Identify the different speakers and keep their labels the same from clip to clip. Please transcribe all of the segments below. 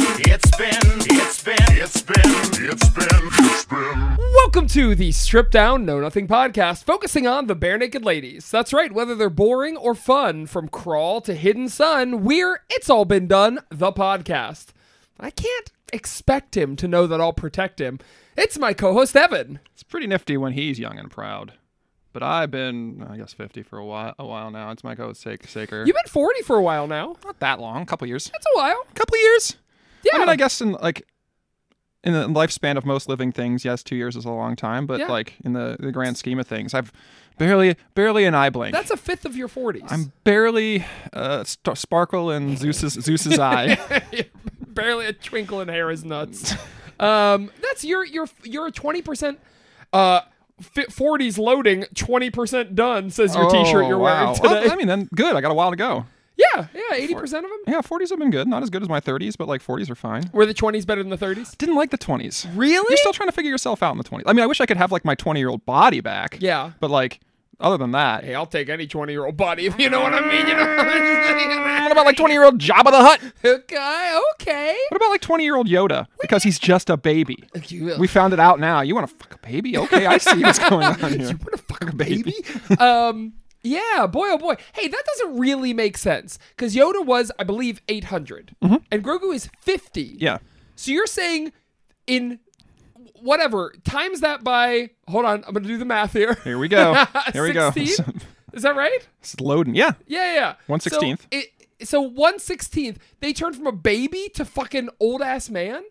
Speaker 1: been, it's been, it's been, it's been, it's been.
Speaker 2: Welcome to the Strip Down Know Nothing podcast, focusing on the bare naked ladies. That's right, whether they're boring or fun, from crawl to hidden sun, we're It's All Been Done, the podcast. I can't expect him to know that I'll protect him. It's my co host, Evan.
Speaker 3: It's pretty nifty when he's young and proud. But I've been, I guess, 50 for a while, a while now. It's my co Sake, Saker.
Speaker 2: You've been 40 for a while now.
Speaker 3: not that long, a couple years.
Speaker 2: That's a while.
Speaker 3: A couple years?
Speaker 2: Yeah.
Speaker 3: I mean, I guess in like in the lifespan of most living things, yes, two years is a long time. But
Speaker 2: Yeah.
Speaker 3: like in the, the grand scheme of things, I've barely, barely an eye blink.
Speaker 2: That's a fifth of your 40s.
Speaker 3: I'm barely uh, st- sparkle in Zeus's Zeus's eye.
Speaker 2: barely a twinkle in Hera's nuts. Um, that's your your your twenty percent, uh, forties loading, twenty percent done. Says your T-shirt
Speaker 3: Oh,
Speaker 2: you're
Speaker 3: wow.
Speaker 2: wearing today.
Speaker 3: Well, I mean, then good. I got a while to go.
Speaker 2: yeah, yeah, eighty percent of them.
Speaker 3: Yeah, 40s have been good. Not as good as my 30s, but like 40s are fine.
Speaker 2: Were the twenties better than the thirties?
Speaker 3: Didn't like the 20s.
Speaker 2: Really?
Speaker 3: You're still trying to figure yourself out in the 20s. I mean, I wish I could have like my 20 year old body back.
Speaker 2: Yeah.
Speaker 3: But like, other than that,
Speaker 2: Hey, I'll take any twenty-year-old body if you know what I mean. You know what I'm
Speaker 3: what about like 20 year old Jabba the Hutt?
Speaker 2: saying? Okay, okay.
Speaker 3: What about like 20 year old Yoda? Because he's just a baby.
Speaker 2: You,
Speaker 3: We found it out now. You want to fuck a baby? Okay, I see what's going on here.
Speaker 2: What a fucking baby. um, yeah, boy, oh boy. Hey, that doesn't really make sense because Yoda was, I believe, 800, and Grogu is 50.
Speaker 3: Mm-hmm. Yeah.
Speaker 2: So you're saying in whatever times that by hold on, I'm gonna do the math here.
Speaker 3: Here we go. Here we go.
Speaker 2: 16? Is that right?
Speaker 3: It's loading. Yeah.
Speaker 2: Yeah, yeah.
Speaker 3: One
Speaker 2: So
Speaker 3: 16th.
Speaker 2: it- So one sixteenth, they turn from a baby to fucking old ass man.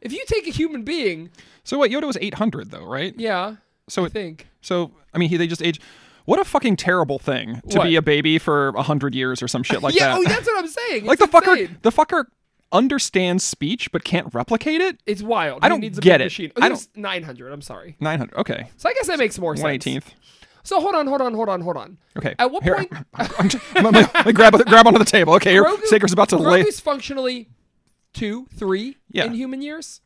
Speaker 2: If you take a human being,
Speaker 3: So what? Yoda was 800 though, right?
Speaker 2: yeah,
Speaker 3: So
Speaker 2: I
Speaker 3: it,
Speaker 2: think
Speaker 3: so I mean, he they just age. What a fucking terrible thing to
Speaker 2: What?
Speaker 3: be a baby for 100 years or some shit like
Speaker 2: yeah,
Speaker 3: that.
Speaker 2: oh, that's what I'm saying.
Speaker 3: like the
Speaker 2: It's
Speaker 3: fucker
Speaker 2: insane.
Speaker 3: the fucker understands speech but can't replicate it
Speaker 2: It's wild.
Speaker 3: I
Speaker 2: Who
Speaker 3: don't
Speaker 2: needs a
Speaker 3: get
Speaker 2: big
Speaker 3: it.
Speaker 2: Machine?
Speaker 3: I
Speaker 2: I was 900. I'm sorry.
Speaker 3: 900 okay
Speaker 2: So I guess that makes more sense.
Speaker 3: 118th
Speaker 2: So hold on, hold on, hold on, hold on.
Speaker 3: okay
Speaker 2: At what
Speaker 3: Here,
Speaker 2: point?
Speaker 3: I'm t- I'm- I'm- I'm- grab grab onto the table okay here
Speaker 2: Grogu-
Speaker 3: Saker's about to lay
Speaker 2: Grogu's functionally two, three
Speaker 3: Yeah.
Speaker 2: in human years,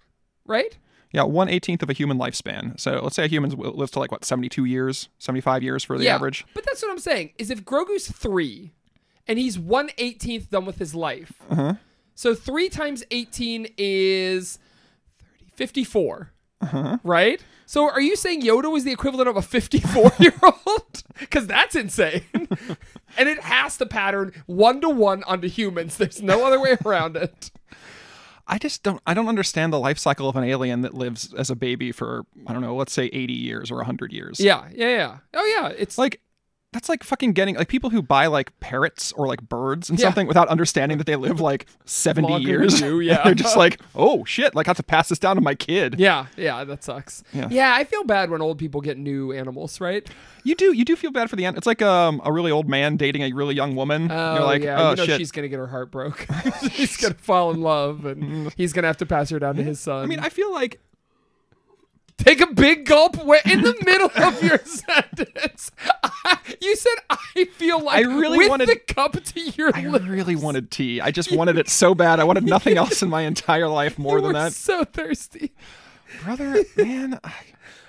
Speaker 2: right?
Speaker 3: yeah 118th of a human lifespan so let's say a human w- lives to like what 72 years 75 years for the average
Speaker 2: But that's what I'm saying. Is if Grogu's three, and he's one eighteenth done with his life.
Speaker 3: Uh-huh.
Speaker 2: So three times eighteen is 30, 54.
Speaker 3: Uh-huh.
Speaker 2: Right? So are you saying Yoda was the equivalent of a 54 year old? Because that's insane. and it has to pattern one to one onto humans. There's no other way around it.
Speaker 3: I just don't I don't understand the life cycle of an alien that lives as a baby for I don't know let's say 80 years or 100 years
Speaker 2: Yeah, yeah, yeah. Oh, yeah. It's
Speaker 3: It's like that's like fucking getting like people who buy like parrots or like birds and
Speaker 2: Yeah.
Speaker 3: something without understanding that they live like 70
Speaker 2: Longer than
Speaker 3: years.
Speaker 2: you, yeah.
Speaker 3: They're just like, "Oh shit, like I have to pass this down to my kid."
Speaker 2: Yeah, yeah, that sucks. Yeah.
Speaker 3: Yeah.
Speaker 2: I feel bad when old people get new animals, right?
Speaker 3: You do you do feel bad for the end. It's like um a really old man dating a really young woman.
Speaker 2: Oh,
Speaker 3: You're like,
Speaker 2: yeah,
Speaker 3: "Oh
Speaker 2: you know
Speaker 3: shit."
Speaker 2: she's gonna get her heart broke. she's gonna fall in love, and he's gonna have to pass her down to his son.
Speaker 3: Mm. I mean, I feel like
Speaker 2: take a big gulp. Where in the middle of your sentence, you said, "I feel like
Speaker 3: I really
Speaker 2: with
Speaker 3: wanted-
Speaker 2: the cup to your
Speaker 3: I
Speaker 2: lips."
Speaker 3: really wanted tea. I just wanted it so bad. I wanted nothing else in my entire life more
Speaker 2: You
Speaker 3: than
Speaker 2: were
Speaker 3: that.
Speaker 2: so thirsty.
Speaker 3: Brother, man, I,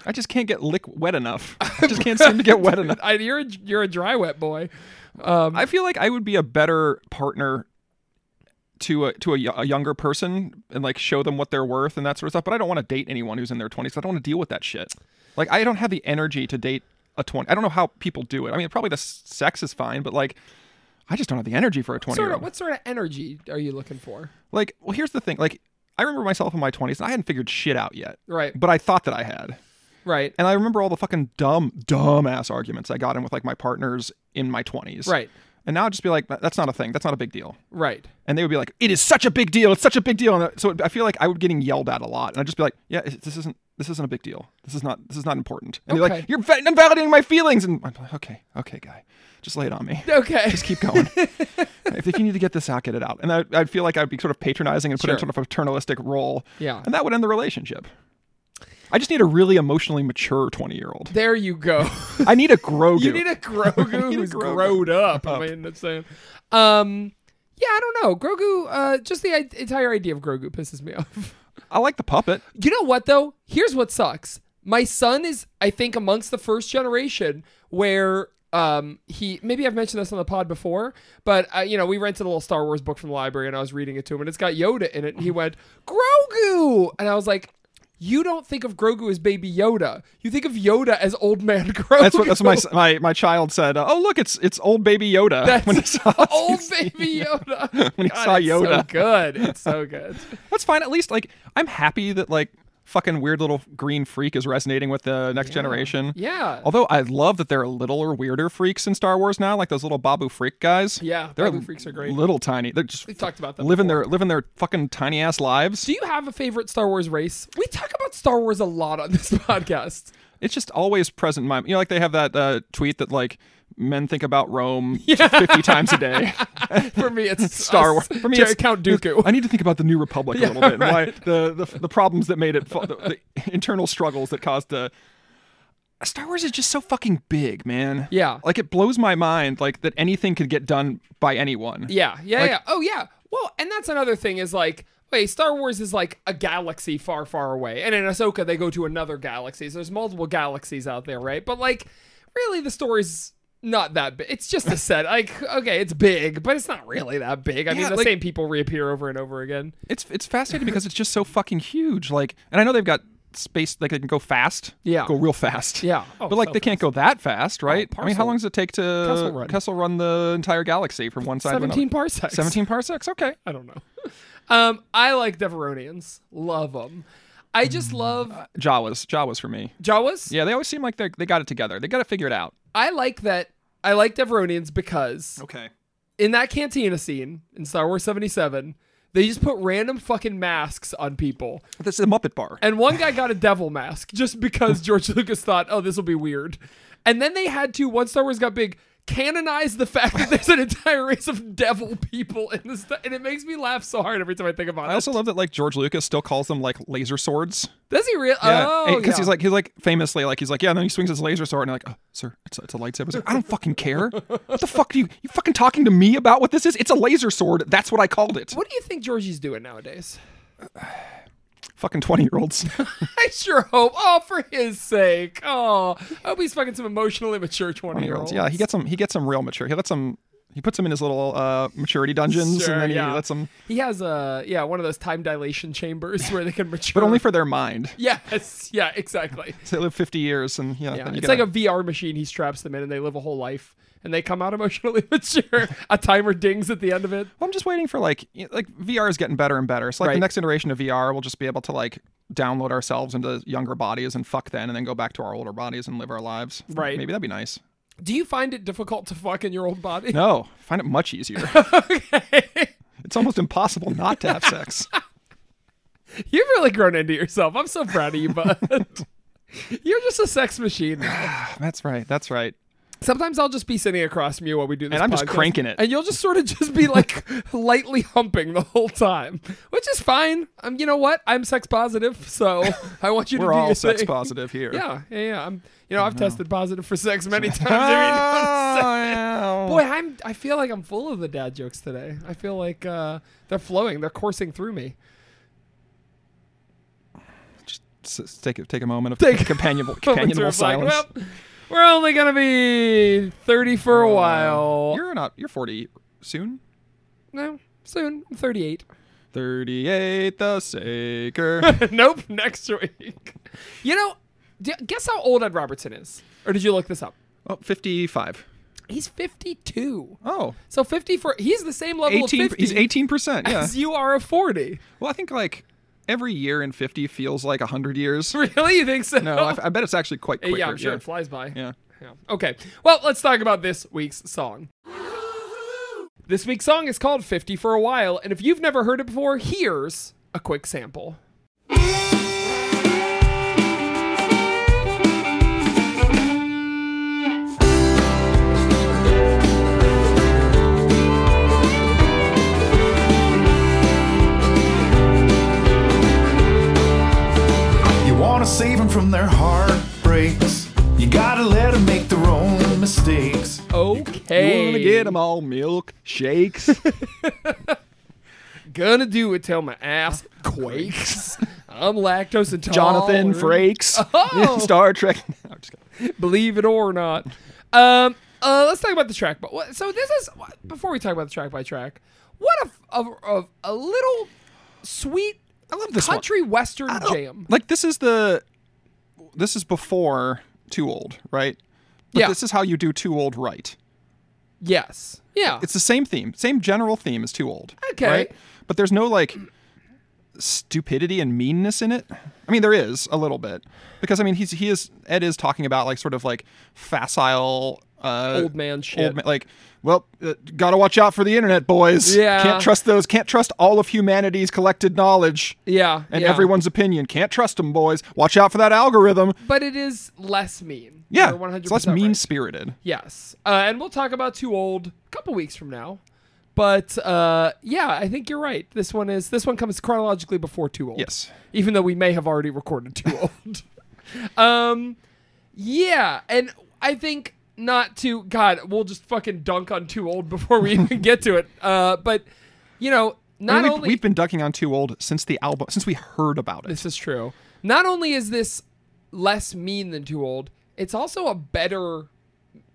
Speaker 3: I just can't get lick wet enough. I just can't seem to get wet enough.
Speaker 2: I, you're a, you're a dry wet boy.
Speaker 3: I feel like I would be a better partner to a to a, yo- a younger person and like show them what they're worth and that sort of stuff. But I don't want to date anyone who's in their twenties. I don't want to deal with that shit. Like I don't have the energy to date a twenty. I don't know how people do it. I mean, probably the s- sex is fine, but like. I just don't have the energy for a 20
Speaker 2: Sort
Speaker 3: year
Speaker 2: of,
Speaker 3: old.
Speaker 2: what sort of energy are you looking for?
Speaker 3: Like, well, here's the thing. Like, I remember myself in my 20s and I hadn't figured shit out yet,
Speaker 2: Right,
Speaker 3: but I thought that I had.
Speaker 2: right,
Speaker 3: And I remember all the fucking dumb, dumb ass arguments I got in with like my partners in my 20s.
Speaker 2: right,
Speaker 3: And now I'd just be like, "That- that's not a thing. That's not a big deal.
Speaker 2: right.
Speaker 3: and they would be like, "It is such a big deal. It's such a big deal." And so I feel like I would getting yelled at a lot, and I'd just be like, "Yeah, it- this isn't this isn't a big deal. This is not this is not important." And they're
Speaker 2: Okay.
Speaker 3: like, "You're va- invalidating my feelings," and I'm like, "Okay, okay, guy, just lay it on me.
Speaker 2: Okay.
Speaker 3: Just keep going. if you need to get this out, get it out." And I, I'd feel like I'd be sort of patronizing and put in
Speaker 2: Sure.
Speaker 3: sort of a paternalistic role.
Speaker 2: Yeah.
Speaker 3: and that would end the relationship. I just need a really emotionally mature twenty year old.
Speaker 2: There you go.
Speaker 3: I need a Grogu.
Speaker 2: You need a Grogu
Speaker 3: need a
Speaker 2: who's
Speaker 3: Grogu.
Speaker 2: growed up. I mean, that's saying. Um, yeah, I don't know. Grogu, uh, just the I- entire idea of Grogu pisses me off.
Speaker 3: I like the puppet.
Speaker 2: You know what though? Here's what sucks. My son is, I think, amongst the first generation where um, he maybe I've mentioned this on the pod before, but uh, you know we rented a little Star Wars book from the library, and I was reading it to him, and it's got Yoda in it, and he went Grogu, and I was like. You don't think of Grogu as Baby Yoda. You think of Yoda as Old Man Grogu.
Speaker 3: That's what that's what my my my child said. Uh, oh look, it's it's old baby Yoda
Speaker 2: That's
Speaker 3: when he saw
Speaker 2: old Oh, baby Yoda.
Speaker 3: When he
Speaker 2: God,
Speaker 3: saw
Speaker 2: it's so
Speaker 3: Yoda.
Speaker 2: good. It's so good.
Speaker 3: That's fine. At least like I'm happy that like fucking weird little green freak is resonating with the next generation.
Speaker 2: Yeah.
Speaker 3: Although I love that there are littler, weirder freaks in Star Wars now, like those little Babu freak guys.
Speaker 2: Yeah,
Speaker 3: they're
Speaker 2: Babu freaks are great.
Speaker 3: Little tiny. They're just
Speaker 2: We talked about that.
Speaker 3: living
Speaker 2: before.
Speaker 3: their living their fucking tiny ass lives.
Speaker 2: Do you have a favorite Star Wars race? We talk about Star Wars a lot on this podcast.
Speaker 3: it's just always present in my you know like they have that uh, tweet that like men think about rome 50 times a day
Speaker 2: For me, it's
Speaker 3: star
Speaker 2: us,
Speaker 3: wars for me
Speaker 2: Jerry
Speaker 3: it's
Speaker 2: Count Dooku.
Speaker 3: i need to think about the new republic a
Speaker 2: Yeah,
Speaker 3: little bit and
Speaker 2: right.
Speaker 3: why the, the the problems that made it fu- the, the internal struggles that caused the star wars is just so fucking big man
Speaker 2: Yeah.
Speaker 3: like it blows my mind like that anything could get done by anyone
Speaker 2: Yeah, yeah, yeah. Oh, yeah. Well, and that's another thing is like, wait, Star Wars is like a galaxy far, far away, and in Ahsoka they go to another galaxy. So there's multiple galaxies out there, right? But like, really, the story's not that big. It's just a set. Like, okay, it's big, but it's not really that big. I mean,
Speaker 3: Yeah,
Speaker 2: the
Speaker 3: like-
Speaker 2: same people reappear over and over again.
Speaker 3: it's it's fascinating because it's just so fucking huge. Like, and I know they've got space, like they can go fast,
Speaker 2: Yeah.
Speaker 3: go real fast,
Speaker 2: Yeah. Oh,
Speaker 3: but like
Speaker 2: so Oh,
Speaker 3: they can't go that fast, right? I mean, how
Speaker 2: parcel.
Speaker 3: long does it take to
Speaker 2: Kessel Run.
Speaker 3: Run the entire galaxy from one side to
Speaker 2: Seventeen
Speaker 3: another?
Speaker 2: parsecs.
Speaker 3: Seventeen parsecs. Okay,
Speaker 2: I don't know. Um, I like Deveronians. Love them. I just love
Speaker 3: Jawas, Jawas for me.
Speaker 2: Jawas.
Speaker 3: Mm, Yeah, they always seem like they they got it together. They got to figure it out.
Speaker 2: I like that. I like Deveronians because
Speaker 3: Okay.
Speaker 2: in that cantina scene in Star Wars 77, they just put random fucking masks on people.
Speaker 3: This is a Muppet Bar.
Speaker 2: And one guy got a devil mask just because George Lucas thought, oh, this will be weird. And then they had to, once Star Wars got big, canonize the fact that there's an entire race of devil people in this. And it makes me laugh so hard every time I think about
Speaker 3: I
Speaker 2: it.
Speaker 3: also love that like George Lucas still calls them like laser swords.
Speaker 2: Does he really? oh,
Speaker 3: because
Speaker 2: yeah.
Speaker 3: he's like he's like famously like he's like yeah. And then he swings his laser sword and like oh, sir, it's a, it's a lightsaber. He's like, I don't fucking care. What the fuck do you you fucking talking to me about what this is? It's a laser sword. That's what I called it.
Speaker 2: What do you think Georgie's doing nowadays?
Speaker 3: Fucking twenty year olds.
Speaker 2: I sure hope. Oh, for his sake. Oh, I hope he's fucking some emotionally mature 20 year olds.
Speaker 3: Yeah, he gets them. He gets them real mature. He lets them. He puts them in his little uh, maturity dungeons,
Speaker 2: Sure,
Speaker 3: and then he
Speaker 2: yeah.
Speaker 3: lets them,
Speaker 2: He has a yeah one of those time dilation chambers where they can mature.
Speaker 3: but only for their mind.
Speaker 2: yes, yeah, exactly.
Speaker 3: So they live fifty years, and yeah,
Speaker 2: Yeah,
Speaker 3: then you
Speaker 2: it's
Speaker 3: get
Speaker 2: like a VR machine. He straps them in, and they live a whole life, and they come out emotionally mature. a timer dings at the end of it.
Speaker 3: Well, I'm just waiting for like y- like VR is getting better and better. So like
Speaker 2: Right.
Speaker 3: the next iteration of VR, we'll just be able to like download ourselves into younger bodies and fuck then, and then go back to our older bodies and live our lives.
Speaker 2: Right.
Speaker 3: Maybe that'd be nice.
Speaker 2: Do you find it difficult to fuck in your old body?
Speaker 3: No, I find it much easier.
Speaker 2: Okay,
Speaker 3: it's almost impossible not to have sex.
Speaker 2: you've really grown into yourself. I'm so proud of you, bud. You're just a sex machine. now.
Speaker 3: That's right. That's right.
Speaker 2: Sometimes I'll just be sitting across from you while we do this,
Speaker 3: And I'm just
Speaker 2: podcast,
Speaker 3: cranking it.
Speaker 2: and you'll just sort of just be like lightly humping the whole time, which is fine. I'm, you know what? I'm sex positive, so I want you to
Speaker 3: We're
Speaker 2: do
Speaker 3: all
Speaker 2: your
Speaker 3: sex
Speaker 2: thing.
Speaker 3: positive here.
Speaker 2: Yeah, yeah, yeah. I'm, you know, I've tested positive for sex many times.
Speaker 3: Oh,
Speaker 2: I mean,
Speaker 3: yeah.
Speaker 2: boy, I'm. I feel like I'm full of the dad jokes today. I feel like uh, they're flowing. They're coursing through me.
Speaker 3: just s- take a, take a moment of
Speaker 2: Take a
Speaker 3: companionable,
Speaker 2: Moments where
Speaker 3: companionable
Speaker 2: I'm like,
Speaker 3: silence.
Speaker 2: well, we're only gonna be thirty for a while.
Speaker 3: You're not. You're 40 soon.
Speaker 2: No, soon. I'm 38.
Speaker 3: 38 the Saker.
Speaker 2: nope. Next week. You know, d- guess how old Ed Robertson is? Or did you look this up?
Speaker 3: oh, 55.
Speaker 2: He's 52.
Speaker 3: Oh,
Speaker 2: So 54. He's the same level
Speaker 3: 18.
Speaker 2: of 50
Speaker 3: He's uh, 18 percent. Yeah.
Speaker 2: as you are of 40.
Speaker 3: Well, I think like every year in 50 feels like 100 years.
Speaker 2: Really? You think so?
Speaker 3: No, I, I bet it's actually quite quicker.
Speaker 2: yeah, I'm sure it
Speaker 3: yeah.
Speaker 2: flies by.
Speaker 3: Yeah.
Speaker 2: Yeah. Okay. Well, let's talk about this week's song. This week's song is called 50 for a while, and if you've never heard it before, here's a quick sample.
Speaker 4: You wanna save them from their heartbreaks. You gotta let them make their own mistakes.
Speaker 2: Okay.
Speaker 3: Wanna get 'em all milk shakes.
Speaker 2: Gonna do it till my ass quakes. I'm lactose intolerant.
Speaker 3: Jonathan Frakes.
Speaker 2: Oh.
Speaker 3: Star Trek. No, I'm just kidding.
Speaker 2: Believe it or not. Um, Uh, let's talk about the track. But what, so this is before we talk about the track by track. What a f- a, a, a little sweet
Speaker 3: I love this one.
Speaker 2: country western
Speaker 3: Oh,
Speaker 2: jam.
Speaker 3: Like this is the this is before Too Old, right? But
Speaker 2: Yeah.
Speaker 3: this is how you do Too Old right.
Speaker 2: Yes. Yeah.
Speaker 3: It's the same theme, same general theme as Too Old.
Speaker 2: Okay.
Speaker 3: Right? But there's no like stupidity and meanness in it. I mean, there is a little bit because I mean he's he is Ed is talking about like sort of like facile uh,
Speaker 2: Old man shit.
Speaker 3: ma- like, well, uh, gotta watch out for the internet, boys.
Speaker 2: Yeah.
Speaker 3: Can't trust those. Can't trust all of humanity's collected knowledge.
Speaker 2: yeah.
Speaker 3: and
Speaker 2: yeah.
Speaker 3: everyone's opinion. Can't trust them, boys. Watch out for that algorithm.
Speaker 2: But it is less mean.
Speaker 3: Yeah,
Speaker 2: You're 100%
Speaker 3: so that's mean
Speaker 2: right.
Speaker 3: spirited.
Speaker 2: Yes. Uh, and we'll talk about Too Old a couple weeks from now. But uh, yeah, I think you're right. This one is this one comes chronologically before Too Old.
Speaker 3: Yes.
Speaker 2: Even though we may have already recorded Too Old. um yeah, and I think not to God, we'll just fucking dunk on Too Old before we even get to it. Uh, but you know,
Speaker 3: I
Speaker 2: not
Speaker 3: mean, we've,
Speaker 2: only
Speaker 3: we've been ducking on Too Old since the album, since we heard about it.
Speaker 2: this is true. Not only is this less mean than Too Old, it's also a better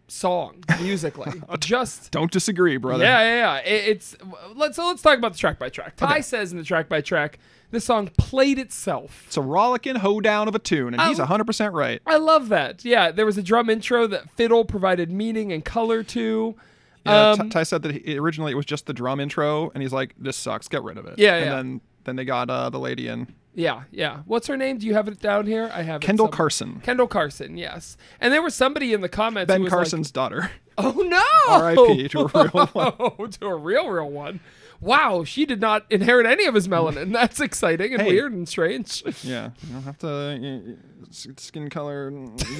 Speaker 2: song musically. Just
Speaker 3: Don't disagree, brother.
Speaker 2: yeah, yeah, yeah. It, it's let's so let's talk about the track by track. Ty says in the track by track, this song played itself.
Speaker 3: It's a rollicking hoedown of a tune, and he's
Speaker 2: Oh.
Speaker 3: 100% right.
Speaker 2: I love that. Yeah, there was a drum intro that fiddle provided meaning and color to.
Speaker 3: Yeah,
Speaker 2: um,
Speaker 3: Ty- Ty said that he, originally it was just the drum intro, and he's like, this sucks, get rid of it.
Speaker 2: Yeah,
Speaker 3: And
Speaker 2: yeah.
Speaker 3: then then they got uh, the lady in.
Speaker 2: Yeah, yeah. What's her name? Do you have it down here? I have it
Speaker 3: Kendall
Speaker 2: somewhere.
Speaker 3: Carson.
Speaker 2: Kendall Carson, yes. And there was somebody in the comments who
Speaker 3: Ben
Speaker 2: was like,
Speaker 3: Carson's daughter.
Speaker 2: Oh no!
Speaker 3: R.I.P. to a real
Speaker 2: one. to a real, real one. Wow, she did not inherit any of his melanin. That's exciting and
Speaker 3: Hey.
Speaker 2: weird and strange.
Speaker 3: Yeah. You don't have to. y- y- skin color.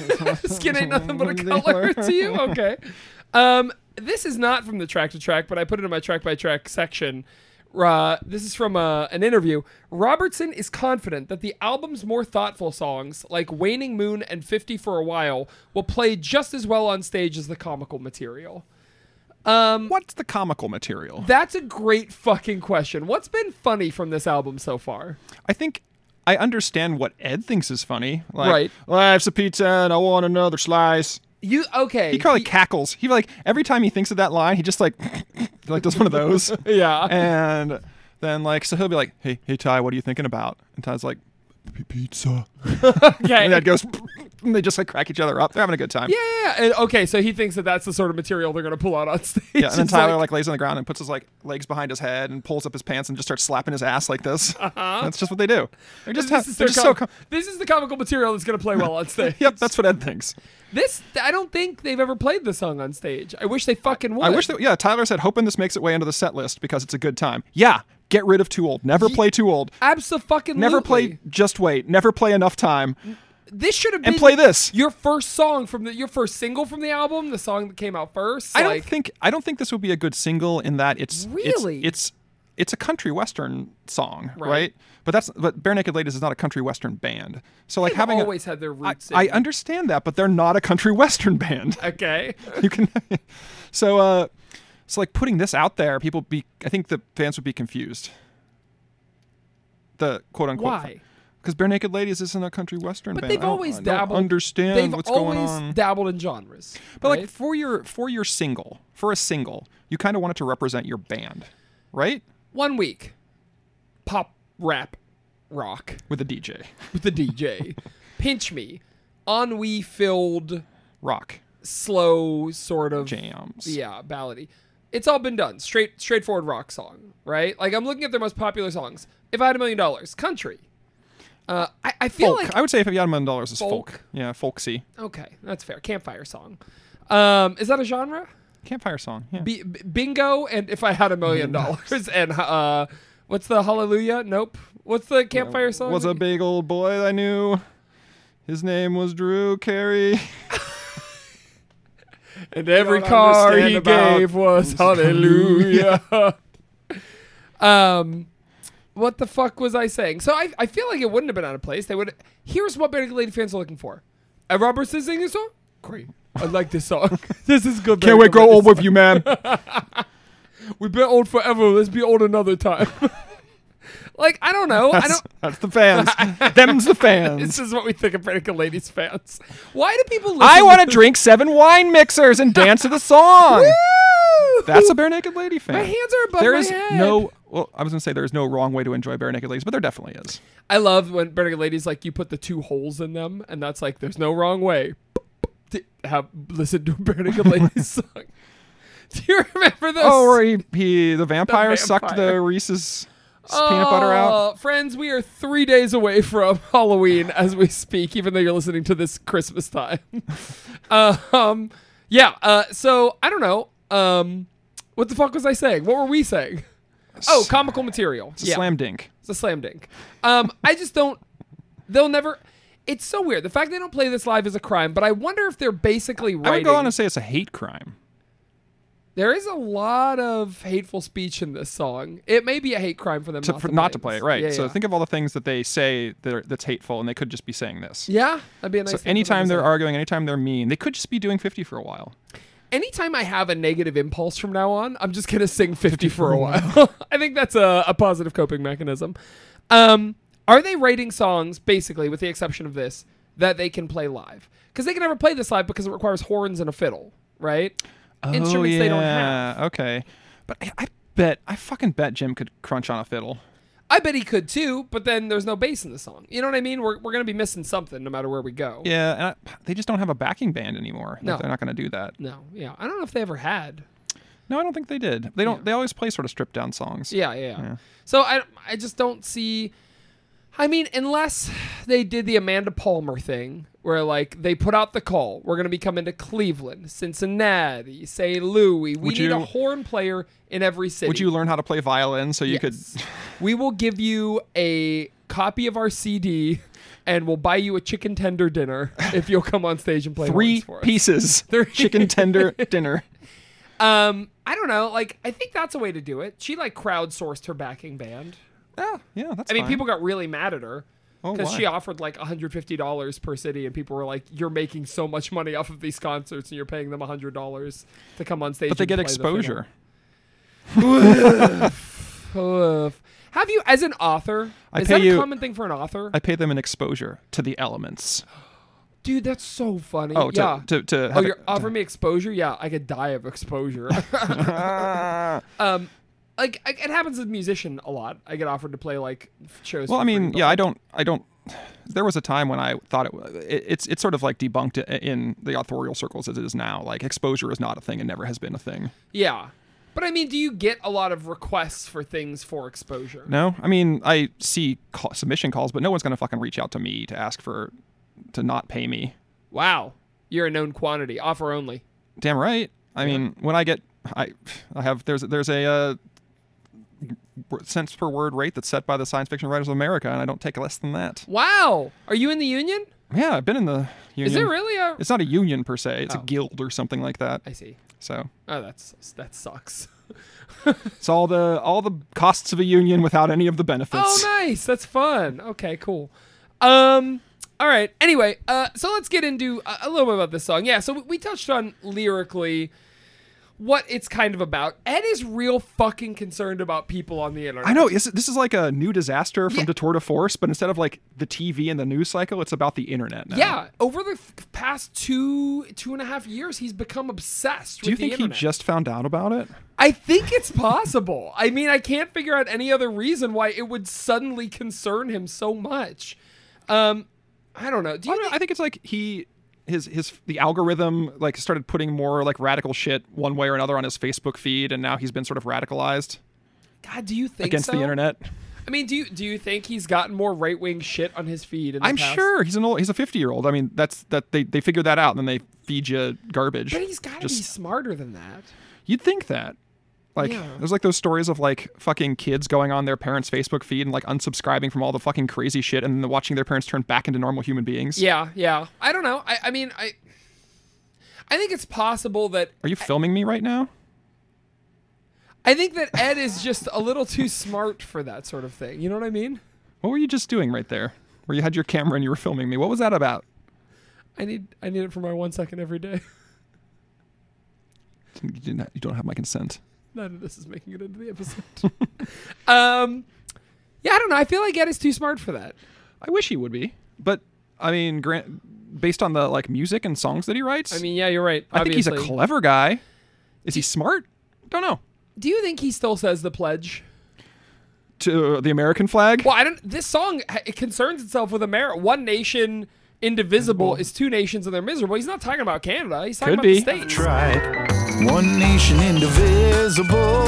Speaker 2: Skin ain't nothing but a color to you. Okay. Um, this is not from the track to track, but I put it in my track by track section. Uh, this is from uh, an interview. Robertson is confident that the album's more thoughtful songs, like Waning Moon and 50 for a While, will play just as well on stage as the comical material.
Speaker 3: What's the comical material?
Speaker 2: That's a great fucking question. What's been funny from this album so far?
Speaker 3: I think I understand what Ed thinks is funny. Like,
Speaker 2: Right.
Speaker 3: Life's a pizza and I want another slice.
Speaker 2: You okay?
Speaker 3: He probably cackles. He like every time he thinks of that line, he just like like does one of those.
Speaker 2: yeah.
Speaker 3: And then like so he'll be like, Hey, hey Ty, what are you thinking about? And Ty's like, "P- pizza.
Speaker 2: okay.
Speaker 3: And Ed goes and they just like crack each other up. They're having a good time.
Speaker 2: yeah, yeah, yeah. And, okay, so he thinks that that's the sort of material they're gonna pull out on stage.
Speaker 3: Yeah, and then
Speaker 2: It's
Speaker 3: Tyler
Speaker 2: like-
Speaker 3: like, lays on the ground and puts his like legs behind his head and pulls up his pants and just starts slapping his ass like this. Uh-huh. That's just what they do. They're just, ha-
Speaker 2: this, is
Speaker 3: they're
Speaker 2: their
Speaker 3: just so
Speaker 2: com-
Speaker 3: com-
Speaker 2: this is the comical material that's gonna play well on stage.
Speaker 3: Yep, that's what Ed thinks.
Speaker 2: This I don't think they've ever played this song on stage. I wish they fucking would.
Speaker 3: I wish that yeah, Tyler said hoping this makes it way into the set list because it's a good time. Yeah, get rid of too old. Never play too old.
Speaker 2: Absolutely.
Speaker 3: Never play just wait. Never play enough time.
Speaker 2: This should have been
Speaker 3: And play this.
Speaker 2: Your first song from the your first single from the album, the song that came out first.
Speaker 3: I
Speaker 2: like-
Speaker 3: don't think I don't think this would be a good single in that it's it's-
Speaker 2: Really?
Speaker 3: it's it's, a country western song, right.
Speaker 2: Right.
Speaker 3: But that's but Bare Naked Ladies is not a country western band. So like
Speaker 2: They've
Speaker 3: having a-
Speaker 2: always had their
Speaker 3: I,
Speaker 2: roots.
Speaker 3: I
Speaker 2: in-
Speaker 3: understand that, but they're not a country western band.
Speaker 2: okay.
Speaker 3: you can so uh so like putting this out there people be i think the fans would be confused the quote unquote
Speaker 2: Why?
Speaker 3: because bare naked ladies isn't a country western
Speaker 2: But
Speaker 3: band
Speaker 2: they've
Speaker 3: I don't-
Speaker 2: always
Speaker 3: I don't
Speaker 2: dabbled.
Speaker 3: understand
Speaker 2: they've
Speaker 3: what's
Speaker 2: always
Speaker 3: going on
Speaker 2: dabbled in genres.
Speaker 3: but
Speaker 2: right?
Speaker 3: like for your for your single for a single you kind of want it to represent your band right
Speaker 2: one week, pop, rap, rock
Speaker 3: with a dj
Speaker 2: with the DJ, pinch me, ennui filled,
Speaker 3: rock
Speaker 2: slow sort of
Speaker 3: jams
Speaker 2: yeah ballady. It's all been done. Straight, straightforward rock song, right? Like I'm looking at their most popular songs. If I had a million dollars, country. Uh, I, I feel
Speaker 3: folk
Speaker 2: like
Speaker 3: i would say if you had a million dollars is folk.
Speaker 2: Folk.
Speaker 3: yeah folksy
Speaker 2: okay, that's fair. Campfire song. Um, is that a genre?
Speaker 3: campfire song yeah
Speaker 2: B- b- bingo and if I had a million dollars and uh, what's the hallelujah? Nope. What's the campfire song?
Speaker 3: was a big old boy I knew. His name was Drew Carey.
Speaker 2: and every
Speaker 3: don't
Speaker 2: car
Speaker 3: understand
Speaker 2: he
Speaker 3: about-
Speaker 2: gave was hallelujah. um, what the fuck was I saying? So I, I feel like it wouldn't have been out of place. They would. Here's what Better Lady fans are looking for. And Robertson singing this song. Great. I like this song. this is good.
Speaker 3: Can't
Speaker 2: Better
Speaker 3: wait grow
Speaker 2: Lady
Speaker 3: old
Speaker 2: song.
Speaker 3: with you, man.
Speaker 2: We've been old forever. Let's be old another time. Like I don't know. I
Speaker 3: That's,
Speaker 2: don't.
Speaker 3: that's the fans. Them's the
Speaker 2: This
Speaker 3: fans.
Speaker 2: is what we think of Predica Ladies fans. Why do people? Listen
Speaker 3: I want
Speaker 2: to
Speaker 3: to drink seven wine mixers and dance to the song.
Speaker 2: Woo!
Speaker 3: That's a bare naked lady fan.
Speaker 2: My hands are above
Speaker 3: There
Speaker 2: my
Speaker 3: is
Speaker 2: head.
Speaker 3: no. Well, I was gonna say there is no wrong way to enjoy bare naked ladies, but there definitely is.
Speaker 2: I love when Predica Ladies like you put the two holes in them, and that's like there's no wrong way to have listen to a Predica Ladies song. Do you remember this?
Speaker 3: Oh, or he, he the, vampire sucked
Speaker 2: vampire.
Speaker 3: the Reese's peanut butter out.
Speaker 2: Oh, Friends, we are three days away from Halloween as we speak, even though you're listening to this Christmas time. Uh, um, yeah, uh, so I don't know. Um, what the fuck was I saying? What were we saying? Oh, comical material.
Speaker 3: It's a slam dink.
Speaker 2: It's a slam dunk. Um, I just don't. They'll never. It's so weird. The fact they don't play this live is a crime, but I wonder if they're basically writing.
Speaker 3: I would go on and say it's a hate crime.
Speaker 2: there is a lot of hateful speech in this song. It may be a hate crime for them
Speaker 3: To,
Speaker 2: not,
Speaker 3: for,
Speaker 2: to,
Speaker 3: not to
Speaker 2: this.
Speaker 3: play it, right?
Speaker 2: Yeah,
Speaker 3: so
Speaker 2: yeah.
Speaker 3: think of all the things that they say that are, that's hateful, and they could just be saying this.
Speaker 2: Yeah, that'd be a nice.
Speaker 3: So
Speaker 2: thing for them
Speaker 3: anytime
Speaker 2: to
Speaker 3: they're
Speaker 2: say.
Speaker 3: arguing, anytime they're mean, they could just be doing 50 for a while.
Speaker 2: anytime I have a negative impulse from now on, I'm just gonna sing 50 for a while. I think that's a, a positive coping mechanism. Um, are they writing songs, basically, with the exception of this, that they can play live? Because they can never play this live because it requires horns and a fiddle, right? Oh, Instruments they don't have.
Speaker 3: yeah, Okay, but I, I bet I fucking bet Jim could crunch on a fiddle.
Speaker 2: I bet he could too, but then there's no bass in the song. You know what I mean? We're, we're gonna be missing something no matter where we go.
Speaker 3: Yeah, and I, they just don't have a backing band anymore. Like,
Speaker 2: No.
Speaker 3: they're not going to do that.
Speaker 2: No, yeah. I don't know if they ever had.
Speaker 3: No, I don't think they did. They don't. They always play sort of stripped down songs.
Speaker 2: Yeah, yeah, yeah. So I, I just don't see. I mean, unless they did the Amanda Palmer thing, where like they put out the call, we're gonna be coming to Cleveland, Cincinnati, St. Louis. We
Speaker 3: Would
Speaker 2: need a
Speaker 3: you-
Speaker 2: horn player in every city.
Speaker 3: Would you learn how to play violin so you
Speaker 2: Yes.
Speaker 3: could?
Speaker 2: We will give you a copy of our CD, and we'll buy you a chicken tender dinner if you'll come on stage and play horns
Speaker 3: three
Speaker 2: for us.
Speaker 3: pieces
Speaker 2: Three.
Speaker 3: chicken tender dinner
Speaker 2: Um, I don't know. Like, I think that's a way to do it. She like crowdsourced her backing band.
Speaker 3: yeah yeah that's
Speaker 2: Oh. I mean,
Speaker 3: fine.
Speaker 2: people got really mad at her
Speaker 3: Oh,
Speaker 2: because
Speaker 3: why?
Speaker 2: she offered like $150 per city, and people were like, "You're making so much money off of these concerts, and you're paying them $100 to come on stage."
Speaker 3: but they
Speaker 2: and
Speaker 3: get
Speaker 2: play the fiddle."
Speaker 3: exposure
Speaker 2: Oof. Have you, as an author,
Speaker 3: I
Speaker 2: is
Speaker 3: pay
Speaker 2: that a
Speaker 3: you-
Speaker 2: common thing for an author?
Speaker 3: i pay them an exposure to the elements
Speaker 2: Dude, that's so funny.
Speaker 3: oh to,
Speaker 2: yeah.
Speaker 3: to, to
Speaker 2: oh,
Speaker 3: have
Speaker 2: you're
Speaker 3: it-
Speaker 2: offering me exposure? Yeah, I could die of exposure.
Speaker 3: Ah.
Speaker 2: um, like I, it happens with musician a lot. I get offered to play like shows.
Speaker 3: well
Speaker 2: for
Speaker 3: i mean
Speaker 2: free, but,
Speaker 3: yeah i
Speaker 2: like,
Speaker 3: don't i don't there was a time when i thought it, wa- it it's it's sort of like debunked i- in the authorial circles as it is now like exposure is not a thing and never has been a thing
Speaker 2: Yeah, but I mean, do you get a lot of requests for things for exposure?
Speaker 3: no i mean i see call, submission calls but no one's gonna fucking reach out to me to ask for to not pay me
Speaker 2: Wow. You're a known quantity. Offer only.
Speaker 3: Damn right. I mean, when I get, I, I have there's there's a uh, w- cents per word rate that's set by the Science Fiction Writers of America, and I don't take less than that.
Speaker 2: Wow. Are you in the union?
Speaker 3: Yeah, I've been in the union.
Speaker 2: Is there really a? I
Speaker 3: It's not a union per se. It's
Speaker 2: Oh.
Speaker 3: a guild or something like that.
Speaker 2: see.
Speaker 3: So
Speaker 2: Oh, that's that sucks.
Speaker 3: it's all the all the costs of a union without any of
Speaker 2: Oh,
Speaker 3: the benefits.
Speaker 2: nice. That's fun. Okay, cool. Um. All right. Anyway, uh, so let's get into a, a little bit about this song. Yeah. So we, we touched on lyrically what it's kind of about. Ed is real fucking concerned about people on the internet.
Speaker 3: I know. Is, this is like a new disaster from
Speaker 2: Yeah.
Speaker 3: the tour de force, but instead of like the TV and the news cycle, it's about the internet now.
Speaker 2: Yeah. Over the f- past two two and a half years, he's become obsessed.
Speaker 3: Do you
Speaker 2: with
Speaker 3: think
Speaker 2: the internet.
Speaker 3: he just found out about it?
Speaker 2: I think it's possible. I mean, I can't figure out any other reason why it would suddenly concern him so much. Um, I don't know. Do you
Speaker 3: I, don't know, I think it's like he his his the algorithm like started putting more like radical shit one way or another on his Facebook feed, and now he's been sort of radicalized
Speaker 2: God, do you think
Speaker 3: against
Speaker 2: so?
Speaker 3: the internet.
Speaker 2: I mean, do you do you think he's gotten more right wing shit on his feed? In the
Speaker 3: I'm
Speaker 2: past?
Speaker 3: sure he's an old he's a 50 year old. I mean that's that they they figure that out, and then they feed you garbage.
Speaker 2: but he's got to be
Speaker 3: Just-
Speaker 2: smarter than that.
Speaker 3: You'd think that. Like
Speaker 2: Yeah.
Speaker 3: there's like those stories of like fucking kids going on their parents' Facebook feed and like unsubscribing from all the fucking crazy shit, and then watching their parents turn back into normal human beings.
Speaker 2: Yeah, yeah. I don't know. I, I mean, I I think it's possible that
Speaker 3: Are you filming me right now?
Speaker 2: I think that Ed is just a little too smart for that sort of thing. You know what I mean?
Speaker 3: What were you just doing right there? Where you had your camera and you were filming me? What was that about?
Speaker 2: I need I need it for my one second every day.
Speaker 3: You, did not, you don't have my consent.
Speaker 2: None of this is making it into the episode. um, Yeah, I don't know. I feel like Ed is too smart for that.
Speaker 3: I wish he would be, but I mean, grant based on the like music and songs that he writes,
Speaker 2: I mean, yeah, you're right.
Speaker 3: I think he's a
Speaker 2: obviously.
Speaker 3: clever guy. Is he smart? Don't know.
Speaker 2: Do you think he still says the pledge?
Speaker 3: To uh, the American flag,
Speaker 2: Well, I don't. This song ha- it concerns itself with America. One nation, indivisible, is two nations and they're miserable. He's not talking about Canada. He's talking
Speaker 3: Could
Speaker 2: about
Speaker 3: be.
Speaker 2: the states.
Speaker 4: tried. One nation indivisible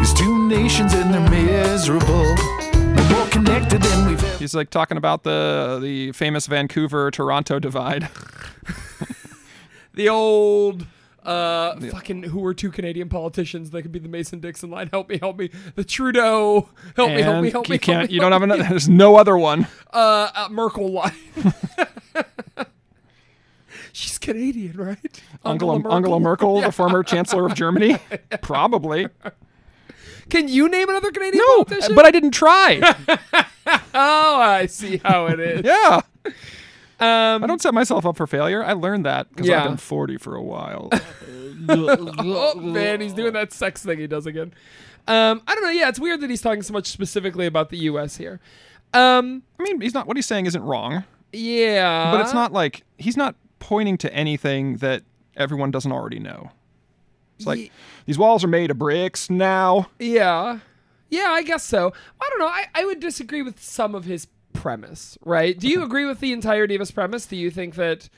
Speaker 4: is two nations and they're miserable. We're more connected than we've ever.
Speaker 3: he's like talking about the the famous Vancouver Toronto divide.
Speaker 2: The old. Uh, fucking, who were two Canadian politicians that could be the Mason Dixon line? Help me, help me. The Trudeau, help me, help
Speaker 3: And
Speaker 2: me, help
Speaker 3: you
Speaker 2: me.
Speaker 3: can't.
Speaker 2: help me,
Speaker 3: you
Speaker 2: help
Speaker 3: don't have another. There's no other one.
Speaker 2: uh, uh, Merkel line. She's Canadian, right?
Speaker 3: Angela Angela Merkel, the former chancellor of Germany, probably.
Speaker 2: Can you name another Canadian
Speaker 3: No,
Speaker 2: politician?
Speaker 3: but I didn't try.
Speaker 2: oh, I see how it is.
Speaker 3: Yeah, I
Speaker 2: Um,
Speaker 3: don't set myself up for failure. I learned that because
Speaker 2: Yeah.
Speaker 3: I've been 40 for a while.
Speaker 2: oh man, he's doing that sex thing he does again. Um, I don't know. Yeah, it's weird that he's talking so much specifically about the U.S. here. Um,
Speaker 3: I mean, he's not. What he's saying isn't wrong.
Speaker 2: yeah,
Speaker 3: but it's not like he's not pointing to anything that everyone doesn't already know. It's like
Speaker 2: Ye-
Speaker 3: these walls are made of bricks now.
Speaker 2: Yeah. Yeah, I guess so. I don't know. I, I would disagree with some of his premise, right? Do you agree with the entirety of his premise? Do you think that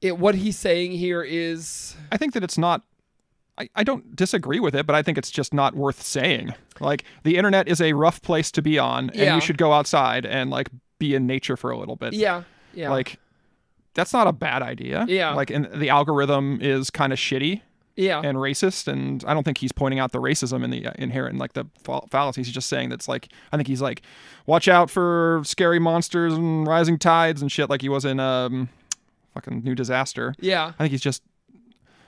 Speaker 2: it what he's saying here is
Speaker 3: I think that it's not. I, I don't disagree with it, but I think it's just not worth saying. Like the internet is a rough place to be on, and
Speaker 2: Yeah.
Speaker 3: you should go outside and like be in nature for a little bit.
Speaker 2: Yeah. Yeah.
Speaker 3: Like that's not a bad idea.
Speaker 2: Yeah.
Speaker 3: Like and the algorithm is kind of shitty
Speaker 2: Yeah.
Speaker 3: and racist, and I don't think he's pointing out the racism and the uh, inherent like the fa- fallacies. He's just saying that's like I think he's like, watch out for scary monsters and rising tides and shit, like he was in um, fucking New Disaster.
Speaker 2: yeah.
Speaker 3: I think he's just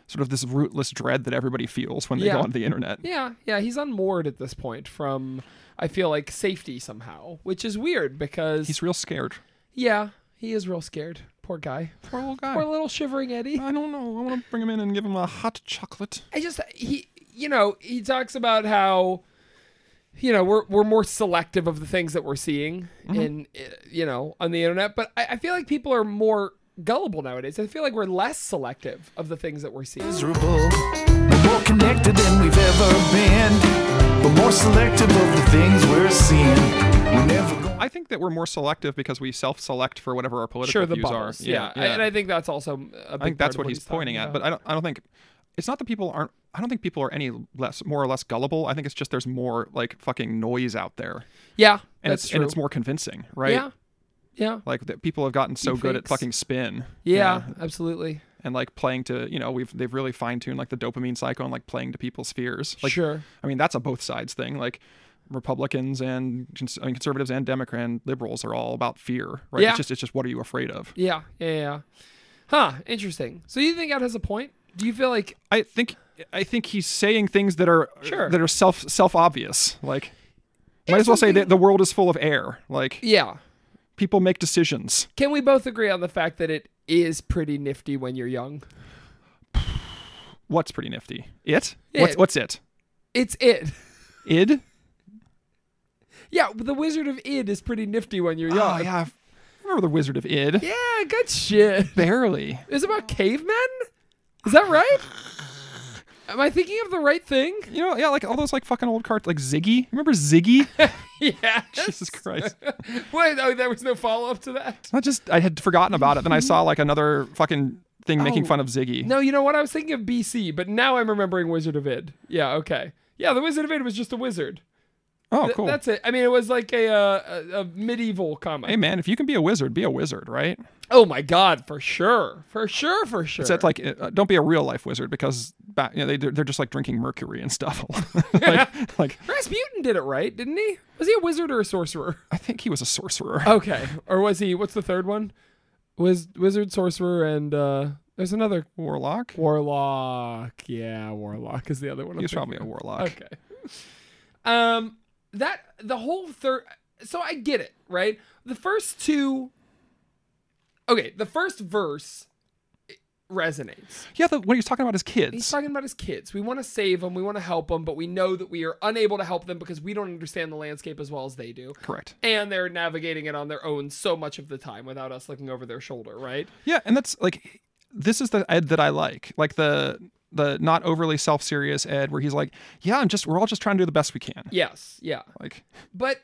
Speaker 3: sort of this rootless dread that everybody feels when they
Speaker 2: Yeah.
Speaker 3: go on the internet.
Speaker 2: Yeah, yeah, he's unmoored at this point from I feel like safety somehow, which is weird because
Speaker 3: He's real scared.
Speaker 2: yeah, he is real scared. Poor guy.
Speaker 3: Poor little guy.
Speaker 2: Poor little shivering Eddie.
Speaker 3: I don't know. I want to bring him in and give him a hot chocolate.
Speaker 2: I just he you know he talks about how you know we're we're more selective of the things that we're seeing
Speaker 3: Mm-hmm.
Speaker 2: in uh, you know on the internet, but I, I feel like people are more gullible nowadays. I feel like we're less selective of the things that we're seeing.
Speaker 4: miserable. We're more connected than we've ever been. We're more selective of the things we're seeing. We're never going.
Speaker 3: I think that we're more selective because we self-select for whatever our political
Speaker 2: Sure, the
Speaker 3: views
Speaker 2: bubbles.
Speaker 3: are.
Speaker 2: Yeah, I- and I think that's also a big
Speaker 3: I think that's
Speaker 2: part of
Speaker 3: what he's, pointing
Speaker 2: talking
Speaker 3: at.
Speaker 2: about.
Speaker 3: But I don't. I don't think it's not that people aren't. I don't think people are any less, more or less gullible. I think it's just there's more like fucking noise out there,
Speaker 2: yeah,
Speaker 3: and
Speaker 2: that's
Speaker 3: it's
Speaker 2: true.
Speaker 3: and it's more convincing, right?
Speaker 2: yeah, yeah,
Speaker 3: Like that people have gotten so good at
Speaker 2: Deepfakes.
Speaker 3: fucking spin.
Speaker 2: yeah, absolutely.
Speaker 3: And like playing to you know we've they've really fine tuned like the dopamine cycle and like playing to people's fears. Like
Speaker 2: sure.
Speaker 3: I mean that's a both sides thing. Like Republicans and cons- I mean, conservatives and Democrats and liberals are all about fear, right?
Speaker 2: Yeah.
Speaker 3: It's just it's just what are you afraid of?
Speaker 2: Yeah, yeah, yeah. Huh. Interesting. So you think that has a point? Do you feel like
Speaker 3: I think I think he's saying things that are
Speaker 2: Sure.
Speaker 3: that are self self obvious. Like might as well say
Speaker 2: something-
Speaker 3: that the world is full of air. Like
Speaker 2: yeah?
Speaker 3: people make decisions.
Speaker 2: Can we both agree on the fact that it is pretty nifty when you're young?
Speaker 3: What's pretty nifty? It?
Speaker 2: It.
Speaker 3: What's what's it?
Speaker 2: It's it.
Speaker 3: Id?
Speaker 2: Yeah, the Wizard of Id is pretty nifty when you're
Speaker 3: Oh
Speaker 2: young.
Speaker 3: yeah. Remember the Wizard of Id?
Speaker 2: Yeah, good shit.
Speaker 3: Barely.
Speaker 2: It's about cavemen? Is that right? Am I thinking of the right thing?
Speaker 3: You know, yeah, like all those like fucking old cards, like Ziggy. Remember Ziggy?
Speaker 2: Yeah.
Speaker 3: Jesus Christ!
Speaker 2: Wait, oh, there was no follow up to that.
Speaker 3: I just I had forgotten about it. Then I saw like another fucking thing making
Speaker 2: Mm-hmm. Oh.
Speaker 3: fun of Ziggy.
Speaker 2: No, you know what? I was thinking of BC, but now I'm remembering Wizard of Id. Yeah, okay. Yeah, the Wizard of Id was just a wizard.
Speaker 3: oh,
Speaker 2: Th-
Speaker 3: cool.
Speaker 2: That's it. I mean, it was like a uh, a, a medieval comic.
Speaker 3: hey man, if you can be a wizard, be a wizard, right?
Speaker 2: Oh my god, for sure, for sure, for sure.
Speaker 3: That's like uh, don't be a real life wizard because back, you know, they they're they're just like drinking mercury and stuff. like, like
Speaker 2: Rasputin did it right, didn't he? Was he a wizard or a sorcerer?
Speaker 3: I think he was a sorcerer.
Speaker 2: Okay, or was he? What's the third one? Was wizard, sorcerer, and uh, there's another
Speaker 3: warlock.
Speaker 2: warlock. Yeah, warlock is the other one.
Speaker 3: He was probably a warlock.
Speaker 2: Okay. Um, that the whole third. So I get it, right? The first two. Okay, the first verse resonates.
Speaker 3: Yeah, the, what he was talking about is
Speaker 2: He's
Speaker 3: kids.
Speaker 2: talking about his kids. We want to save them, we want to help them, but we know that we are unable to help them because we don't understand the landscape as well as they do.
Speaker 3: Correct.
Speaker 2: And they're navigating it on their own so much of the time without us looking over their shoulder, right?
Speaker 3: Yeah, and that's like this is the Ed that I like. Like the the not overly self serious Ed where he's like, Yeah, I'm just we're all just trying to do the best we can.
Speaker 2: Yes, yeah.
Speaker 3: Like
Speaker 2: But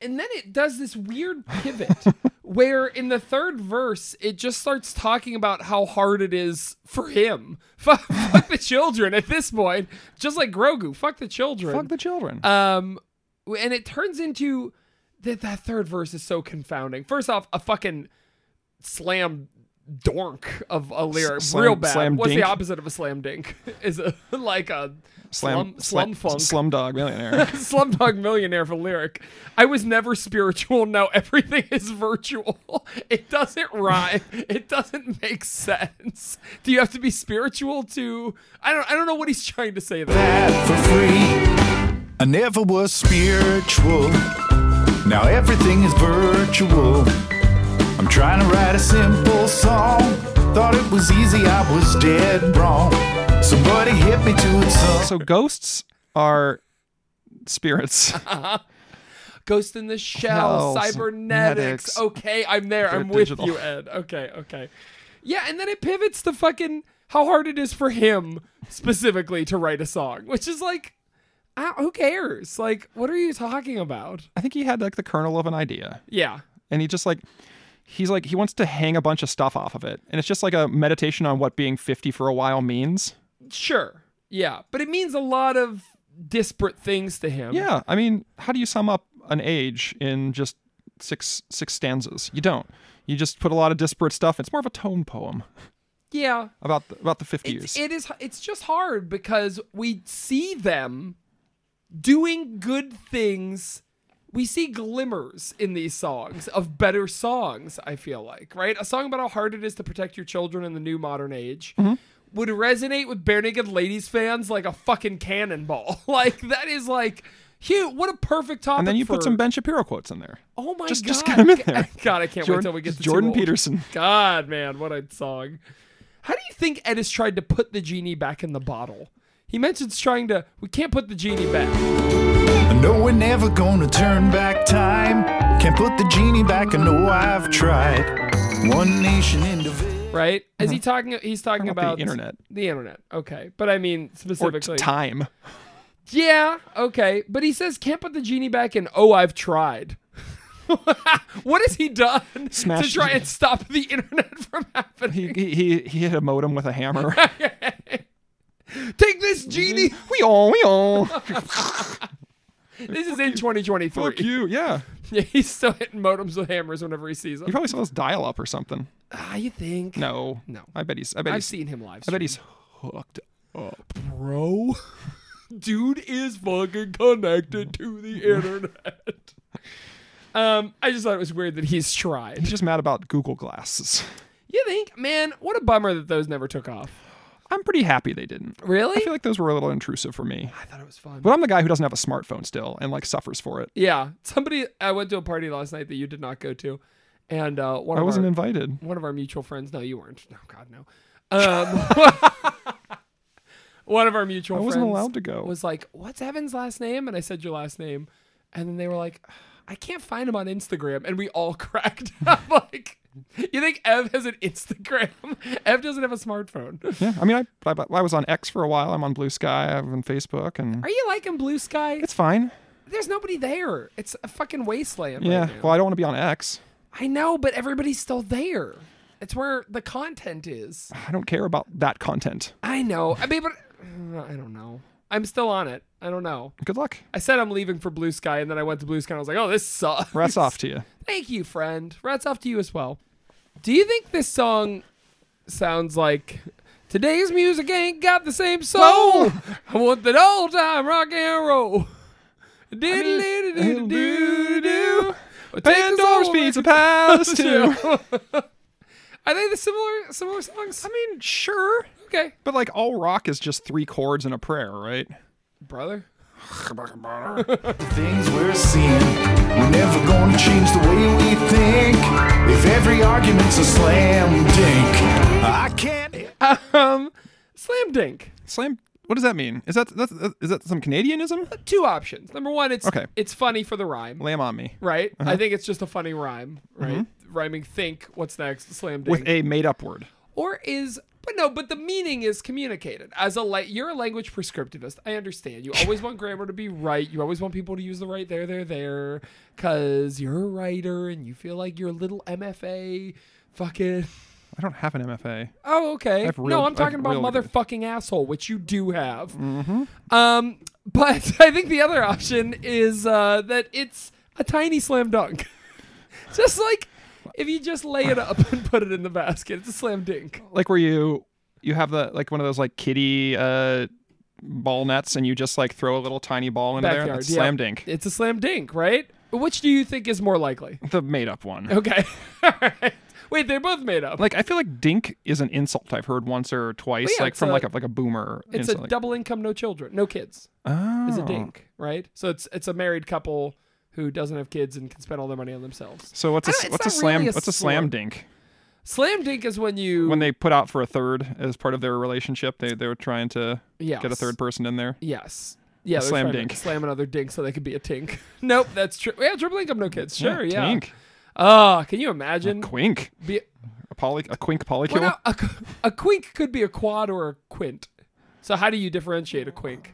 Speaker 2: and then it does this weird pivot where in the third verse it just starts talking about how hard it is for him. Fuck, fuck the children at this point. Just like Grogu, fuck the children.
Speaker 3: fuck the children.
Speaker 2: Um, and it turns into that that third verse is so confounding. First off, a fucking slam dork of a lyric,
Speaker 3: S- slam-
Speaker 2: real bad.
Speaker 3: slam
Speaker 2: What's
Speaker 3: dink?
Speaker 2: the opposite of a slam dink? Is a like a slum slum, funk.
Speaker 3: slum dog millionaire.
Speaker 2: Slumdog Millionaire for lyric. I was never spiritual. Now everything is virtual. It doesn't rhyme. It doesn't make sense. Do you have to be spiritual to? I don't. I don't know what he's trying to say there.
Speaker 4: that for free. I never was spiritual. Now everything is virtual. I'm trying to write a simple song. Thought it was easy, I was dead wrong. Somebody hit me to it some.
Speaker 3: so ghosts are spirits.
Speaker 2: Ghost in the Shell,
Speaker 3: Hell,
Speaker 2: cybernetics.
Speaker 3: cybernetics.
Speaker 2: Okay, I'm there. I'm
Speaker 3: They're
Speaker 2: with
Speaker 3: digital.
Speaker 2: you, Ed. Okay, okay. Yeah, and then it pivots to fucking how hard it is for him specifically to write a song, which is like, ah, who cares? Like, what are you talking about?
Speaker 3: I think he had like the kernel of an idea.
Speaker 2: Yeah,
Speaker 3: and he just like he's like he wants to hang a bunch of stuff off of it and it's just like a meditation on what being 50 for a while means
Speaker 2: sure. Yeah, but it means a lot of disparate things to him.
Speaker 3: yeah i mean how do you sum up an age in just six six stanzas you don't you just put a lot of disparate stuff it's more of a tone poem
Speaker 2: Yeah.
Speaker 3: about the, about the 50 years
Speaker 2: It is. It's just hard because we see them doing good things. We see glimmers in these songs of better songs. I feel like right. A song about how hard it is to protect your children in the new modern age.
Speaker 3: Mm-hmm.
Speaker 2: Would resonate with bare naked ladies fans like a fucking cannonball. like that is like, Hugh, what a perfect topic.
Speaker 3: and then you
Speaker 2: for-
Speaker 3: put some ben shapiro quotes in there
Speaker 2: Oh my
Speaker 3: just
Speaker 2: god!
Speaker 3: just get him in there
Speaker 2: God, I can't wait
Speaker 3: Jordan-
Speaker 2: till we get to
Speaker 3: jordan
Speaker 2: Too Old.
Speaker 3: peterson
Speaker 2: God, man, what a song. How do you think Ed has tried to put the genie back in the bottle? He mentions trying to, we can't put the genie back.
Speaker 4: I know we're never gonna turn back time. Can't put the genie back, I know I've tried. One nation individual.
Speaker 2: Right? Is he talking? He's talking about
Speaker 3: Uh-huh. about the internet.
Speaker 2: The internet. Okay, but I mean
Speaker 3: or
Speaker 2: specifically.
Speaker 3: t- time
Speaker 2: yeah. Okay, but he says can't put the genie back in. Oh, I've tried. what has he done to
Speaker 3: Smash-
Speaker 2: try and stop the internet from
Speaker 3: he,
Speaker 2: happening?
Speaker 3: he, he, he hit a modem with a hammer
Speaker 2: Take this genie.
Speaker 3: we all we all
Speaker 2: This is in 2023.
Speaker 3: fuck you yeah
Speaker 2: Yeah, he's still hitting modems with hammers whenever he sees them.
Speaker 3: he probably saw this dial up or something
Speaker 2: Ah, you think?
Speaker 3: no
Speaker 2: No.
Speaker 3: i bet he's i bet
Speaker 2: I've
Speaker 3: he's
Speaker 2: seen him live.
Speaker 3: I bet he's hooked.
Speaker 2: bro. Dude is fucking connected to the internet. Um, I just thought it was weird that he's
Speaker 3: He's
Speaker 2: tried.
Speaker 3: just mad about Google Glasses.
Speaker 2: You think, man? What a bummer that those never took off.
Speaker 3: I'm pretty happy they didn't.
Speaker 2: Really?
Speaker 3: I feel like those were a little intrusive for me.
Speaker 2: I thought it was fun.
Speaker 3: But I'm the guy who doesn't have a smartphone still and like suffers for it.
Speaker 2: yeah, somebody. I went to a party last night that you did not go to, and uh, one
Speaker 3: I
Speaker 2: of
Speaker 3: wasn't
Speaker 2: our,
Speaker 3: invited.
Speaker 2: one of our mutual friends. No, you weren't. No, God, no. Um, one of our mutual
Speaker 3: I
Speaker 2: friends
Speaker 3: wasn't allowed to go.
Speaker 2: was like, "What's Evan's last name?" And I said your last name, and then they were like, "I can't find him on Instagram," and we all cracked up. like, you think Ev has an Instagram? Ev doesn't have a smartphone.
Speaker 3: yeah, I mean, I, I I was on X for a while. I'm on Blue Sky. I'm on Facebook, and
Speaker 2: Are you liking Blue Sky?
Speaker 3: it's fine.
Speaker 2: There's nobody there. It's a fucking wasteland.
Speaker 3: Yeah.
Speaker 2: right now.
Speaker 3: Well, I don't want to be on X.
Speaker 2: I know, but everybody's still there. It's where the content is.
Speaker 3: I don't care about that content.
Speaker 2: I know. I mean, but uh, I don't know. I'm still on it. I don't know.
Speaker 3: Good luck.
Speaker 2: I said I'm leaving for Blue Sky, and then I went to Blue Sky, and I was like, "Oh, this sucks."
Speaker 3: Rats off to you.
Speaker 2: Thank you, friend. Rats off to you as well. Do you think this song sounds like today's music ain't got the same soul? I want that old time rock and roll. Diddle-diddle-diddle-doo-doo. Take us
Speaker 3: um, Pandora's
Speaker 2: over
Speaker 3: Pizza Palace too.
Speaker 2: to- Are they the similar similar songs? I mean,
Speaker 3: sure.
Speaker 2: okay,
Speaker 3: But like all rock is just three chords and a prayer, right?
Speaker 2: brother.
Speaker 4: things we're seeing. We're never gonna change the way we think. If every argument's a slam dink, I can't.
Speaker 2: Um, slam dunk.
Speaker 3: Slam. What does that mean? Is that that's, is that some Canadianism?
Speaker 2: Two options. Number one, it's
Speaker 3: Okay. uh-huh.
Speaker 2: it's funny for the rhyme,
Speaker 3: Lamb on me
Speaker 2: right? I think it's just a funny rhyme, right? Rhyming think. What's next? Slam dunk.
Speaker 3: Mm-hmm. with a made up word.
Speaker 2: or is but no but the meaning is communicated as a like you're a language prescriptivist i understand you always want grammar to be right you always want people to use the right there there there because you're a writer and you feel like you're a little mfa fucking
Speaker 3: I don't have an MFA.
Speaker 2: oh okay
Speaker 3: I've reeled-
Speaker 2: no i'm talking
Speaker 3: I've
Speaker 2: about
Speaker 3: reeled it in.
Speaker 2: motherfucking asshole which you do have um but i think the other option is uh that it's a tiny slam dunk just like if you just lay it up and put it in the basket it's a slam dunk
Speaker 3: Like where you you have the like one of those like kitty uh ball nets and you just like throw a little tiny ball into there. That's
Speaker 2: yeah.
Speaker 3: slam dink.
Speaker 2: It's a slam dink, right? Which do you think is more likely?
Speaker 3: The made up one.
Speaker 2: Okay. All right. Wait, they're both made up.
Speaker 3: Like I feel like dink is an insult I've heard once or twice,
Speaker 2: yeah,
Speaker 3: like
Speaker 2: it's
Speaker 3: from
Speaker 2: a-
Speaker 3: like a like a boomer.
Speaker 2: it's a
Speaker 3: insult, like,
Speaker 2: double income, no children, no kids.
Speaker 3: oh.
Speaker 2: It's a dink, right? So it's it's a married couple who doesn't have kids and can spend all their money on themselves.
Speaker 3: So what's
Speaker 2: I don't-
Speaker 3: a
Speaker 2: it's
Speaker 3: what's a
Speaker 2: not
Speaker 3: slam
Speaker 2: really a
Speaker 3: what's a slam
Speaker 2: slam.
Speaker 3: dink?
Speaker 2: Slam dink is when you
Speaker 3: When they put out for a third as part of their relationship, they they were trying to get a
Speaker 2: Yes.
Speaker 3: third person in there.
Speaker 2: yes. Yeah, they're
Speaker 3: slam
Speaker 2: trying to
Speaker 3: dink.
Speaker 2: Slam another dink so they could be a tink. nope, that's true. Yeah, triple income, no kids. Sure, yeah.
Speaker 3: Dink.
Speaker 2: Oh, can you imagine?
Speaker 3: Quink.
Speaker 2: Be,
Speaker 3: A poly a quink polycule.
Speaker 2: well, no, a, qu- a quink could be a quad or a quint. So how do you differentiate a quink?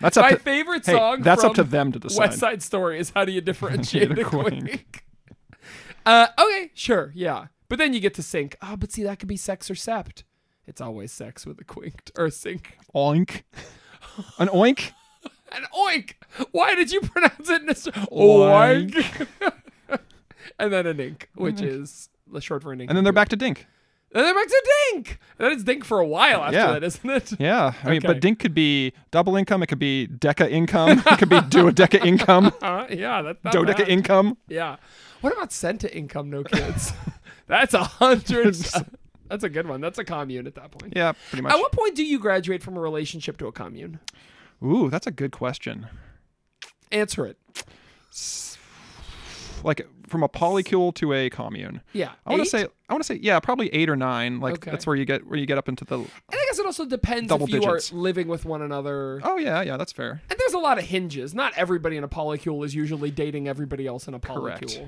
Speaker 3: That's up
Speaker 2: My
Speaker 3: to,
Speaker 2: favorite
Speaker 3: hey,
Speaker 2: song.
Speaker 3: That's up to
Speaker 2: from
Speaker 3: them to
Speaker 2: West
Speaker 3: decide.
Speaker 2: Side Story is how do you differentiate
Speaker 3: Get a
Speaker 2: a
Speaker 3: quink.
Speaker 2: quink? uh, okay, sure, yeah, but then you get to sink. Ah, but see, that could be sex or sept. It's always sex with a quinked or sink.
Speaker 3: Oink. An oink.
Speaker 2: And oink. Why did you pronounce it? in a cer- Oink. and then an ink, which is the short for an ink.
Speaker 3: And then they're back to dink.
Speaker 2: And they're back to dink. And then it's dink for a while after
Speaker 3: Yeah.
Speaker 2: that, isn't it?
Speaker 3: Yeah. I mean, but
Speaker 2: Okay.
Speaker 3: dink could be double income, it could be deca income, it could be duodeca income,
Speaker 2: Uh, yeah, that's not
Speaker 3: dodeca
Speaker 2: bad.
Speaker 3: income.
Speaker 2: Yeah. What about Senta income no kids? that's a hundred. that's a good one. That's a commune at that point.
Speaker 3: Yeah, pretty much.
Speaker 2: At what point do you graduate from a relationship to a commune?
Speaker 3: Ooh, that's a good question.
Speaker 2: Answer it.
Speaker 3: Like from a polycule to a commune.
Speaker 2: Yeah.
Speaker 3: I want
Speaker 2: Eight?
Speaker 3: to say I want to say yeah, probably 8 or 9. Like
Speaker 2: Okay.
Speaker 3: that's where you get where you get up into the
Speaker 2: And I guess it also depends
Speaker 3: Double
Speaker 2: if you
Speaker 3: digits.
Speaker 2: are living with one another.
Speaker 3: Oh yeah, yeah, that's fair.
Speaker 2: And there's a lot of hinges. Not everybody in a polycule is usually dating everybody else in a polycule.
Speaker 3: Correct.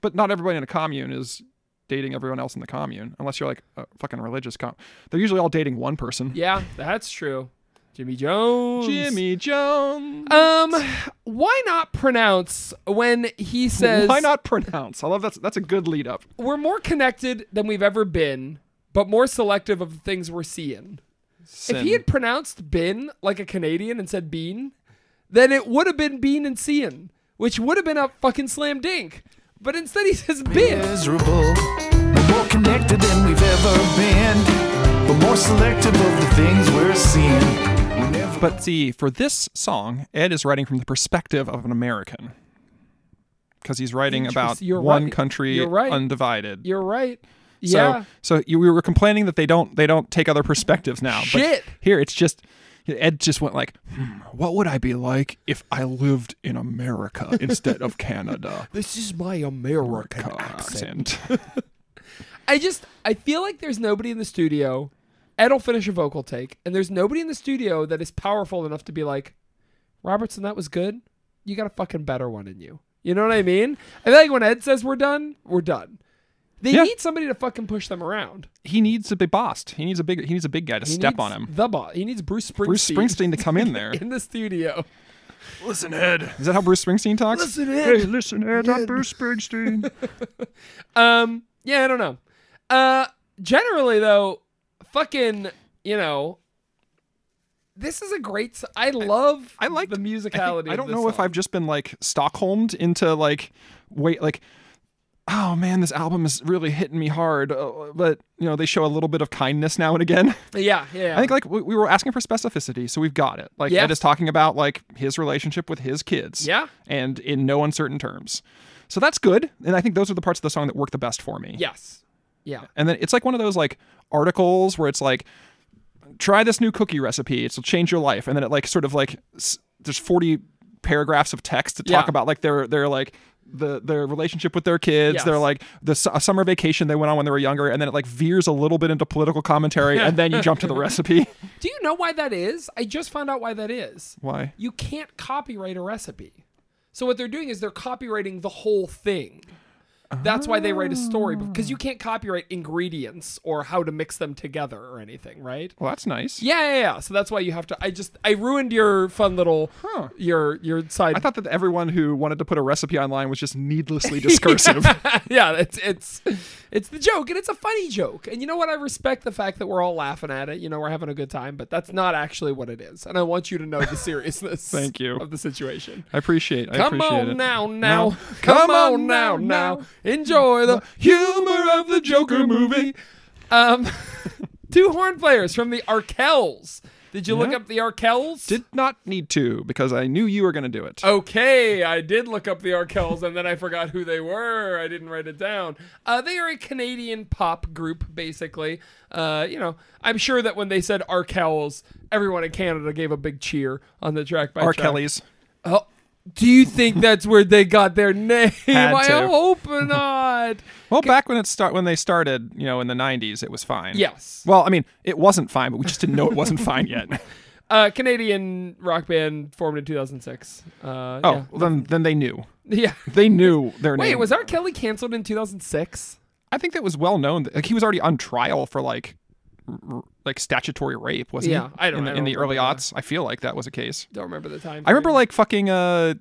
Speaker 3: But not everybody in a commune is dating everyone else in the commune unless you're like a fucking religious com. They're usually all dating one person.
Speaker 2: Yeah, that's true. Jimmy Jones.
Speaker 3: Jimmy Jones.
Speaker 2: Um, why not pronounce when he says
Speaker 3: Why not pronounce? I love that's that's a good lead up.
Speaker 2: we're more connected than we've ever been, but more selective of the things we're seeing. If
Speaker 3: Sin.
Speaker 2: he had pronounced bin like a Canadian and said bean, then it would have been bean and seeing, which would have been a fucking slam dink. But instead he says bin.
Speaker 4: miserable. We're more connected than we've ever been, but more selective of the things we're seeing. We never
Speaker 3: But see, for this song, Ed is writing from the perspective of an American. Because he's writing about
Speaker 2: Interest- you're
Speaker 3: one
Speaker 2: right.
Speaker 3: country
Speaker 2: You're right.
Speaker 3: undivided.
Speaker 2: You're right.
Speaker 3: so,
Speaker 2: Yeah.
Speaker 3: so you we were complaining that they don't they don't take other perspectives now. but
Speaker 2: Shit.
Speaker 3: here it's just Ed just went like, hmm, "What would I be like if I lived in America instead of Canada?"
Speaker 2: this is my American
Speaker 3: Accent.
Speaker 2: I just I feel like there's nobody in the studio. Ed'll finish a vocal take, and there's nobody in the studio that is powerful enough to be like, Robertson, that was good. You got a fucking better one in you. You know what I mean? I feel like when Ed says we're done, we're done. They
Speaker 3: Yeah.
Speaker 2: need somebody to fucking push them around.
Speaker 3: he needs to be bossed. He needs a big he needs a big guy to
Speaker 2: He
Speaker 3: step
Speaker 2: needs
Speaker 3: on him.
Speaker 2: The boss. He needs Bruce Springsteen.
Speaker 3: Bruce Springsteen to come in there.
Speaker 2: in the studio.
Speaker 3: Listen, Ed. Is that how Bruce Springsteen talks?
Speaker 2: Listen,
Speaker 3: Hey,
Speaker 2: Ed.
Speaker 3: listen, Ed. I'm Bruce Springsteen.
Speaker 2: Um, yeah, I don't know. Uh, generally though, fucking, you know, this is a great. s- I love.
Speaker 3: I like
Speaker 2: the musicality.
Speaker 3: I, think- I
Speaker 2: of
Speaker 3: don't
Speaker 2: this
Speaker 3: know if
Speaker 2: song.
Speaker 3: I've just been like Stockholmed into like wait like oh man this album is really hitting me hard uh, but you know they show a little bit of kindness now and again.
Speaker 2: Yeah, yeah. yeah.
Speaker 3: I think like we, we were asking for specificity so we've got it. Like
Speaker 2: Yeah.
Speaker 3: Ed is talking about like his relationship with his kids.
Speaker 2: Yeah.
Speaker 3: And in no uncertain terms. So that's good and I think those are the parts of the song that work the best for me.
Speaker 2: yes, yeah.
Speaker 3: And then it's like one of those like articles where it's like, try this new cookie recipe. It'll change your life. And then it like sort of like s- there's 40 paragraphs of text to talk
Speaker 2: Yeah.
Speaker 3: about like their their like the their relationship with their kids.
Speaker 2: Yes.
Speaker 3: They're like the su- a summer vacation they went on when they were younger, and then it like veers a little bit into political commentary, and then you jump to the recipe.
Speaker 2: Do you know why that is? I just found out why that is.
Speaker 3: Why?
Speaker 2: You can't copyright a recipe. So what they're doing is they're copywriting the whole thing. That's why they write a story because
Speaker 3: Ah.
Speaker 2: you can't copyright ingredients or how to mix them together or anything, right?
Speaker 3: Well, that's nice.
Speaker 2: Yeah, yeah, yeah. So that's why you have to. I just I ruined your fun little your your side.
Speaker 3: I thought that everyone who wanted to put a recipe online was just needlessly discursive.
Speaker 2: yeah, it's it's it's the joke, and it's a funny joke. And you know what? I respect the fact that we're all laughing at it. You know, we're having a good time, but that's not actually what it is. And I want you to know the seriousness.
Speaker 3: Thank you.
Speaker 2: of the situation.
Speaker 3: I appreciate. I
Speaker 2: Come
Speaker 3: appreciate
Speaker 2: on
Speaker 3: it.
Speaker 2: now, now,
Speaker 3: Now.
Speaker 2: come on now, now. Enjoy the humor of the Joker movie. Um, two horn players from the Arkells. Did you look
Speaker 3: Yeah.
Speaker 2: up the Arkells?
Speaker 3: Did not need to because I knew you were going to do it.
Speaker 2: Oh, Okay, I did look up the Arkells and then I forgot who they were. I didn't write it down. Uh, they are a Canadian pop group, basically. Uh, you know, I'm sure that when they said Arkells, everyone in Canada gave a big cheer on the track by
Speaker 3: R.
Speaker 2: track.
Speaker 3: Kelly's.
Speaker 2: Oh, do you think that's where they got their name?
Speaker 3: Had
Speaker 2: I
Speaker 3: to.
Speaker 2: hope not.
Speaker 3: Well, back when it start when they started, you know, in the '90s, it was fine.
Speaker 2: Yes.
Speaker 3: Well, I mean, it wasn't fine, but we just didn't know it wasn't fine yet.
Speaker 2: Uh, Canadian rock band formed in 2006. Uh,
Speaker 3: Oh,
Speaker 2: yeah.
Speaker 3: well, then then they knew.
Speaker 2: yeah.
Speaker 3: They knew their name.
Speaker 2: Wait, was R. Kelly canceled in 2006?
Speaker 3: I think that was well known. that- Like he was already on trial for like r- r- like statutory rape, wasn't he?
Speaker 2: Yeah, I don't-
Speaker 3: in,
Speaker 2: I
Speaker 3: the-
Speaker 2: don't
Speaker 3: in the early
Speaker 2: remember.
Speaker 3: aughts. I feel like that was a case.
Speaker 2: Don't remember the time.
Speaker 3: I remember
Speaker 2: frame.
Speaker 3: like fucking uh,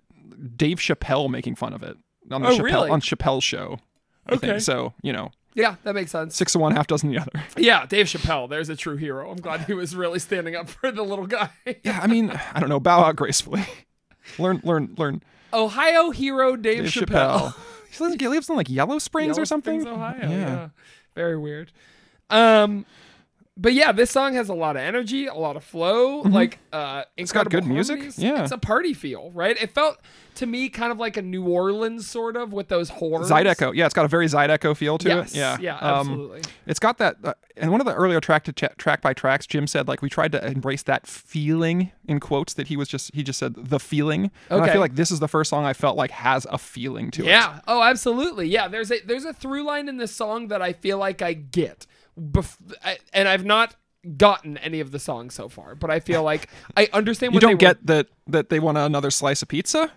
Speaker 3: Dave Chappelle making fun of it on the
Speaker 2: Oh,
Speaker 3: Chappelle
Speaker 2: really?
Speaker 3: on Chappelle's show. I think.
Speaker 2: Okay.
Speaker 3: So you know,
Speaker 2: yeah, that makes sense.
Speaker 3: six of one, half dozen the other.
Speaker 2: Yeah, Dave Chappelle. There's a true hero. I'm glad he was really standing up for the little guy.
Speaker 3: Yeah, I mean, I don't know. Bow out gracefully. learn, learn, learn.
Speaker 2: Ohio hero Dave,
Speaker 3: Dave
Speaker 2: Chappelle.
Speaker 3: Chappelle. he, lives, he lives in like Yellow Springs
Speaker 2: Yellow
Speaker 3: or something.
Speaker 2: Springs, Ohio. Yeah. Very weird. Um but yeah, this song has a lot of energy, a lot of flow, like uh incredible it's
Speaker 3: Mm-hmm. got good music. Yeah.
Speaker 2: It's a party feel, right? It felt to me kind of like a New Orleans sort of with those horns.
Speaker 3: Zydeco. Yeah, it's got a very Zydeco feel to
Speaker 2: Yes.
Speaker 3: it. Yeah.
Speaker 2: Yeah,
Speaker 3: Um,
Speaker 2: absolutely.
Speaker 3: it's got that. Uh, and one of the earlier track to cha- track by tracks, Jim said like we tried to embrace that feeling in quotes that he was just he just said the feeling. And I
Speaker 2: Okay.
Speaker 3: feel like this is the first song I felt like has a feeling to it.
Speaker 2: Yeah. Oh, absolutely. Yeah. There's a there's a through line in this song that I feel like I get, bef- I, and I've not gotten any of the songs so far, but I feel like I understand.
Speaker 3: You
Speaker 2: what
Speaker 3: don't
Speaker 2: they were-
Speaker 3: get that that they want another slice of pizza.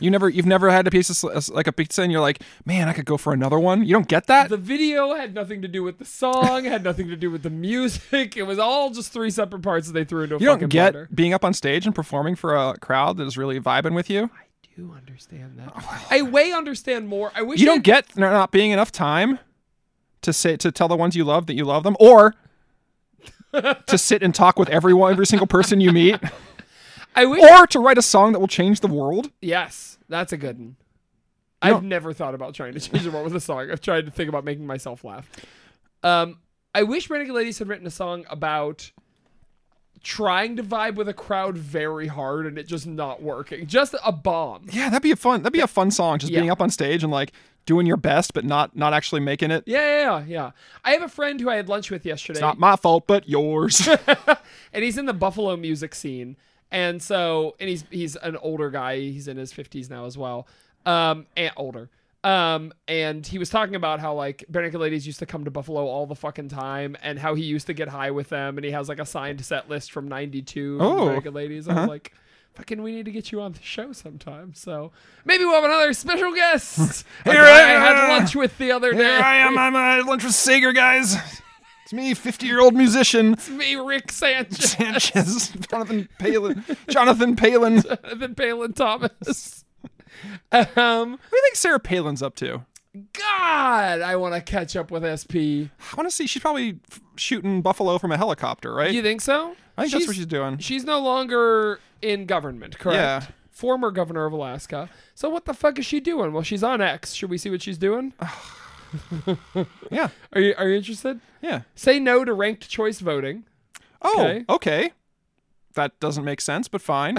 Speaker 3: You never, you've never had a piece of sli- like a pizza, and you're like, man, I could go for another one. You don't get that.
Speaker 2: the video had nothing to do with the song, had nothing to do with the music. It was all just three separate parts that they threw into a
Speaker 3: you
Speaker 2: fucking
Speaker 3: don't get
Speaker 2: blender.
Speaker 3: being up on stage and performing for a crowd that is really vibing with you.
Speaker 2: I do understand that. I way understand more. I wish
Speaker 3: Oh you
Speaker 2: I-
Speaker 3: don't get there not being enough time to say to tell the ones you love that you love them or to sit and talk with everyone every single person you meet
Speaker 2: I wish.
Speaker 3: or to write a song that will change the world
Speaker 2: yes, that's a good one.
Speaker 3: You
Speaker 2: I've
Speaker 3: don't-
Speaker 2: never thought about trying to change the world with a song. I've tried to think about making myself laugh. Um, I wish Renegade Ladies had written a song about trying to vibe with a crowd very hard and it just not working. Just a bomb.
Speaker 3: yeah that'd be a fun that'd be a fun song just
Speaker 2: Yeah.
Speaker 3: being up on stage and like doing your best but not not actually making it
Speaker 2: Yeah, yeah, yeah, yeah. I have a friend who I had lunch with yesterday.
Speaker 3: it's not my fault but yours
Speaker 2: and he's in the Buffalo music scene. And so, and he's he's an older guy. He's in his fifties now as well, um, and older. Um, and he was talking about how like Bernica ladies used to come to Buffalo all the fucking time, and how he used to get high with them, and he has like a signed set list from '92 from
Speaker 3: Oh.
Speaker 2: Bernica ladies. I was like, fucking, we need to get you on the show sometime. So maybe we'll have another special guest. A
Speaker 3: Here
Speaker 2: guy
Speaker 3: I
Speaker 2: I had
Speaker 3: am.
Speaker 2: lunch with the other day.
Speaker 3: here i am i'm at lunch with sager guys it's me 50 year old musician
Speaker 2: Me, Rick Sanchez.
Speaker 3: sanchez jonathan palin jonathan palin what do
Speaker 2: than Palin Thomas. um,
Speaker 3: you think sarah palin's up to
Speaker 2: God, I want to catch up with SP.
Speaker 3: I want to see. She's probably f- shooting buffalo from a helicopter, right?
Speaker 2: You think so?
Speaker 3: I think that's what she's doing.
Speaker 2: She's no longer in government, correct?
Speaker 3: Yeah.
Speaker 2: Former governor of Alaska. So what the fuck is she doing? Well, she's on X. Should we see what she's doing?
Speaker 3: Uh, yeah,
Speaker 2: Are you Are you interested?
Speaker 3: yeah.
Speaker 2: Say no to ranked choice voting.
Speaker 3: Oh,
Speaker 2: Okay.
Speaker 3: okay. That doesn't make sense, but fine.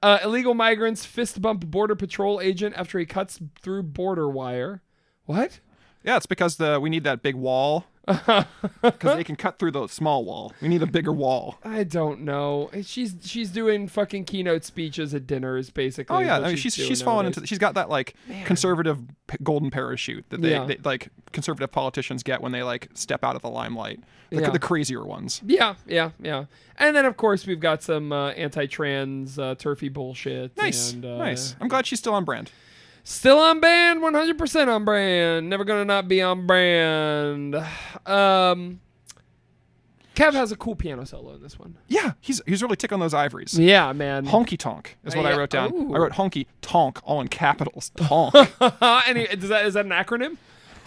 Speaker 2: Uh, illegal migrants fist bump border patrol agent after he cuts through border wire. What?
Speaker 3: Yeah, it's because the we need that big wall because they can cut through the small wall. We need a bigger wall.
Speaker 2: I don't know. She's she's doing fucking keynote speeches at dinners, basically.
Speaker 3: Oh
Speaker 2: is
Speaker 3: yeah,
Speaker 2: what
Speaker 3: I mean she's
Speaker 2: doing
Speaker 3: she's fallen
Speaker 2: nowadays.
Speaker 3: into. She's got that like conservative p- golden parachute that they,
Speaker 2: Yeah.
Speaker 3: they- like conservative politicians get when they like step out of the limelight. The,
Speaker 2: Yeah.
Speaker 3: the crazier ones.
Speaker 2: Yeah, yeah, yeah. And then of course we've got some uh, anti-trans uh, turfy bullshit.
Speaker 3: Nice,
Speaker 2: and, uh,
Speaker 3: nice. I'm glad she's still on brand.
Speaker 2: Still on brand, 100% on brand. Never gonna not be on brand. Um, Kev has a cool piano solo in this one.
Speaker 3: Yeah, he's he's really tick on those ivories.
Speaker 2: Yeah, man.
Speaker 3: Honky tonk is what
Speaker 2: Yeah.
Speaker 3: I wrote down.
Speaker 2: Ooh.
Speaker 3: I wrote honky tonk all in capitals. Tonk.
Speaker 2: and he, is that is that an acronym?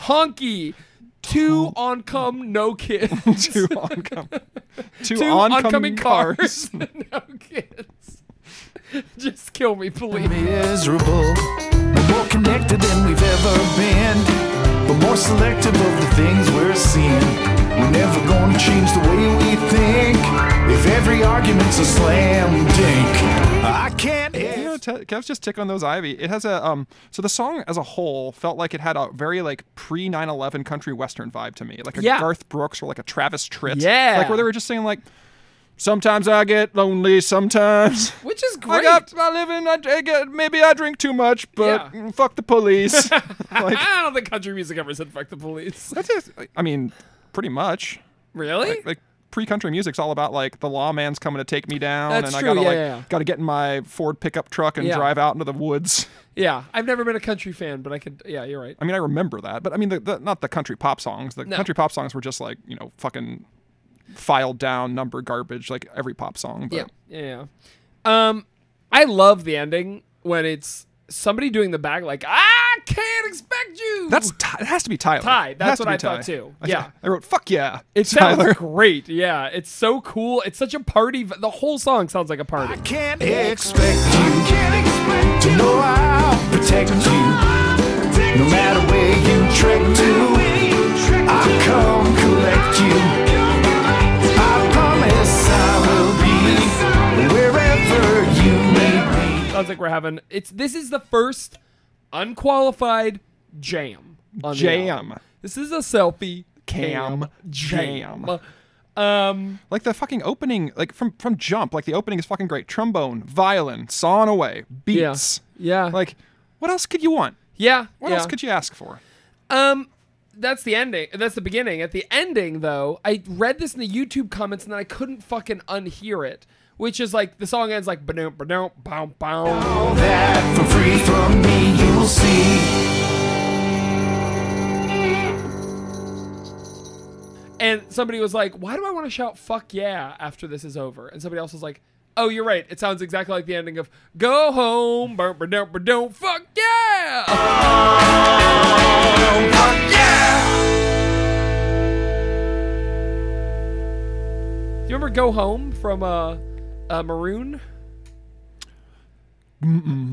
Speaker 2: Honky. Two on come, no kids.
Speaker 3: two oncoming, two
Speaker 2: Two
Speaker 3: oncoming,
Speaker 2: oncoming
Speaker 3: cars.
Speaker 2: cars, no kids. Just kill me, please.
Speaker 4: miserable. We're more connected than we've ever been. We're more selective of the things we're seeing. We're never gonna change the way we think. If every argument's a slam dunk, I can't
Speaker 3: Yeah,
Speaker 4: help.
Speaker 3: Te- Kev's just tick on those Ivy. It has a um. So the song as a whole felt like it had a very like pre 9/11 country western vibe to me, like a
Speaker 2: Yeah.
Speaker 3: Garth Brooks or like a Travis Tritt.
Speaker 2: Yeah.
Speaker 3: like where they were just saying like, sometimes I get lonely, sometimes.
Speaker 2: Which is great.
Speaker 3: I got I live in I, I get maybe I drink too much, but
Speaker 2: Yeah.
Speaker 3: mm, fuck the police. like
Speaker 2: I don't think country music ever said fuck the police.
Speaker 3: that's it. I mean, pretty much.
Speaker 2: Really?
Speaker 3: like pre-country music's all about like the lawman's coming to take me down
Speaker 2: That's
Speaker 3: and
Speaker 2: true,
Speaker 3: I gotta
Speaker 2: yeah,
Speaker 3: like
Speaker 2: yeah, yeah.
Speaker 3: gotta get in my Ford pickup truck and
Speaker 2: Yeah.
Speaker 3: drive out into the woods.
Speaker 2: yeah, I've never been a country fan, but I could. Yeah, you're right.
Speaker 3: I mean I remember that, but I mean the, the not the country pop songs. The
Speaker 2: No.
Speaker 3: country pop songs were just like, you know, fucking filed down number garbage like every pop song. But
Speaker 2: Yeah, yeah. yeah. Um, I love the ending when it's somebody doing the back like I can't expect you.
Speaker 3: that's Ty- it has to be Tyler.
Speaker 2: Ty,
Speaker 3: It
Speaker 2: that's
Speaker 3: has to
Speaker 2: what
Speaker 3: be
Speaker 2: I thought
Speaker 3: Ty.
Speaker 2: too.
Speaker 3: I-
Speaker 2: Yeah.
Speaker 3: I wrote fuck yeah.
Speaker 2: it sounds
Speaker 3: Tyler.
Speaker 2: great. Yeah, it's so cool. It's such a party. v- The whole song sounds like a party.
Speaker 4: Can't expect you to know I'll protect you. No matter where you trek to, I'll come collect you. I promise I will be wherever you may be.
Speaker 2: Sounds like we're having. It's this is the first unqualified jam. on the album.
Speaker 3: Jam.
Speaker 2: This is a selfie
Speaker 3: Cam
Speaker 2: cam
Speaker 3: jam.
Speaker 2: jam. Um.
Speaker 3: Like the fucking opening, like from from jump, like the opening is fucking great. Trombone, violin, sawing away,
Speaker 2: Yeah.
Speaker 3: beats.
Speaker 2: Yeah.
Speaker 3: Like, what else could you want?
Speaker 2: Yeah.
Speaker 3: What
Speaker 2: yeah.
Speaker 3: else could you ask for?
Speaker 2: Um, that's the ending. That's the beginning. At the ending, though, I read this in the YouTube comments and then I couldn't fucking unhear it. Which is like the song ends like ba-dum, ba-dum, bow, bow.
Speaker 4: All that for free from me, you'll see.
Speaker 2: and somebody was like, "Why do I want to shout fuck yeah after this is over?" And somebody else was like, "Oh, you're right. It sounds exactly like the ending of Go Home, ba ba-dum, ba-dum, fuck yeah." Do you remember Go Home from uh, uh Maroon?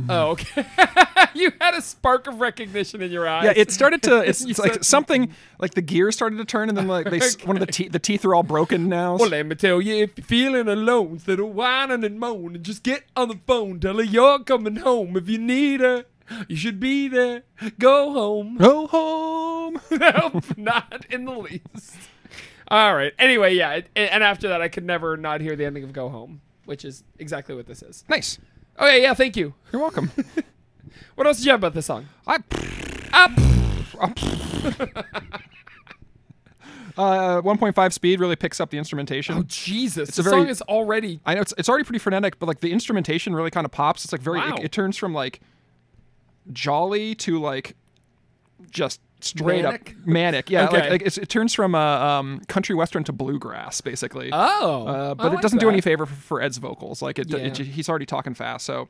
Speaker 2: Oh, okay. you had a spark of recognition in your eyes.
Speaker 3: Yeah, it started to. It's,
Speaker 2: You
Speaker 3: it's like
Speaker 2: said-
Speaker 3: something like the gears started to turn, and then like they s one of the teeth the teeth are all broken now.
Speaker 2: Well, let me tell you, if you're feeling alone, instead of whining and moaning, just get on the phone. Tell her you're coming home. If you need her, you should be there. Go home.
Speaker 3: Go home.
Speaker 2: Nope, not in the least. All right. Anyway, yeah. it- and after that, I could never not hear the ending of Go Home, which is exactly what this is.
Speaker 3: nice.
Speaker 2: Oh, yeah, yeah. Thank you.
Speaker 3: You're welcome.
Speaker 2: What else did you have about this song? Ah,
Speaker 3: I.
Speaker 2: Up.
Speaker 3: Uh, 1.5 speed really picks up the instrumentation.
Speaker 2: Jesus.
Speaker 3: a
Speaker 2: the
Speaker 3: very-
Speaker 2: song is already.
Speaker 3: I know it's, it's already pretty frenetic, but like the instrumentation really kind of pops. It's like very.
Speaker 2: Wow.
Speaker 3: It, it turns from like jolly to like just straight
Speaker 2: Manic?
Speaker 3: up manic. Yeah,
Speaker 2: Okay.
Speaker 3: like, like it's, it turns from uh, um, country western to bluegrass basically.
Speaker 2: Oh.
Speaker 3: Uh,
Speaker 2: I
Speaker 3: but
Speaker 2: like
Speaker 3: it doesn't do any
Speaker 2: that.
Speaker 3: favor for, for Ed's vocals. Like it, it-
Speaker 2: Yeah.
Speaker 3: he's already talking fast. So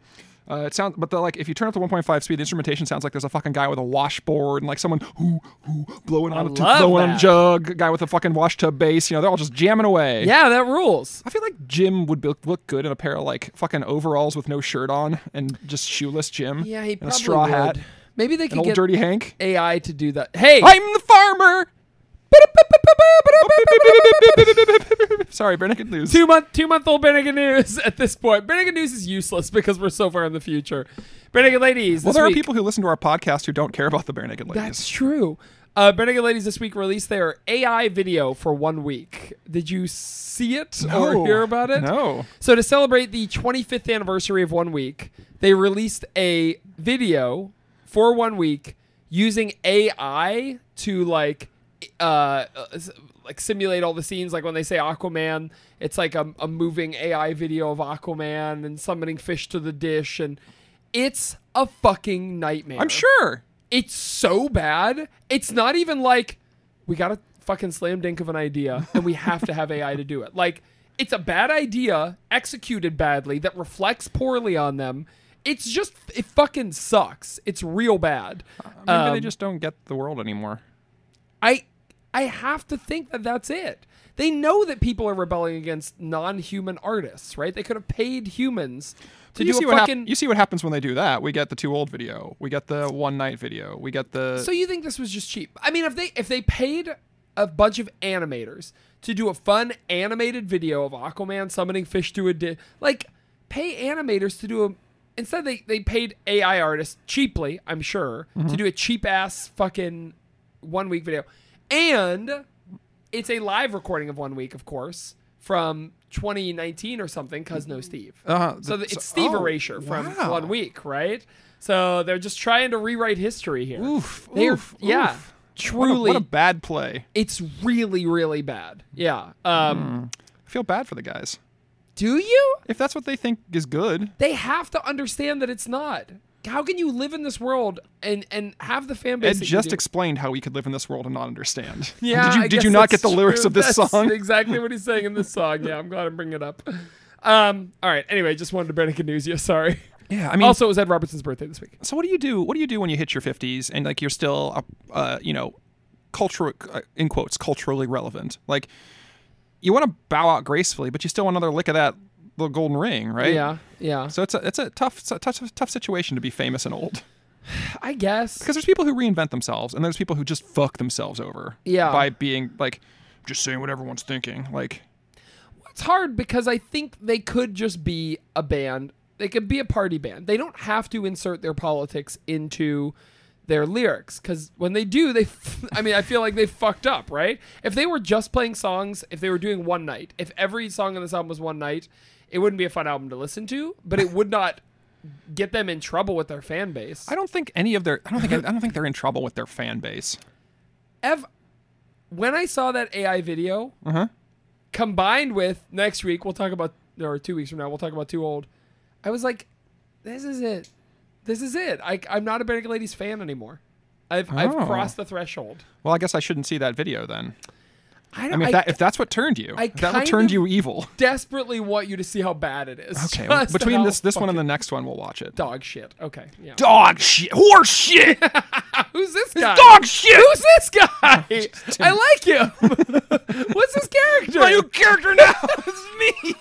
Speaker 3: uh, it sounds, but the, like if you turn up the 1.5 speed, the instrumentation sounds like there's a fucking guy with a washboard and like someone who who blowing on a t-
Speaker 2: love
Speaker 3: blowing on a
Speaker 2: that.
Speaker 3: jug, a guy with a fucking wash tub bass. You know, they're all just jamming away.
Speaker 2: Yeah, that rules.
Speaker 3: I feel like Jim would be, look good in a pair of like fucking overalls with no shirt on and just shoeless Jim.
Speaker 2: Yeah, he
Speaker 3: and
Speaker 2: probably
Speaker 3: a straw
Speaker 2: would.
Speaker 3: hat,
Speaker 2: Maybe they
Speaker 3: an
Speaker 2: could
Speaker 3: old
Speaker 2: get
Speaker 3: dirty Hank.
Speaker 2: AI to do that. Hey,
Speaker 3: I'm the farmer. Sorry, Brennan could lose.
Speaker 2: two month two month old Bennigan News at this point. Bennigan News is useless because we're so far in the future. Bennigan ladies,
Speaker 3: Well,
Speaker 2: this
Speaker 3: there
Speaker 2: week-
Speaker 3: are people who listen to our podcast who don't care about the bare naked ladies.
Speaker 2: That's true. Uh, Renegade Ladies this week released their AI video for one week. Did you see it or hear about it?
Speaker 3: No.
Speaker 2: So to celebrate the 25th anniversary of One Week, they released a video for One Week using AI to like uh s- like simulate all the scenes like when they say Aquaman, it's like a, a moving AI video of Aquaman and summoning fish to the dish and it's a fucking nightmare.
Speaker 3: I'm sure.
Speaker 2: It's so bad. It's not even like we got a fucking slam dunk of an idea and we have to have AI to do it. Like it's a bad idea executed badly that reflects poorly on them. It's just it fucking sucks. It's real bad.
Speaker 3: Maybe
Speaker 2: Um,
Speaker 3: they just don't get the world anymore.
Speaker 2: I I have to think that that's it. They know that people are rebelling against non-human artists, right? They could have paid humans to
Speaker 3: you
Speaker 2: do
Speaker 3: see
Speaker 2: a
Speaker 3: what hap-
Speaker 2: fucking.
Speaker 3: you see what happens when they do that. We get the too old video. We get the one night video. We get the
Speaker 2: So you think this was just cheap? I mean, if they if they paid a bunch of animators to do a fun animated video of Aquaman summoning fish to a di- like pay animators to do a instead they they paid AI artists cheaply, I'm sure,
Speaker 3: Mm-hmm.
Speaker 2: to do a cheap ass fucking one week video. And it's a live recording of one week, of course, from 2019 or something, cuz no Steve.
Speaker 3: Uh-huh.
Speaker 2: So th-
Speaker 3: So-
Speaker 2: it's Steve
Speaker 3: oh,
Speaker 2: erasure from
Speaker 3: wow.
Speaker 2: one week, right? So they're just trying to rewrite history here.
Speaker 3: Oof,
Speaker 2: They're-
Speaker 3: oof,
Speaker 2: yeah.
Speaker 3: oof. What a-
Speaker 2: Truly,
Speaker 3: what a bad play.
Speaker 2: it's really, really bad. Yeah.
Speaker 3: Hmm.
Speaker 2: Um,
Speaker 3: I feel bad for the guys.
Speaker 2: Do you?
Speaker 3: If that's what they think is good,
Speaker 2: They have to understand that it's not. How can you live in this world and and have the fan base?
Speaker 3: Ed
Speaker 2: that you
Speaker 3: just
Speaker 2: do?
Speaker 3: explained how we could live in this world and not understand.
Speaker 2: Yeah,
Speaker 3: did you
Speaker 2: I
Speaker 3: did
Speaker 2: guess
Speaker 3: you not
Speaker 2: that's
Speaker 3: get the lyrics
Speaker 2: true.
Speaker 3: of this
Speaker 2: That's
Speaker 3: song?
Speaker 2: Exactly what he's saying in this song. Yeah, I'm glad I'm bringing it up. Um, all right. Anyway, just wanted to break a news. Yeah, sorry.
Speaker 3: Yeah, I mean,
Speaker 2: also, it was Ed Robertson's birthday this week.
Speaker 3: so what do you do? What do you do when you hit your fifties and like you're still, uh, uh, you know, cultural uh, in quotes culturally relevant? Like, you want to bow out gracefully, but you still want another lick of that little golden ring, right?
Speaker 2: Yeah, yeah.
Speaker 3: So it's a it's a tough it's a tough tough situation to be famous and old
Speaker 2: I guess.
Speaker 3: because there's people who reinvent themselves and there's people who just fuck themselves over.
Speaker 2: Yeah.
Speaker 3: By being like, just saying what everyone's thinking. Like,
Speaker 2: it's hard because I think they could just be a band. They could be a party band. They don't have to insert their politics into their lyrics because when they do, they. F- I mean, I feel like they fucked up, right? If they were just playing songs, if they were doing one night, if every song on this album was one night, it wouldn't be a fun album to listen to, but it would not get them in trouble with their fan base.
Speaker 3: I don't think any of their I don't think I don't think they're in trouble with their fan base.
Speaker 2: Ev, when I saw that AI video,
Speaker 3: Uh-huh.
Speaker 2: combined with next week, we'll talk about, or two weeks from now, we'll talk about Too Old. I was like, this is it. This is it. I, I'm not a Benedict Ladies fan anymore. I've, I've
Speaker 3: Oh.
Speaker 2: crossed the threshold.
Speaker 3: Well, I guess I shouldn't see that video then.
Speaker 2: I,
Speaker 3: I
Speaker 2: don't,
Speaker 3: mean, if,
Speaker 2: I
Speaker 3: that, if that's what turned you,
Speaker 2: I
Speaker 3: if that
Speaker 2: kind
Speaker 3: what turned
Speaker 2: of-
Speaker 3: you evil.
Speaker 2: desperately want you to see how bad it is.
Speaker 3: Okay, well,
Speaker 2: Just
Speaker 3: between
Speaker 2: how
Speaker 3: this this one and
Speaker 2: fucking
Speaker 3: the next one, we'll watch it.
Speaker 2: dog shit. Okay. Yeah.
Speaker 3: "Oh, Dog shit, horse shit,
Speaker 2: Who's this guy?
Speaker 3: dog shit.
Speaker 2: Who's this guy? I like him. What's his character?
Speaker 3: My new character now. it's me.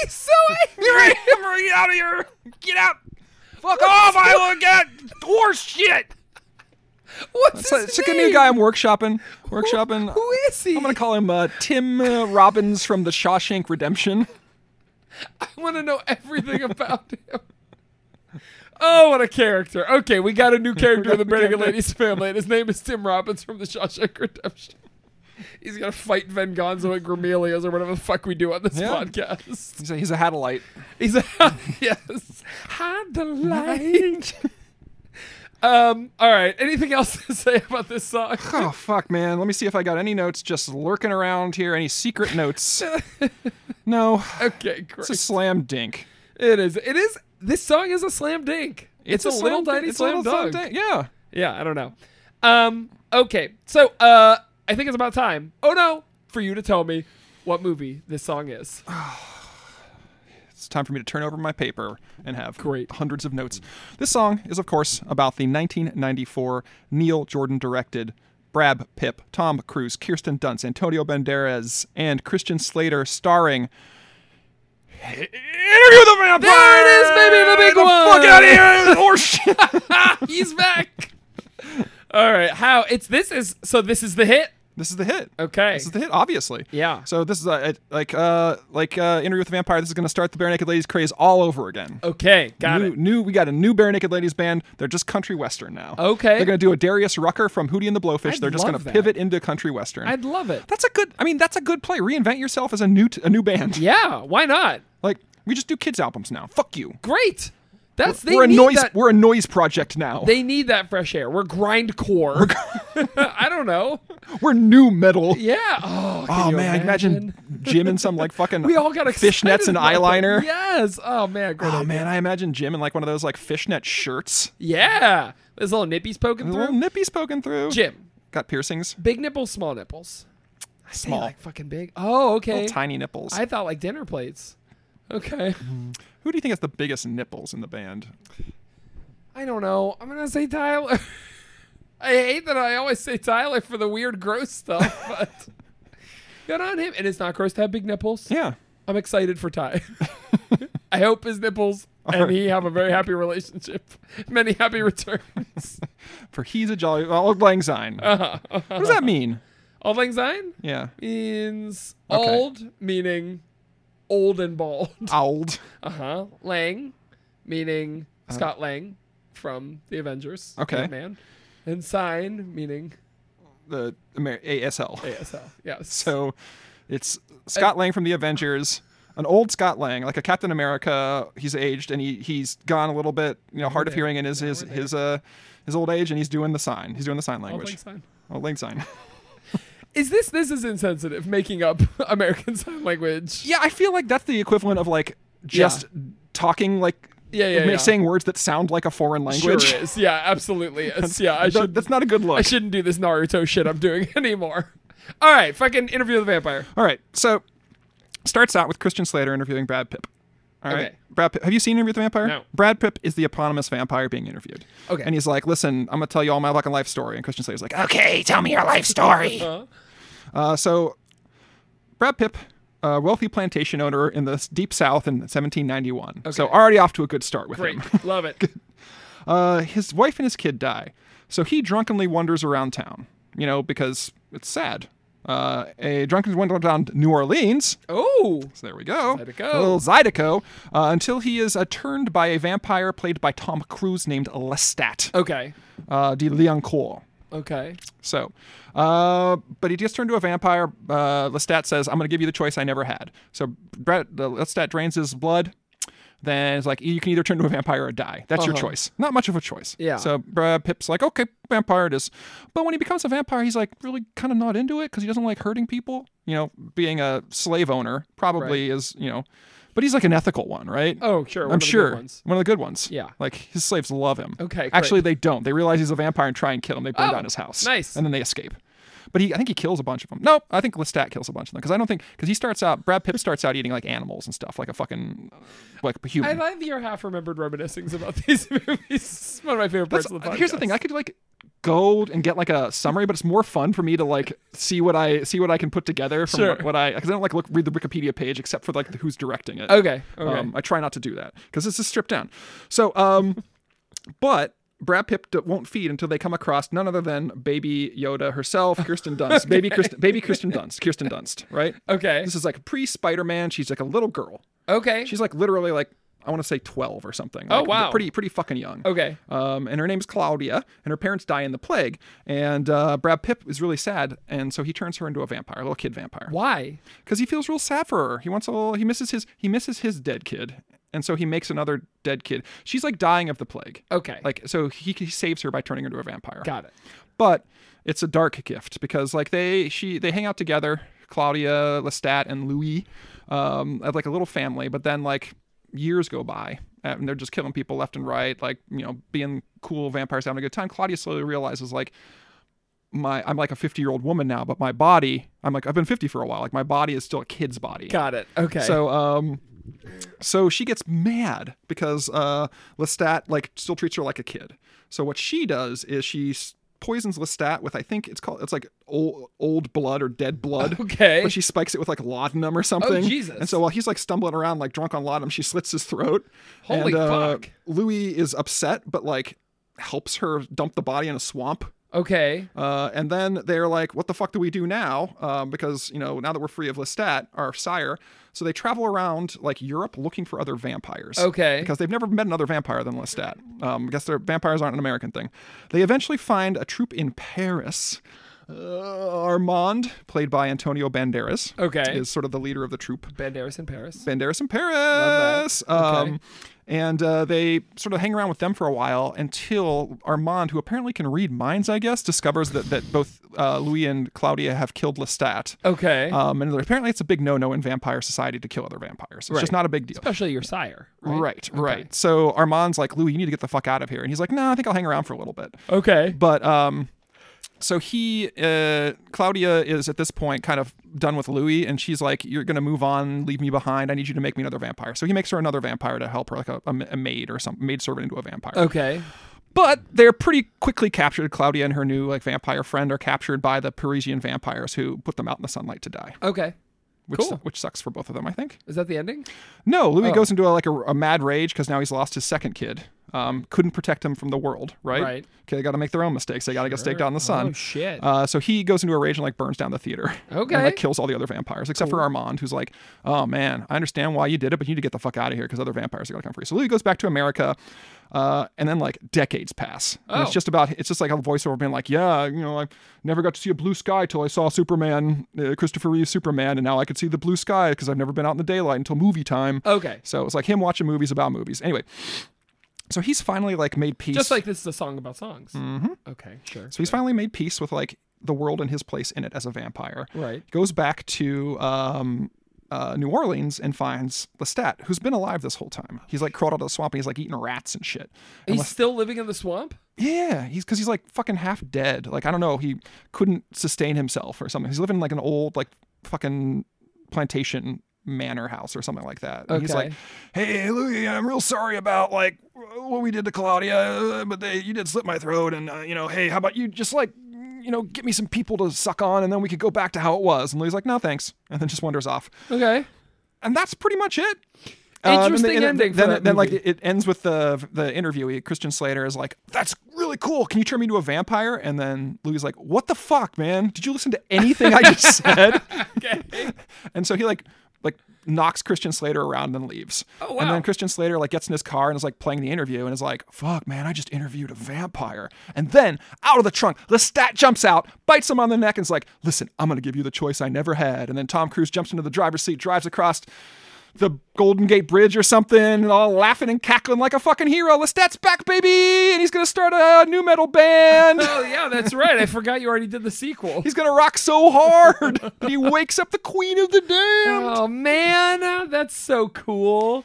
Speaker 2: He's so angry.
Speaker 3: Here I am. Right out of here. Get out. Fuck off! I will get horse shit.
Speaker 2: What's
Speaker 3: So
Speaker 2: his
Speaker 3: it's a good
Speaker 2: name?
Speaker 3: new guy. I'm workshopping. Workshopping.
Speaker 2: Who is he?
Speaker 3: I'm gonna call him uh, Tim uh, Robbins from the Shawshank Redemption.
Speaker 2: I want to know everything about him. Oh, what a character. Okay, we got a new character in the Renegade Ladies family, and his name is Tim Robbins from the Shawshank Redemption. He's going to fight Venganzo and Gramelias or whatever the fuck we do on this
Speaker 3: Yeah.
Speaker 2: podcast.
Speaker 3: He's a, he's a Hadalite.
Speaker 2: He's a, yes. Hide the light. um, all right, anything else to say about this song?
Speaker 3: Oh fuck, man! Let me see if I got any notes just lurking around here. Any secret notes? no,
Speaker 2: Okay, great.
Speaker 3: it's a slam dink.
Speaker 2: It is. It is. This song is a slam dink. It's, a, little
Speaker 3: slam-
Speaker 2: tiny
Speaker 3: it's a
Speaker 2: slam
Speaker 3: little slam
Speaker 2: dunk.
Speaker 3: dink, Yeah.
Speaker 2: Yeah, I don't know. Um, okay, so uh, I think it's about time. Oh no, for you to tell me what movie this song is.
Speaker 3: It's time for me to turn over my paper and have
Speaker 2: Great.
Speaker 3: hundreds of notes. This song is, of course, about the 1994 Neil Jordan directed Brad Pitt, Tom Cruise, Kirsten Dunst, Antonio Banderas, and Christian Slater starring. Interview the vampire.
Speaker 2: There it is, baby, the big one!
Speaker 3: Fuck out of here, horse shit.
Speaker 2: He's back. All right, how it's this is so this is the hit.
Speaker 3: This is the hit.
Speaker 2: Okay.
Speaker 3: This is the hit, obviously.
Speaker 2: Yeah.
Speaker 3: So this is uh, it- like uh like uh Interview with the Vampire. This is gonna start the bare naked ladies craze all over again.
Speaker 2: Okay, Oh, got
Speaker 3: new,
Speaker 2: it.
Speaker 3: new we got a new bare naked ladies band. They're just country western now.
Speaker 2: Okay.
Speaker 3: They're gonna do a Darius Rucker from Hootie and the Blowfish.
Speaker 2: I'd
Speaker 3: They're just gonna
Speaker 2: love that.
Speaker 3: pivot into country western.
Speaker 2: I'd love it.
Speaker 3: that's a good. I mean, that's a good play. Reinvent yourself as a new t- a new band.
Speaker 2: Yeah, why not?
Speaker 3: Like we just do kids albums now. Fuck you.
Speaker 2: Great. That's they
Speaker 3: we're a
Speaker 2: need
Speaker 3: noise.
Speaker 2: that.
Speaker 3: We're a noise project now.
Speaker 2: They need that fresh air. We're grindcore. I don't know.
Speaker 3: we're new metal.
Speaker 2: Yeah. Oh, can
Speaker 3: Oh
Speaker 2: you
Speaker 3: man, imagine Jim in some like fucking
Speaker 2: We all got excited
Speaker 3: fishnets and
Speaker 2: about that.
Speaker 3: eyeliner.
Speaker 2: Yes. Oh man. Great.
Speaker 3: Oh
Speaker 2: idea.
Speaker 3: man, I imagine Jim in like one of those like fishnet shirts.
Speaker 2: Yeah. There's little nippies poking
Speaker 3: The
Speaker 2: through.
Speaker 3: little nippies poking through.
Speaker 2: Jim,
Speaker 3: Got piercings.
Speaker 2: big nipples, small nipples.
Speaker 3: Small.
Speaker 2: They like fucking big. Oh, okay.
Speaker 3: Little tiny nipples.
Speaker 2: I thought like dinner plates. Okay.
Speaker 3: Who do you think has the biggest nipples in the band?
Speaker 2: I don't know. I'm gonna say Tyler. I hate that I always say Tyler for the weird, gross stuff, but good on him. And it's not gross to have big nipples.
Speaker 3: Yeah.
Speaker 2: I'm excited for Ty. I hope his nipples and he have a very happy relationship. Many happy returns.
Speaker 3: For he's a jolly old lang syne.
Speaker 2: Uh,
Speaker 3: What does that mean?
Speaker 2: Auld Lang Syne
Speaker 3: Yeah.
Speaker 2: means
Speaker 3: Okay.
Speaker 2: old, meaning old and bald.
Speaker 3: Old.
Speaker 2: Uh huh. Lang, meaning Scott Lang from the Avengers.
Speaker 3: Uh-huh. Okay.
Speaker 2: Man. And sign, meaning
Speaker 3: The Amer- ASL.
Speaker 2: ASL. Yes.
Speaker 3: So it's Scott Lang from the Avengers, an old Scott Lang, like a Captain America. He's aged and he he's gone a little bit, you know, hard of hearing in his his
Speaker 2: we're there.
Speaker 3: his uh his old age, and he's doing the sign. He's doing the sign
Speaker 2: Auld Lang
Speaker 3: language.
Speaker 2: Syne.
Speaker 3: Old Lang sign.
Speaker 2: Is this this is insensitive? Making up American Sign Language.
Speaker 3: yeah, I feel like that's the equivalent of like just talking like
Speaker 2: Yeah, yeah,
Speaker 3: ma-
Speaker 2: yeah.
Speaker 3: saying words that sound like a foreign language.
Speaker 2: Sure is. Yeah, absolutely is. Yeah, I
Speaker 3: That-
Speaker 2: should.
Speaker 3: that's not a good look.
Speaker 2: I shouldn't do this Naruto shit I'm doing anymore. All right, fucking interview the vampire.
Speaker 3: All right, so starts out with Christian Slater interviewing Brad Pitt. All right,
Speaker 2: Okay.
Speaker 3: Brad Pitt. Have you seen Interview with the Vampire?
Speaker 2: No.
Speaker 3: Brad Pitt is the eponymous vampire being interviewed.
Speaker 2: Okay.
Speaker 3: And he's like, "Listen, I'm gonna tell you all my fucking life story." And Christian Slater's like, "Okay, tell me your life story."
Speaker 2: Uh-huh.
Speaker 3: uh, so, Brad Pitt, a wealthy plantation owner in the s- deep South in 1791. So already off to a good start with
Speaker 2: Great,
Speaker 3: him.
Speaker 2: love it.
Speaker 3: Uh, his wife and his kid die. So he drunkenly wanders around town, you know, because it's sad. Uh, a drunken wander around New Orleans.
Speaker 2: Oh,
Speaker 3: So there we go.
Speaker 2: Zydeco.
Speaker 3: A little Zydeco. Uh, until he is uh, turned by a vampire played by Tom Cruise named Lestat
Speaker 2: okay,
Speaker 3: uh, de Liancourt.
Speaker 2: okay.
Speaker 3: So, uh, but he just turned to a vampire. Uh, Lestat says, I'm going to give you the choice I never had. So Brett, uh, Lestat drains his blood. Then it's like, you can either turn to a vampire or die. That's your choice. Not much of a choice.
Speaker 2: Uh-huh. Yeah.
Speaker 3: So uh, Pip's like, okay, vampire it is. But when he becomes a vampire, he's like really kind of not into it because he doesn't like hurting people. You know, being a slave owner probably is, you know, but he's like an ethical one, right?
Speaker 2: Oh, sure, one
Speaker 3: I'm
Speaker 2: of the good
Speaker 3: sure.
Speaker 2: ones.
Speaker 3: One of the good ones.
Speaker 2: Yeah.
Speaker 3: Like his slaves love him.
Speaker 2: Okay, great.
Speaker 3: Actually, they don't. They realize he's a vampire and try and kill him. They burn
Speaker 2: Oh,
Speaker 3: down his house.
Speaker 2: nice.
Speaker 3: And then they escape. But he, I think he kills a bunch of them. No, I think Lestat kills a bunch of them because I don't think because he starts out. Brad Pitt starts out eating like animals and stuff, like a fucking like a
Speaker 2: I
Speaker 3: human.
Speaker 2: like your half-remembered reminiscings about these movies. It's one of my favorite parts
Speaker 3: That's-
Speaker 2: of the podcast.
Speaker 3: here's the thing: I could like go and get like a summary, but it's more fun for me to like see what I see what I can put together from
Speaker 2: Sure.
Speaker 3: what, what I because I don't like look read the Wikipedia page except for like who's directing it.
Speaker 2: Okay, okay.
Speaker 3: Um, I try not to do that because this is stripped down. So, um, but Brad Pitt d- won't feed until they come across none other than Baby Yoda herself, Kirsten Dunst, baby Kirsten, baby Kirsten Dunst, Kirsten Dunst, right?
Speaker 2: okay,
Speaker 3: This is like pre Spider Man. She's like a little girl.
Speaker 2: okay,
Speaker 3: She's like literally like I want to say twelve or something.
Speaker 2: Oh,
Speaker 3: Like,
Speaker 2: wow.
Speaker 3: pretty pretty fucking young.
Speaker 2: okay.
Speaker 3: Um, and her name's Claudia, and her parents die in the plague. And uh, Brad Pitt is really sad, and so he turns her into a vampire, a little kid vampire,
Speaker 2: Why?
Speaker 3: because he feels real sad for her. He wants a little. He misses his. He misses his dead kid, and so he makes another dead kid. She's like dying of the plague.
Speaker 2: Okay,
Speaker 3: Like so, he, he saves her by turning her into a vampire
Speaker 2: got it.
Speaker 3: but it's a dark gift because like they she they hang out together claudia lestat and louis um as like a little family but then like years go by uh, and they're just killing people left and right like you know being cool vampires having a good time claudia slowly realizes like my i'm like a 50 year old woman now but my body i'm like i've been 50 for a while like my body is still a kid's body
Speaker 2: Got it. Okay.
Speaker 3: so um so she gets mad because uh Lestat like still treats her like a kid. So what she does is she s- poisons Lestat with I think it's called it's like old old blood or dead blood.
Speaker 2: Okay. Oh,
Speaker 3: But she spikes it with like laudanum or something.
Speaker 2: Jesus.
Speaker 3: And so while he's like stumbling around like drunk on laudanum, she slits his throat.
Speaker 2: Holy
Speaker 3: and, uh,
Speaker 2: fuck.
Speaker 3: Louis is upset but like helps her dump the body in a swamp.
Speaker 2: Okay.
Speaker 3: Uh, and then they're like, what the fuck do we do now? Um, because, you know, now that we're free of Lestat, our sire. So they travel around like Europe looking for other vampires.
Speaker 2: Okay.
Speaker 3: Because they've never met another vampire than Lestat. Um, I guess their vampires aren't an American thing. They eventually find a troupe in Paris. Uh, Armand, played by Antonio Banderas,
Speaker 2: Okay.
Speaker 3: is sort of the leader of the troupe.
Speaker 2: Banderas in Paris.
Speaker 3: Banderas in
Speaker 2: that.
Speaker 3: Paris. Um, And uh, they sort of hang around with them for a while until Armand, who apparently can read minds, I guess, discovers that, that both uh, Louis and Claudia have killed Lestat.
Speaker 2: Okay.
Speaker 3: Um, and apparently, it's a big no no in vampire society to kill other vampires. It's
Speaker 2: Right.
Speaker 3: just not a big deal.
Speaker 2: Especially your sire. Right.
Speaker 3: Right, right. So Armand's like, Louis, you need to get the fuck out of here. And he's like, no, I think I'll hang around for a little bit.
Speaker 2: Okay.
Speaker 3: But um, so he, uh, Claudia is at this point kind of done with Louis, and she's like, "You're gonna move on, leave me behind. I need you to make me another vampire." So he makes her another vampire to help her, like a, a ma- a maid or some maid servant into a vampire.
Speaker 2: Okay.
Speaker 3: But they're pretty quickly captured. Claudia and her new like vampire friend are captured by the Parisian vampires who put them out in the sunlight to die,
Speaker 2: Okay.
Speaker 3: which
Speaker 2: Cool.
Speaker 3: which sucks for both of them, I think.
Speaker 2: Is that the ending?
Speaker 3: No,
Speaker 2: Oh.
Speaker 3: Louis goes into a, like a, a mad rage because now he's lost his second kid. Um, couldn't protect him from the world, right?
Speaker 2: Right.
Speaker 3: Okay, they got to make their own mistakes. They got to get staked out in the sun.
Speaker 2: Oh, shit.
Speaker 3: Uh, so he goes into a rage and like burns down the theater.
Speaker 2: Okay.
Speaker 3: And like kills all the other vampires except for Armand, who's like, "Oh man, I understand why you did it, but you need to get the fuck out of here because other vampires are gonna come free." So Louis goes back to America, uh, and then like decades pass. And
Speaker 2: Oh.
Speaker 3: it's just about it's just like a voiceover being like, "Yeah, you know, I never got to see a blue sky till I saw Superman, uh, Christopher Reeve Superman, and now I could see the blue sky because I've never been out in the daylight until movie time."
Speaker 2: Okay.
Speaker 3: So it's like him watching movies about movies. Anyway. So he's finally like made peace.
Speaker 2: Just like this is a song about songs. Mm-hmm. Okay. Sure.
Speaker 3: So he's finally made peace with like the world and his place in it as a vampire.
Speaker 2: Right.
Speaker 3: Goes back to um, uh, New Orleans and finds Lestat, who's been alive this whole time. He's like crawled out of the swamp and he's like eating rats and shit. And
Speaker 2: He's still living in the swamp.
Speaker 3: yeah, he's because he's like fucking half dead. Like I don't know, he couldn't sustain himself or something. He's living in like an old like fucking plantation manor house or something like that. And He's
Speaker 2: Okay.
Speaker 3: like, "Hey, Louis, I'm real sorry about like what we did to Claudia, uh, but they you did slit my throat, and uh, you know, hey, how about you just like." You know, get me some people to suck on, and then we could go back to how it was. And Louis like, "No, thanks," and then just wanders off
Speaker 2: Okay.
Speaker 3: and that's pretty much it. Um,
Speaker 2: Interesting
Speaker 3: and then-
Speaker 2: ending for
Speaker 3: Then,
Speaker 2: that
Speaker 3: then like
Speaker 2: movie.
Speaker 3: it it ends with the the interviewee Christian Slater is like, "That's really cool. Can you turn me into a vampire?" And then Louis is like, "What the fuck, man? Did you listen to anything I just said?" okay. And so he like like knocks Christian Slater around and leaves.
Speaker 2: Oh,
Speaker 3: And
Speaker 2: wow.
Speaker 3: then Christian Slater like gets in his car and is like playing the interview and is like, "Fuck, man, I just interviewed a vampire." And then out of the trunk, Lestat jumps out, bites him on the neck, and is like, "Listen, I'm gonna give you the choice I never had." And then Tom Cruise jumps into the driver's seat, drives across the Golden Gate Bridge or something, and all laughing and cackling like a fucking hero. Lestat's back, baby, and he's gonna start a new metal band.
Speaker 2: Oh yeah, that's right. I forgot you already did the sequel.
Speaker 3: He's gonna rock so hard that he wakes up the Queen of the Damned.
Speaker 2: Oh man, that's so cool.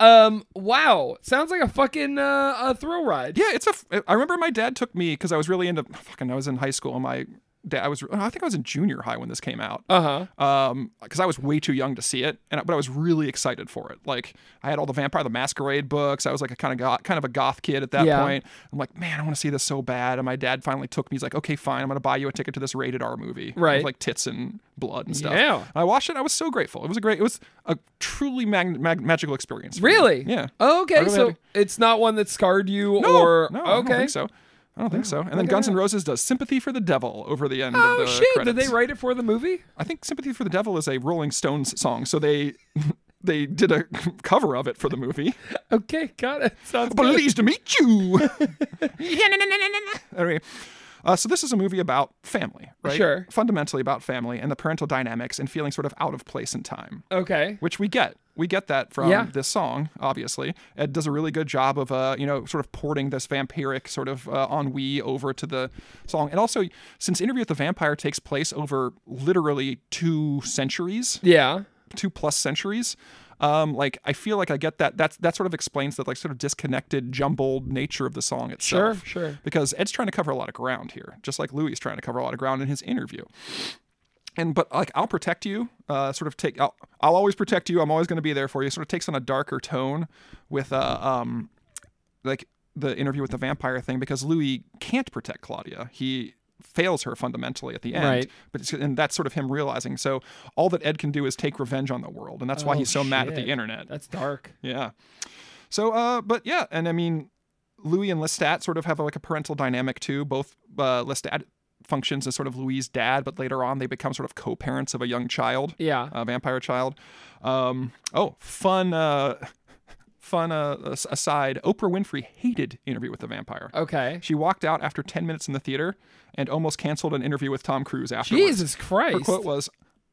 Speaker 2: Um, wow, sounds like a fucking uh, a thrill ride.
Speaker 3: Yeah, it's a. f- I remember my dad took me because I was really into fucking. I was in high school, and my dad. I was. oh, I think I was in junior high when this came out.
Speaker 2: Uh huh.
Speaker 3: um because i was way too young to see it and I- but i was really excited for it like i had all the vampire the masquerade books i was like a kind of goth, kind of a goth kid at that
Speaker 2: Yeah.
Speaker 3: point i'm like man i want to see this so bad and my dad finally took me he's like okay fine i'm gonna buy you a ticket to this rated r movie
Speaker 2: Right.
Speaker 3: with, like tits and blood and stuff
Speaker 2: Yeah.
Speaker 3: i watched it i was so grateful it was a great it was a truly mag- mag- magical experience for me.
Speaker 2: Really?
Speaker 3: yeah
Speaker 2: Oh, okay,
Speaker 3: I really
Speaker 2: so
Speaker 3: had-
Speaker 2: it's not one that scarred you
Speaker 3: no,
Speaker 2: or
Speaker 3: no,
Speaker 2: okay.
Speaker 3: I don't think so I don't think so. And then Guns N' Roses does "Sympathy for the Devil" over the end
Speaker 2: Oh
Speaker 3: of the
Speaker 2: shit!
Speaker 3: credits.
Speaker 2: Did they write it for the movie?
Speaker 3: I think "Sympathy for the Devil" is a Rolling Stones song, so they they did a cover of it for the movie.
Speaker 2: Okay, got it. Sounds good.
Speaker 3: Pleased to meet you. anyway, uh, so this is a movie about family, right?
Speaker 2: Sure.
Speaker 3: Fundamentally about family and the parental dynamics and feeling sort of out of place in time,
Speaker 2: Okay.
Speaker 3: which we get. We get that from
Speaker 2: Yeah.
Speaker 3: this song, obviously. It does a really good job of, uh, you know, sort of porting this vampiric sort of uh, ennui over to the song. And also, since Interview with the Vampire takes place over literally two centuries,
Speaker 2: Yeah.
Speaker 3: two plus centuries. Um, like I feel like I get that. That's that sort of explains that like sort of disconnected, jumbled nature of the song itself.
Speaker 2: Sure, sure.
Speaker 3: Because Ed's trying to cover a lot of ground here, just like Louis is trying to cover a lot of ground in his interview. And but like I'll protect you. Uh, sort of take. I'll, I'll always protect you. I'm always going to be there for you. Sort of takes on a darker tone with uh, um, like the interview with the vampire thing because Louis can't protect Claudia. He fails her fundamentally at the end.
Speaker 2: Right.
Speaker 3: But it's, and that's sort of him realizing. So all that Ed can do is take revenge on the world, and that's why
Speaker 2: Oh,
Speaker 3: he's so mad at the
Speaker 2: shit.
Speaker 3: internet.
Speaker 2: That's dark.
Speaker 3: yeah. So, uh, but yeah, and I mean, Louis and Lestat sort of have like a parental dynamic too. Both uh, Lestat functions as sort of Louis' dad, but later on they become sort of co-parents of a young child,
Speaker 2: Yeah.
Speaker 3: a vampire child. Um, oh, fun. Uh, Fun uh, as- aside, Oprah Winfrey hated Interview with the Vampire.
Speaker 2: okay.
Speaker 3: She walked out after 10 minutes in the theater and almost canceled an interview with Tom Cruise afterwards.
Speaker 2: Jesus Christ.
Speaker 3: Her quote was,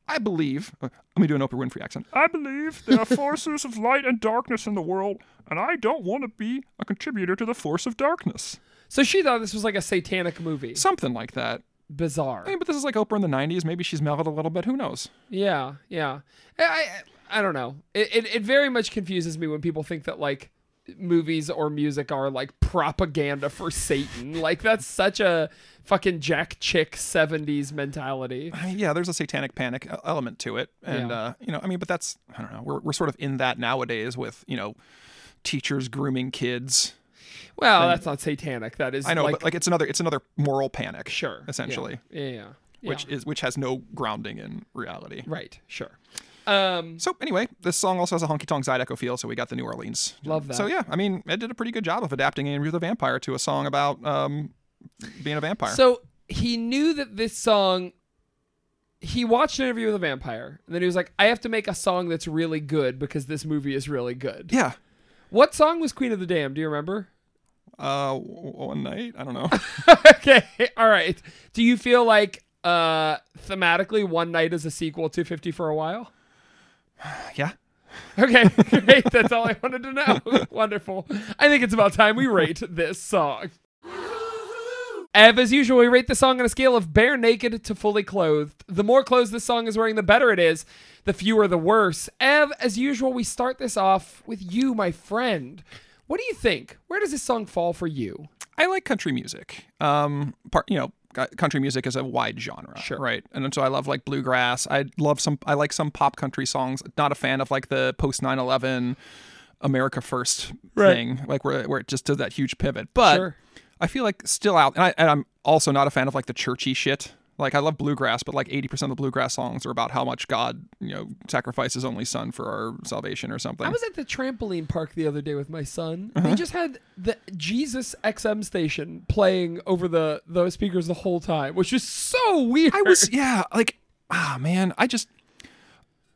Speaker 3: I believe, uh, let me do an Oprah Winfrey accent. I believe there are forces of light and darkness in the world, and I don't want to be a contributor to the force of darkness.
Speaker 2: so she thought this was like a satanic movie.
Speaker 3: Something like that.
Speaker 2: Bizarre.
Speaker 3: I mean, but this is like Oprah in the 90s. Maybe she's mellowed a little bit. Who knows?
Speaker 2: Yeah, yeah. I I, I don't know. It, it it very much confuses me when people think that like movies or music are like propaganda for Satan. Like that's such a fucking Jack Chick 70s mentality.
Speaker 3: I mean, yeah, there's a satanic panic e- element to it. And,
Speaker 2: Yeah.
Speaker 3: uh, you know, I mean, but that's, I don't know. We're, we're sort of in that nowadays with, you know, teachers grooming kids
Speaker 2: Well, that's not satanic. That is
Speaker 3: I know,
Speaker 2: like,
Speaker 3: but like it's another it's another moral panic.
Speaker 2: sure. yeah,
Speaker 3: Essentially.
Speaker 2: Yeah. yeah, yeah.
Speaker 3: Which is which has no grounding in reality.
Speaker 2: right, sure. Um
Speaker 3: So anyway, this song also has a honky tonk Zydeco feel, so we got the New Orleans.
Speaker 2: Love that.
Speaker 3: So yeah, I mean, Ed did a pretty good job of adapting Andrew the Vampire to a song about um, being a vampire.
Speaker 2: So he knew that this song. He watched an interview with a vampire, and then he was like, "I have to make a song that's really good because this movie is really good."
Speaker 3: yeah.
Speaker 2: What song was Queen of the Dam? Do you remember?
Speaker 3: Uh, w- one night, I don't know.
Speaker 2: okay, all right. Do you feel like uh thematically One Night is a sequel to 50 for a while?
Speaker 3: yeah.
Speaker 2: Okay, great. That's all I wanted to know. Wonderful. I think it's about time we rate this song. Ev, as usual, we rate the song on a scale of bare naked to fully clothed. The more clothes this song is wearing, the better it is. The fewer, the worse. Ev, as usual, we start this off with you, my friend. What do you think? Where does this song fall for you?
Speaker 3: I like country music. Um, part you know, cu- country music is a wide genre, sure. right? And then so I love like bluegrass. I love some. I like some pop country songs. Not a fan of like the post 9/11 America First thing, like where where it just does that huge pivot. But
Speaker 2: Sure.
Speaker 3: I feel like still out, and, I, and I'm also not a fan of like the churchy shit. Like I love bluegrass, but like 80% of the bluegrass songs are about how much God, you know, sacrificed His only Son for our salvation or something.
Speaker 2: I was at the trampoline park the other day with my son.
Speaker 3: Uh-huh.
Speaker 2: They just had the Jesus XM station playing over the, the speakers the whole time, which is so weird.
Speaker 3: I was yeah, like ah man, I just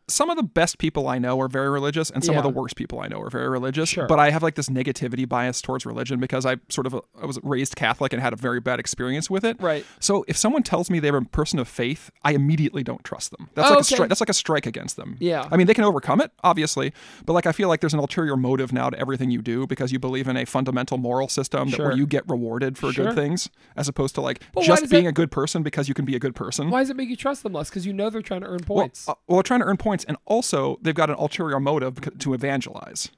Speaker 3: some of the best people I know are very religious and some of
Speaker 2: Yeah.
Speaker 3: the worst people I know are very religious,
Speaker 2: Sure.
Speaker 3: but I have like this negativity bias towards religion because I sort of I was raised Catholic and had a very bad experience with it.
Speaker 2: Right.
Speaker 3: So if someone tells me they're a person of faith, I immediately don't trust them. That's
Speaker 2: Oh,
Speaker 3: like
Speaker 2: okay.
Speaker 3: a stri- that's like a strike against them.
Speaker 2: Yeah.
Speaker 3: I mean, they can overcome it, obviously, but like I feel like there's an ulterior motive now to everything you do because you believe in a fundamental moral system that
Speaker 2: Sure.
Speaker 3: where you get rewarded for
Speaker 2: Sure.
Speaker 3: good things as opposed to like
Speaker 2: why does
Speaker 3: just
Speaker 2: that-
Speaker 3: being a good person because you can be a good person.
Speaker 2: Why does it make you trust them less? Because you know they're trying to earn
Speaker 3: Well,
Speaker 2: points.
Speaker 3: uh, well, trying to earn points, and also they've got an ulterior motive c- to evangelize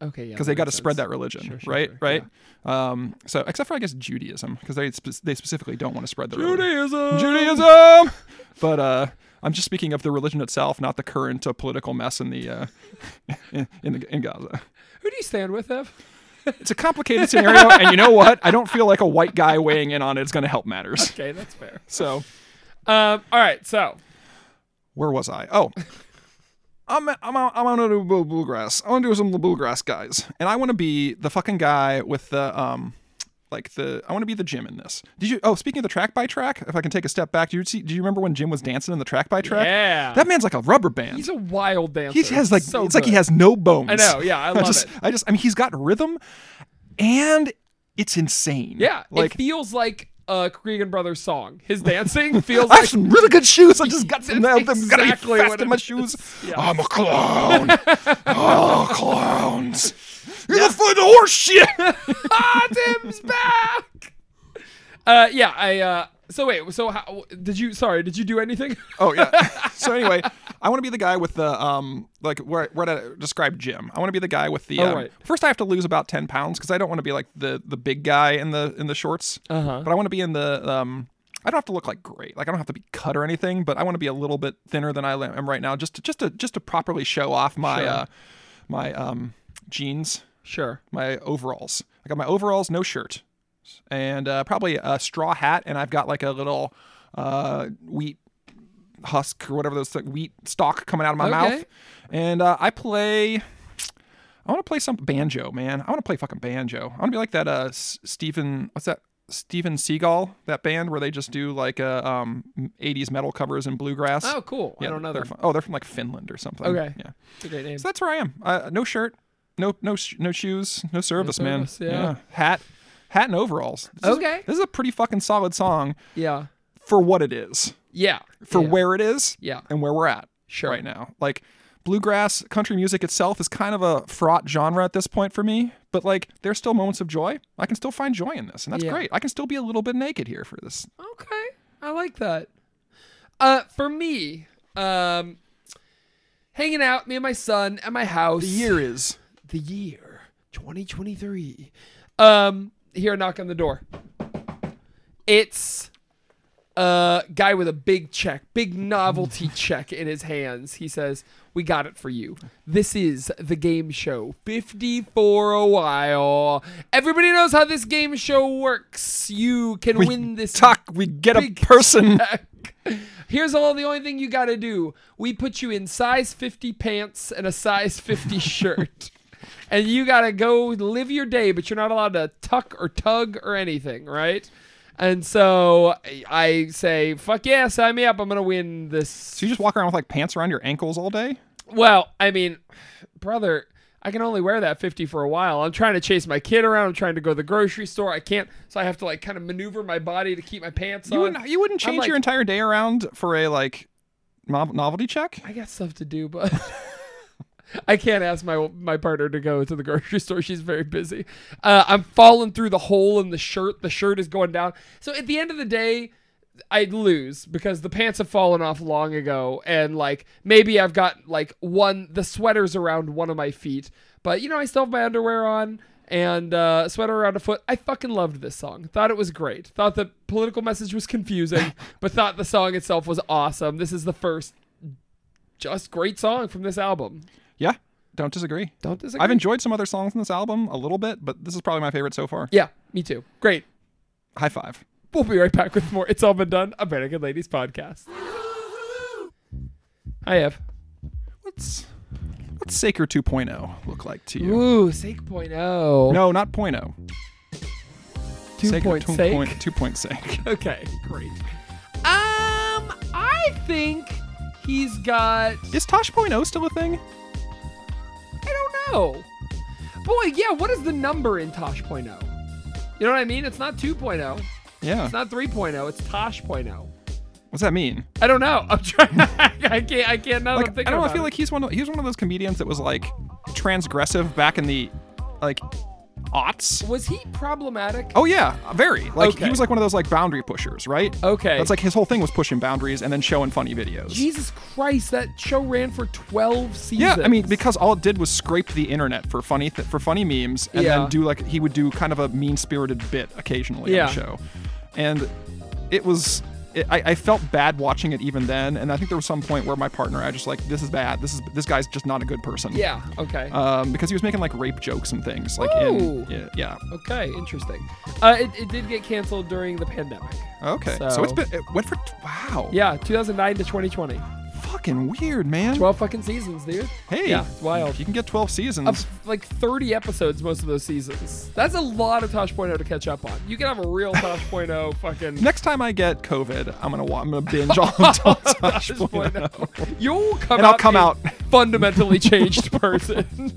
Speaker 2: okay, yeah.
Speaker 3: because they
Speaker 2: that
Speaker 3: got to
Speaker 2: makes
Speaker 3: spread
Speaker 2: sense.
Speaker 3: that religion,
Speaker 2: Sure, sure,
Speaker 3: right?
Speaker 2: sure,
Speaker 3: Right. Um, so, except for I guess Judaism, because they spe- they specifically don't want to spread the religion.
Speaker 2: Judaism.
Speaker 3: Judaism. But uh, I'm just speaking of the religion itself, not the current uh, political mess in the uh, in in, the, in Gaza.
Speaker 2: Who do you stand with, Ev?
Speaker 3: It's a complicated scenario, and you know what? I don't feel like a white guy weighing in on it is going to help matters.
Speaker 2: Okay, that's fair.
Speaker 3: So.
Speaker 2: Um, all right, so
Speaker 3: where was I? Oh, I'm I'm out, I'm gonna do blue- bluegrass. I want to do some of the bluegrass guys, and I want to be the fucking guy with the um, like the I want to be the Jim in this. Did you? Oh, speaking of the track by track, if I can take a step back, do you see? Do you remember when Jim was dancing in the track by track?
Speaker 2: Yeah.
Speaker 3: that man's like a rubber band.
Speaker 2: he's a wild dancer.
Speaker 3: he has like
Speaker 2: so
Speaker 3: it's like he
Speaker 2: good.
Speaker 3: has no bones.
Speaker 2: I know, yeah, I love
Speaker 3: just,
Speaker 2: it.
Speaker 3: I just I mean he's got rhythm, and it's insane.
Speaker 2: Yeah,
Speaker 3: like
Speaker 2: it feels like a Cregan Brothers song. His dancing feels
Speaker 3: I have
Speaker 2: like
Speaker 3: some really good shoes. I just got some.
Speaker 2: That's
Speaker 3: Exactly I'm gonna be
Speaker 2: exactly
Speaker 3: fast
Speaker 2: what
Speaker 3: in
Speaker 2: it
Speaker 3: my
Speaker 2: is.
Speaker 3: shoes.
Speaker 2: Yeah.
Speaker 3: I'm a clown. oh, clowns! You're the foot horse shit.
Speaker 2: ah, Tim's back. Uh, yeah, I. Uh, so wait, so how did you? Sorry, did you do anything?
Speaker 3: oh yeah. So anyway, I want to be the guy with the um, like where where to describe Jim. I want to be the guy with the.
Speaker 2: Oh,
Speaker 3: um,
Speaker 2: right.
Speaker 3: First, I have to lose about ten pounds because I don't want to be like the the big guy in the in the shorts.
Speaker 2: Uh-huh.
Speaker 3: But I want to be in the um. I don't have to look like great. Like I don't have to be cut or anything, but I want to be a little bit thinner than I am right now, just to, just to just to properly show off my
Speaker 2: Sure.
Speaker 3: uh, my um jeans
Speaker 2: Sure.
Speaker 3: my overalls. I got my overalls, no shirt, and uh, probably a straw hat, and I've got like a little uh, wheat husk or whatever those th- wheat stalk coming out of my
Speaker 2: Okay.
Speaker 3: mouth. And uh, I play. I want to play some banjo, man. I want to play fucking banjo. I want to be like that uh S- Stephen what's that Steven Seagal that band where they just do like uh, um 80s metal covers and bluegrass.
Speaker 2: Oh, cool. I
Speaker 3: Yeah,
Speaker 2: don't know
Speaker 3: They're
Speaker 2: them.
Speaker 3: from, oh, they're from like Finland or something.
Speaker 2: Okay.
Speaker 3: Yeah.
Speaker 2: It's a great name.
Speaker 3: So that's where I am. Uh, no shirt, no no sh- no shoes, no service, man.
Speaker 2: service, yeah.
Speaker 3: Hat, hat and overalls. This is-
Speaker 2: Okay.
Speaker 3: this is a pretty fucking solid song
Speaker 2: yeah.
Speaker 3: for what it is,
Speaker 2: Yeah.
Speaker 3: for
Speaker 2: yeah.
Speaker 3: where it is,
Speaker 2: Yeah.
Speaker 3: and where we're at
Speaker 2: Sure.
Speaker 3: right now. Like bluegrass country music itself is kind of a fraught genre at this point for me, but like there's still moments of joy. I can still find joy in this, and that's
Speaker 2: Yeah.
Speaker 3: great. I can still be a little bit naked here for this.
Speaker 2: Okay. I like that. Uh, for me, um, hanging out, me and my son at my house.
Speaker 3: The year is
Speaker 2: the year 2023. Um, here, knock on the door. It's a guy with a big check, big novelty check in his hands. He says, "We got it for you. This is the game show 50 for a while. Everybody knows how this game show works. You can win this
Speaker 3: talk. We get a
Speaker 2: Big
Speaker 3: person.
Speaker 2: back. Here's all the only thing you got to do. We put you in size 50 pants and a size 50 shirt. And you got to go live your day, but you're not allowed to tuck or tug or anything, right? And so I- I say, fuck yeah, sign me up. I'm going to win this.
Speaker 3: So you just walk around with like pants around your ankles all day?
Speaker 2: Well, I mean, brother, I can only wear that 50 for a while. I'm trying to chase my kid around. I'm trying to go to the grocery store. I can't. So I have to like kind of maneuver my body to keep my pants
Speaker 3: You
Speaker 2: on.
Speaker 3: wouldn't, you wouldn't
Speaker 2: Uh, I'm
Speaker 3: change
Speaker 2: like-
Speaker 3: your entire day around for a like nov- novelty check?
Speaker 2: I got stuff to do, but I can't ask my my partner to go to the grocery store. She's very busy. Uh, I'm falling through the hole in the shirt. The shirt is going down. So at the end of the day, I'd lose because the pants have fallen off long ago, and like maybe I've got like one the sweater's around one of my feet, but you know I still have my underwear on and uh, sweater around a foot. I fucking loved this song. Thought it was great. Thought the political message was confusing, but thought the song itself was awesome. This is the first just great song from this album.
Speaker 3: Yeah, don't disagree.
Speaker 2: Don't disagree.
Speaker 3: I've enjoyed some other songs in this album a little bit, but this is probably my favorite so far.
Speaker 2: Yeah, me too. Great.
Speaker 3: High five.
Speaker 2: We'll be right back with more. It's all been done. American Ladies podcast. I have.
Speaker 3: What's what's Saker 2.0 look like to you?
Speaker 2: Ooh, Sake point oh.
Speaker 3: No, not point oh.
Speaker 2: two
Speaker 3: Saker
Speaker 2: point
Speaker 3: two
Speaker 2: Sake.
Speaker 3: point- two point Sake.
Speaker 2: Okay, great. Um, I think he's got.
Speaker 3: Is Tosh point oh still a thing?
Speaker 2: I don't know. Boy, yeah. What is the number in Tosh point oh? You know what I mean? It's not 2.0.
Speaker 3: Yeah.
Speaker 2: It's not 3.0. It's Tosh point oh.
Speaker 3: What's that mean?
Speaker 2: I don't know. I'm trying. I can't. I can't. Now that I'm
Speaker 3: Like, I
Speaker 2: thinking
Speaker 3: don't know. I
Speaker 2: about
Speaker 3: feel
Speaker 2: it.
Speaker 3: like he's one. Of, he was one of those comedians that was like transgressive back in the like aughts.
Speaker 2: Was he problematic?
Speaker 3: Oh yeah, very. Like
Speaker 2: Okay.
Speaker 3: he was like one of those like boundary pushers, right?
Speaker 2: Okay.
Speaker 3: That's like his whole thing was pushing boundaries and then showing funny videos.
Speaker 2: Jesus Christ, that show ran for 12 seasons.
Speaker 3: yeah, I mean because all it did was scrape the internet for funny th- for funny memes and
Speaker 2: Yeah.
Speaker 3: then do like he would do kind of a mean-spirited bit occasionally
Speaker 2: Yeah.
Speaker 3: on the show. And it was it, I, I felt bad watching it even then, and I think there was some point where my partner, I just like, this is bad. This is this guy's just not a good person.
Speaker 2: Yeah, okay.
Speaker 3: Um, because he was making like rape jokes and things. Like,
Speaker 2: Ooh.
Speaker 3: in, yeah, yeah.
Speaker 2: okay, interesting. Uh, it, it did get canceled during the pandemic.
Speaker 3: Okay. So,
Speaker 2: So-
Speaker 3: it's been it went for wow.
Speaker 2: Yeah, 2009 to 2020.
Speaker 3: Fucking weird, man.
Speaker 2: 12 fucking seasons, dude.
Speaker 3: Hey,
Speaker 2: Yeah, it's wild.
Speaker 3: if You can get 12 seasons.
Speaker 2: Of like 30 episodes most of those seasons. That's a lot of Tosh.0 to catch up on. You can have a real Tosh.0 fucking
Speaker 3: Next time I get COVID, I'm gonna wa- I'm gonna binge all of Tosh. Point oh.
Speaker 2: 2.0. You'll come
Speaker 3: And
Speaker 2: out
Speaker 3: I'll come
Speaker 2: a
Speaker 3: out.
Speaker 2: fundamentally changed person.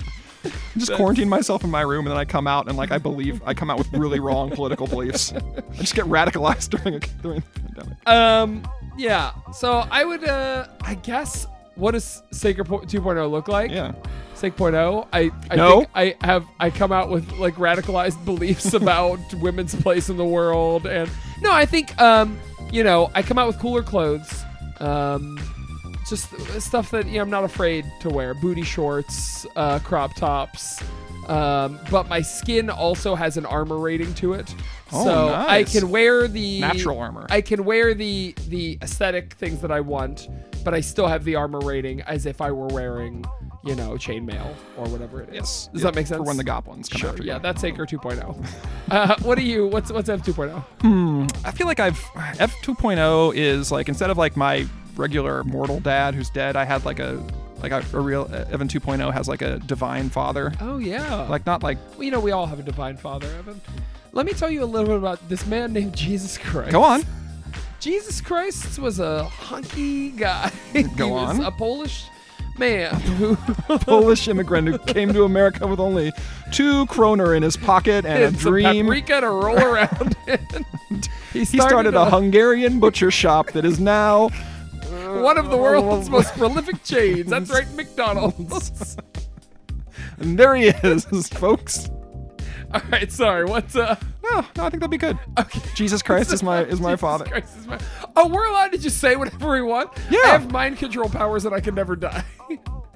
Speaker 3: Just quarantine myself in my room, and then I come out and like I believe I come out with really wrong political beliefs. I just get radicalized during a, during the pandemic.
Speaker 2: Um, yeah. So I would, uh, I guess, what does Sacred po- 2.0 look like?
Speaker 3: Yeah.
Speaker 2: Sacred 0.0. I, I
Speaker 3: No.
Speaker 2: think I have, I come out with like radicalized beliefs about women's place in the world. And no, I think, um, you know, I come out with cooler clothes. Um, just stuff that you know, I'm not afraid to wear booty shorts, uh, crop tops. Um, but my skin also has an armor rating to it.
Speaker 3: Oh,
Speaker 2: so I
Speaker 3: nice.
Speaker 2: can wear the
Speaker 3: Natural armor.
Speaker 2: I can wear the the aesthetic things that I want, but I still have the armor rating as if I were wearing, you know, chainmail or whatever it is.
Speaker 3: Yes.
Speaker 2: Does
Speaker 3: Yeah,
Speaker 2: that make sense?
Speaker 3: For when the goblins come
Speaker 2: Sure,
Speaker 3: after you.
Speaker 2: yeah, that's Acre 2.0. uh, what are you? What's what's F 2.0?
Speaker 3: I feel like I've F2.0 is like instead of like my regular mortal dad who's dead, I had like a Like a, a real uh, Evan 2.0 has like a divine father.
Speaker 2: Oh yeah.
Speaker 3: Like not like
Speaker 2: Well, you know, we all have a divine father, Evan. Let me tell you a little bit about this man named Jesus Christ.
Speaker 3: go on.
Speaker 2: Jesus Christ was a hunky guy. he
Speaker 3: Go
Speaker 2: was
Speaker 3: on.
Speaker 2: a Polish man who
Speaker 3: Polish immigrant who came to America with only two kroner in his pocket and a
Speaker 2: had some
Speaker 3: dream.
Speaker 2: paprika to roll around in.
Speaker 3: He started a Hungarian butcher shop that is now
Speaker 2: one of the world's most prolific chains. That's right, McDonald's.
Speaker 3: and there he is, folks.
Speaker 2: all right, sorry. What's uh?
Speaker 3: No, no, I think that'll be good. Jesus Christ is my is my
Speaker 2: Jesus
Speaker 3: father.
Speaker 2: Christ is my- oh, we're allowed to just say whatever we want. I
Speaker 3: Yeah.
Speaker 2: have mind control powers that I can never die.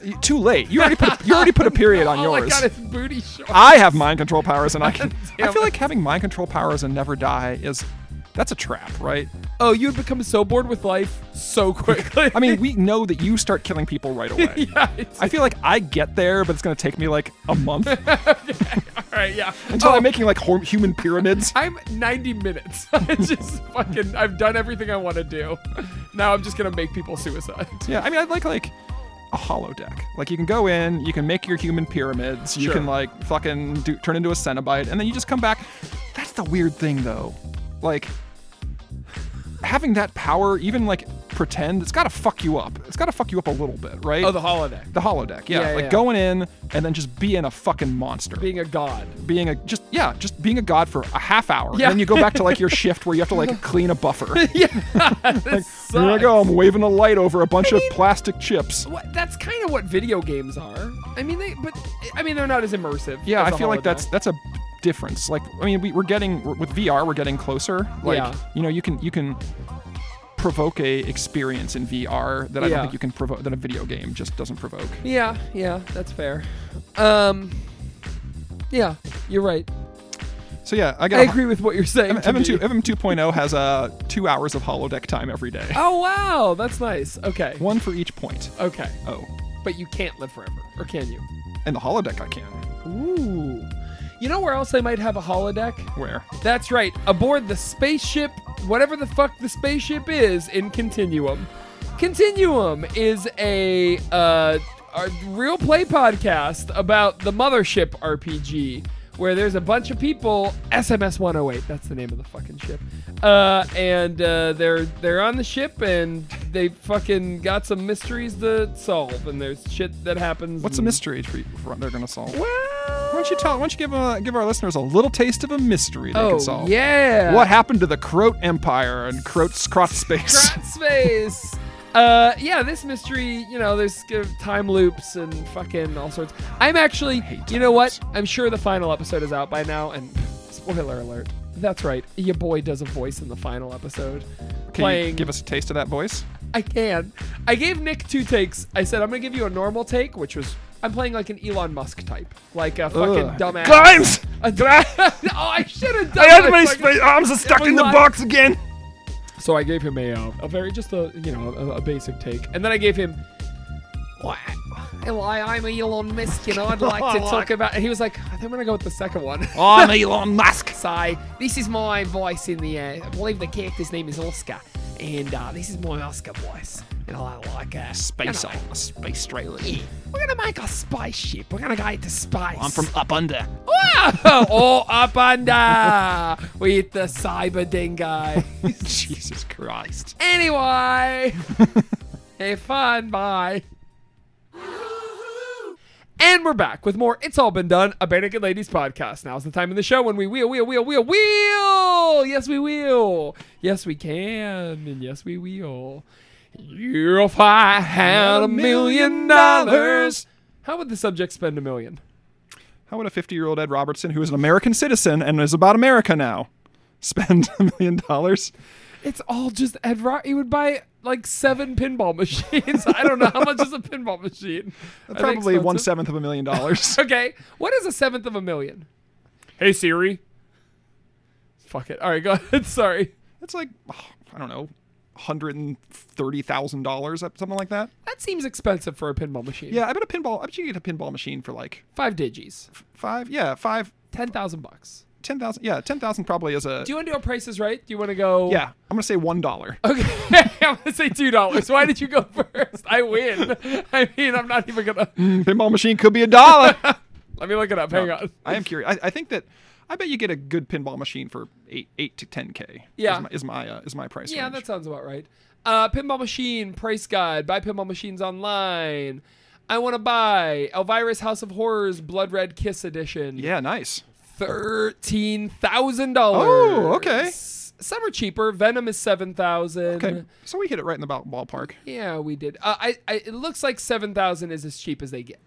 Speaker 3: You- Too late. You already put a, you already put a period on
Speaker 2: All I
Speaker 3: yours.
Speaker 2: got is booty shorts.
Speaker 3: I have mind control powers, and I can. I
Speaker 2: Damn
Speaker 3: feel
Speaker 2: it.
Speaker 3: like having mind control powers and never die is that's a trap, right?
Speaker 2: Oh, you would become so bored with life so quickly.
Speaker 3: I mean, we know that you start killing people right away.
Speaker 2: yeah. It's,
Speaker 3: I feel like I get there, but it's gonna take me like a month
Speaker 2: all right, yeah.
Speaker 3: until I'm making like hor- human pyramids.
Speaker 2: I'm 90 minutes. I just fucking. I've done everything I want to do. Now I'm just gonna make people suicide.
Speaker 3: Yeah, I mean, I'd like like a hollow deck. Like you can go in, you can make your human pyramids, you
Speaker 2: Sure.
Speaker 3: can like fucking do, turn into a Cenobite, and then you just come back. That's the weird thing though, like having that power, even like pretend, it's gotta fuck you up. It's gotta fuck you up a little bit, right?
Speaker 2: Oh, the holodeck.
Speaker 3: the hollow deck, yeah.
Speaker 2: Yeah,
Speaker 3: like
Speaker 2: yeah.
Speaker 3: going in and then just being a fucking monster. Being,
Speaker 2: Being a god.
Speaker 3: a just yeah, just being a god for a half hour.
Speaker 2: Yeah.
Speaker 3: And then you go back to like your shift where you have to like clean a buffer.
Speaker 2: Yeah. this
Speaker 3: Here I
Speaker 2: sucks.
Speaker 3: go, "Oh, I'm waving a light over a bunch of plastic chips.
Speaker 2: What, that's kind of what video games are. I mean, they. But I mean, they're not as immersive.
Speaker 3: yeah
Speaker 2: as
Speaker 3: i
Speaker 2: a
Speaker 3: feel like
Speaker 2: holodeck.
Speaker 3: that's that's a difference like i mean we, we're getting we're- with vr we're getting closer like
Speaker 2: Yeah.
Speaker 3: you know you can you can provoke a experience in vr that i
Speaker 2: Yeah.
Speaker 3: don't think you can provoke that a video game just doesn't provoke
Speaker 2: Yeah, yeah, that's fair. Um. Yeah, you're right.
Speaker 3: so yeah i got
Speaker 2: I agree with what you're saying. to
Speaker 3: Evan,
Speaker 2: me.
Speaker 3: 2, Evan 2.0 has uh, two hours of holodeck time every day.
Speaker 2: Oh wow, that's nice. Okay.
Speaker 3: One for each point.
Speaker 2: Okay.
Speaker 3: Oh,
Speaker 2: But you can't live forever, or can you?
Speaker 3: and the holodeck I can.
Speaker 2: Ooh. You know where else they might have a holodeck?
Speaker 3: Where?
Speaker 2: That's right, aboard the spaceship, whatever the fuck the spaceship is, in Continuum. Continuum is a, uh, a real play podcast about the Mothership RPG, where there's a bunch of people. SMS 108, that's the name of the fucking ship. Uh, and uh, they're they're on the ship, and they fucking got some mysteries to solve, and there's shit that happens.
Speaker 3: What's a
Speaker 2: and-
Speaker 3: mystery for you, for they're gonna solve? Why
Speaker 2: Well,
Speaker 3: don't you tell? Why don't you give uh, give our listeners a little taste of a mystery they
Speaker 2: oh,
Speaker 3: can solve?
Speaker 2: yeah.
Speaker 3: What happened to the Croat Empire and Croat's Crot space?
Speaker 2: Scratch space. Uh, yeah, this mystery, you know, there's uh, time loops and fucking all sorts. I'm actually, you know what? I'm sure the final episode is out by now, and spoiler alert. That's right, your boy does a voice in the final episode.
Speaker 3: Can
Speaker 2: playing,
Speaker 3: you give us a taste of that voice?
Speaker 2: I can. I gave Nick two takes. I said I'm gonna give you a normal take, which was I'm playing like an Elon Musk type, like a fucking
Speaker 3: Ugh.
Speaker 2: dumbass.
Speaker 5: Grimes!
Speaker 2: A dra- oh, I should have done.
Speaker 5: I had
Speaker 2: my
Speaker 5: my
Speaker 2: fucking-
Speaker 5: sp- arms are stuck in the
Speaker 2: Everyone-
Speaker 5: box again!
Speaker 2: So I gave him a uh, a very just a you know a, a basic take, and then I gave him. "Well, I- Well, I, I'm Elon Musk, and I'd like to talk about. And he was like, I think I'm gonna go with the second one.
Speaker 5: I'm Elon Musk!
Speaker 2: So this is my voice in the. Uh, I believe the character's name is Oscar, and uh, this is my Oscar voice, and I like uh,
Speaker 5: Space
Speaker 2: you know,
Speaker 5: on, space trailer.
Speaker 2: We're gonna make a spaceship. We're gonna go into space.
Speaker 5: I'm from up under.
Speaker 3: Oh.
Speaker 2: Wow! all up under with the cyber dingo.
Speaker 5: Jesus Christ.
Speaker 2: Anyway, have fun. Bye. And we're back with more It's All Been Done, a Bare Naked Ladies podcast. Now's the time in the show when we wheel, wheel, wheel, wheel, wheel. Yes, we will. Yes, we can. And yes, we will. If I had a million dollars, how would the subject spend a million?
Speaker 3: How would a 50 year old Ed Robertson, who is an American citizen and is about America now, spend a million dollars?
Speaker 2: It's all just Ed Rock. He would buy like seven pinball machines. I don't know how much is a pinball machine. Are they
Speaker 3: Probably one
Speaker 2: expensive?
Speaker 3: seventh of a million dollars.
Speaker 2: Okay, what is a seventh of a million? Hey Siri. Fuck it. All right, go ahead. Sorry.
Speaker 3: That's like, oh, I don't know, $130,000, uh, something like that.
Speaker 2: That seems expensive for a pinball machine.
Speaker 3: Yeah, I bet a pinball, I bet you can get a pinball machine for like
Speaker 2: Five digis.
Speaker 3: five, yeah, five.
Speaker 2: Ten thousand bucks.
Speaker 3: ten thousand. Yeah, ten thousand probably is a.
Speaker 2: Do you want to do a price is right? Do you want to go?
Speaker 3: yeah, I'm gonna say one dollar.
Speaker 2: Okay. I'm gonna say two dollars. Why did you go first? I win. I mean, I'm not even gonna.
Speaker 3: Pinball machine could be a dollar.
Speaker 2: Oh Let me look it up. Hang on.
Speaker 3: I am curious. I, I think that I bet you get a good pinball machine for eight eight to ten k.
Speaker 2: Yeah.
Speaker 3: is my is my, uh, is my price.
Speaker 2: Yeah,
Speaker 3: range.
Speaker 2: that sounds about right. Uh, pinball machine price guide. Buy pinball machines online. I want to buy Elvira's House of Horrors Blood Red Kiss Edition.
Speaker 3: yeah, nice.
Speaker 2: thirteen thousand dollars.
Speaker 3: Oh, okay.
Speaker 2: Some are cheaper. Venom is seven thousand.
Speaker 3: Okay, so we hit it right in the ball- ballpark.
Speaker 2: Yeah, we did. Uh, I, I, it looks like seven thousand is as cheap as they get.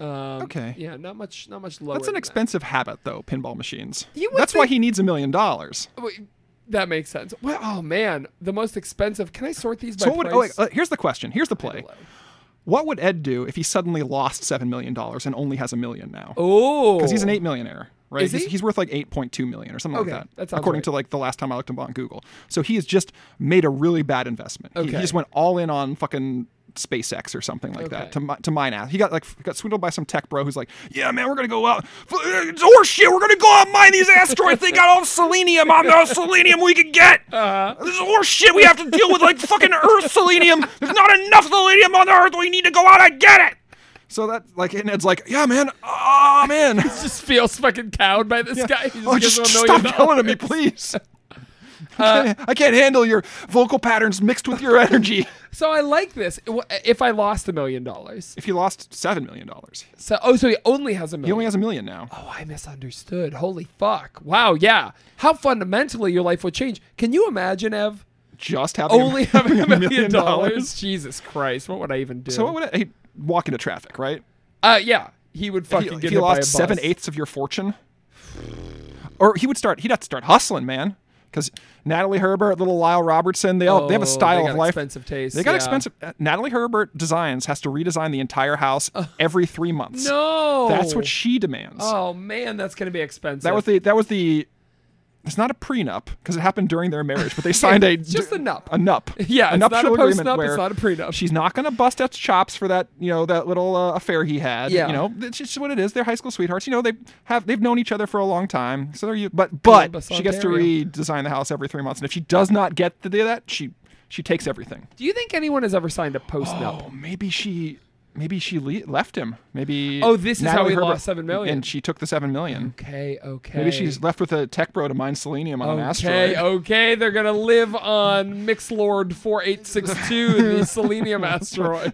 Speaker 2: Um,
Speaker 3: Okay.
Speaker 2: Yeah, not much, not much lower.
Speaker 3: That's an
Speaker 2: than
Speaker 3: expensive habit, though. Pinball machines.
Speaker 2: You would
Speaker 3: That's why
Speaker 2: think-
Speaker 3: he needs a million dollars.
Speaker 2: That. Wait, that makes sense. Well, oh man, the most expensive. Can I sort these by
Speaker 3: So what would?
Speaker 2: price?
Speaker 3: Oh, wait, uh, here's the question. Here's the play. What would Ed do if he suddenly lost seven million dollars and only has a million now?
Speaker 2: Oh,
Speaker 3: because uh, he's an eight millionaire, right?
Speaker 2: Is
Speaker 3: he's,
Speaker 2: he?
Speaker 3: he's worth like eight point two million or something
Speaker 2: Okay,
Speaker 3: like
Speaker 2: that
Speaker 3: that,
Speaker 2: sounds
Speaker 3: according
Speaker 2: right.
Speaker 3: to like the last time I looked him up on Google. So he has just made a really bad investment. He- He,
Speaker 2: Okay.
Speaker 3: just went all in on fucking SpaceX or something like
Speaker 2: Okay.
Speaker 3: that to mi- to mine out. He got like got swindled by some tech bro who's like, yeah, man, we're gonna go out. f- It's horseshit. We're gonna go out and mine these asteroids. They got all the selenium on the selenium we can get.
Speaker 2: Uh-huh.
Speaker 3: This is horseshit. We have to deal with like fucking Earth selenium. There's not enough selenium on Earth. We need to go out and get it. So that like and Ed's like, yeah, man, ah, man.
Speaker 2: just feels fucking cowed by this guy. He just
Speaker 3: Oh,
Speaker 2: gives
Speaker 3: just
Speaker 2: him a
Speaker 3: stop
Speaker 2: million dollars. Uh,
Speaker 3: yelling at me, please. I, can't, I can't handle your vocal patterns mixed with your energy.
Speaker 2: So I like this. If I lost a million dollars,
Speaker 3: if he lost seven million dollars,
Speaker 2: so oh, so he only has a million.
Speaker 3: he only has a million now.
Speaker 2: Oh, I misunderstood. Holy fuck. Wow, yeah. How fundamentally your life would change. Can you imagine, Ev?
Speaker 3: Just having
Speaker 2: Only having a million dollars? Jesus Christ, what would I even do?
Speaker 3: So what would I, he'd walk into traffic, right?
Speaker 2: uh, yeah, he would
Speaker 3: If
Speaker 2: fucking
Speaker 3: he, if
Speaker 2: get
Speaker 3: he
Speaker 2: hit by a
Speaker 3: lost
Speaker 2: bus.
Speaker 3: seven eighths of your fortune, or he would start. He'd have to start hustling, man. Because Natalie Herbert, little Lyle Robertson, they all they have
Speaker 2: Oh,
Speaker 3: a style
Speaker 2: they
Speaker 3: of
Speaker 2: got
Speaker 3: life.
Speaker 2: expensive taste.
Speaker 3: They got
Speaker 2: yeah.
Speaker 3: expensive. uh, Natalie Herbert Designs has to redesign the entire house every three months.
Speaker 2: Uh, No,
Speaker 3: That's what she demands.
Speaker 2: Oh man, that's gonna be expensive.
Speaker 3: That was the that was the. It's not a prenup because it happened during their marriage, but they signed a
Speaker 2: just a nup.
Speaker 3: a nup.
Speaker 2: Yeah,
Speaker 3: a
Speaker 2: it's not a
Speaker 3: nuptial agreement
Speaker 2: post-nup,
Speaker 3: where
Speaker 2: it's not a prenup.
Speaker 3: She's not going to bust out chops for that you know that little uh, affair he had.
Speaker 2: Yeah.
Speaker 3: you know it's just what it is. They're high school sweethearts. You know they have they've known each other for a long time. So they're you. But but
Speaker 2: Columbus,
Speaker 3: she gets to
Speaker 2: Ontario.
Speaker 3: redesign the house every three months, and if she does not get to do that, she she takes everything.
Speaker 2: Do you think anyone has ever signed a post nup?
Speaker 3: Oh, maybe she. Maybe she le- left him. Maybe
Speaker 2: Oh, this is how
Speaker 3: Natalie
Speaker 2: he
Speaker 3: Herbert-
Speaker 2: lost $7 million.
Speaker 3: and she took the seven million.
Speaker 2: Okay, okay.
Speaker 3: Maybe she's left with a tech bro to mine selenium on an asteroid.
Speaker 2: Okay, okay, they're gonna live on Mixlord 4862, the selenium asteroid.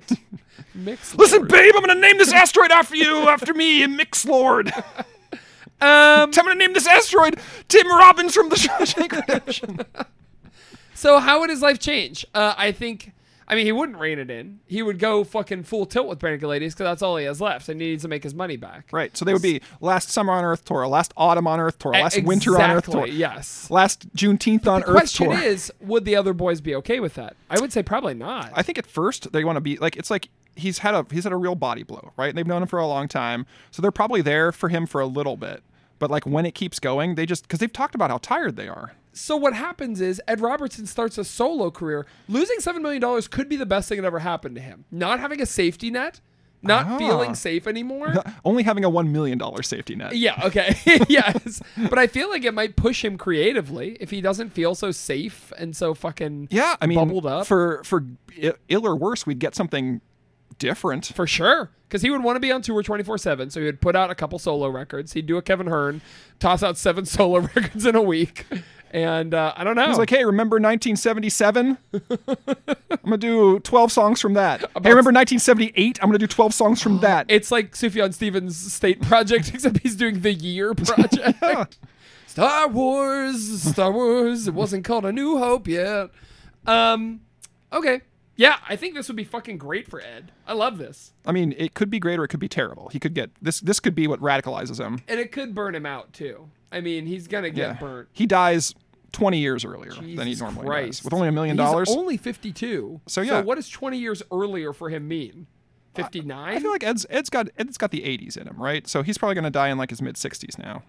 Speaker 2: Mixlord.
Speaker 3: Listen, babe, I'm gonna name this asteroid after you, after me, Mix Lord.
Speaker 2: um,
Speaker 3: I'm gonna name this asteroid Tim Robbins from the Shawshank Redemption.
Speaker 2: So how would his life change? Uh, I think. I mean, he wouldn't rein it in. He would go fucking full tilt with Paniculades because that's all he has left, and he needs to make his money back.
Speaker 3: Right. So they would be last summer on Earth tour, last autumn on Earth tour, last winter on Earth tour,
Speaker 2: E- Exactly, Yes.
Speaker 3: last Juneteenth on Earth
Speaker 2: Question
Speaker 3: tour.
Speaker 2: is, would the other boys be okay with that? I would say probably not.
Speaker 3: I think at first they want to be like it's like he's had a he's had a real body blow, right? They've known him for a long time, so they're probably there for him for a little bit. But like when it keeps going, they just because they've talked about how tired they are.
Speaker 2: so what happens is Ed Robertson starts a solo career. Losing seven million dollars could be the best thing that ever happened to him. Not having a safety net, not
Speaker 3: Ah.
Speaker 2: feeling safe anymore.
Speaker 3: Only having a one million dollar safety net.
Speaker 2: Yeah, okay. yes. But I feel like it might push him creatively if he doesn't feel so safe and so fucking
Speaker 3: Yeah, I mean,
Speaker 2: bubbled up.
Speaker 3: for for i- ill or worse, we'd get something different.
Speaker 2: For sure. Because he would want to be on tour 24 7. So he would put out a couple solo records. He'd do a Kevin Hearn, toss out seven solo records in a week. And uh, I don't know.
Speaker 3: It's like, hey, remember 1977? I'm gonna do 12 songs from that. Hey, remember 1978? I'm gonna do 12 songs from that.
Speaker 2: it's like Sufjan Stevens' state project, except he's doing the year project. Star Wars, Star Wars. It wasn't called A New Hope yet. Um, okay. Yeah, I think this would be fucking great for Ed. I love this.
Speaker 3: I mean, it could be great or it could be terrible. He could get this. This could be what radicalizes him.
Speaker 2: and it could burn him out too. I mean, he's gonna get burnt.
Speaker 3: He dies 20 years earlier than he
Speaker 2: Jesus
Speaker 3: normally
Speaker 2: Christ.
Speaker 3: dies with only a million
Speaker 2: He's
Speaker 3: dollars.
Speaker 2: only fifty-two.
Speaker 3: So, yeah.
Speaker 2: what does twenty years earlier for him mean? Fifty-nine.
Speaker 3: I feel like Ed's Ed's got Ed's got the 80s in him, right? So he's probably gonna die in like his mid 60s now.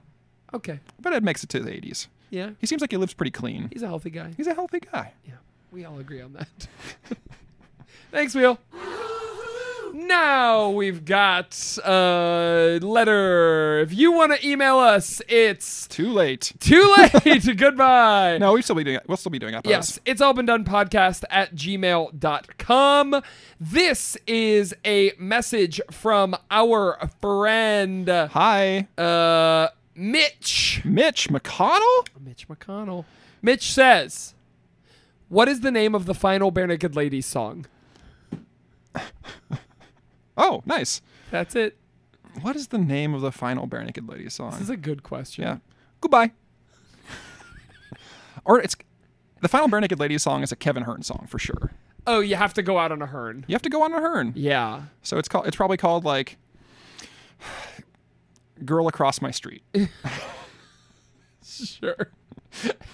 Speaker 2: okay.
Speaker 3: But Ed makes it to his 80s.
Speaker 2: Yeah,
Speaker 3: He seems like he lives pretty clean.
Speaker 2: he's a healthy guy.
Speaker 3: He's a healthy guy.
Speaker 2: Yeah, we all agree on that. Thanks, Wheel. Now we've got a letter. If you want to email us, it's
Speaker 3: Too late.
Speaker 2: too late. Goodbye.
Speaker 3: No, we'll still be doing. We'll still be doing
Speaker 2: Yes,
Speaker 3: episodes.
Speaker 2: it's all been done podcast at gmail.com. This is a message from our friend uh,
Speaker 3: Hi,
Speaker 2: Mitch.
Speaker 3: Mitch McConnell.
Speaker 2: Mitch McConnell. Mitch says, What is the name of the final Bare Naked Ladies song?
Speaker 3: Oh, nice.
Speaker 2: That's it.
Speaker 3: What is the name of the final Bare Naked Ladies song?
Speaker 2: This is a good question.
Speaker 3: yeah. Goodbye. or it's the final Bare Naked Ladies song is a Kevin Hearn song for sure.
Speaker 2: Oh, you have to go out on a hern.
Speaker 3: You have to go on a Hearn.
Speaker 2: Yeah.
Speaker 3: So it's called. It's probably called like "Girl Across My Street."
Speaker 2: Sure.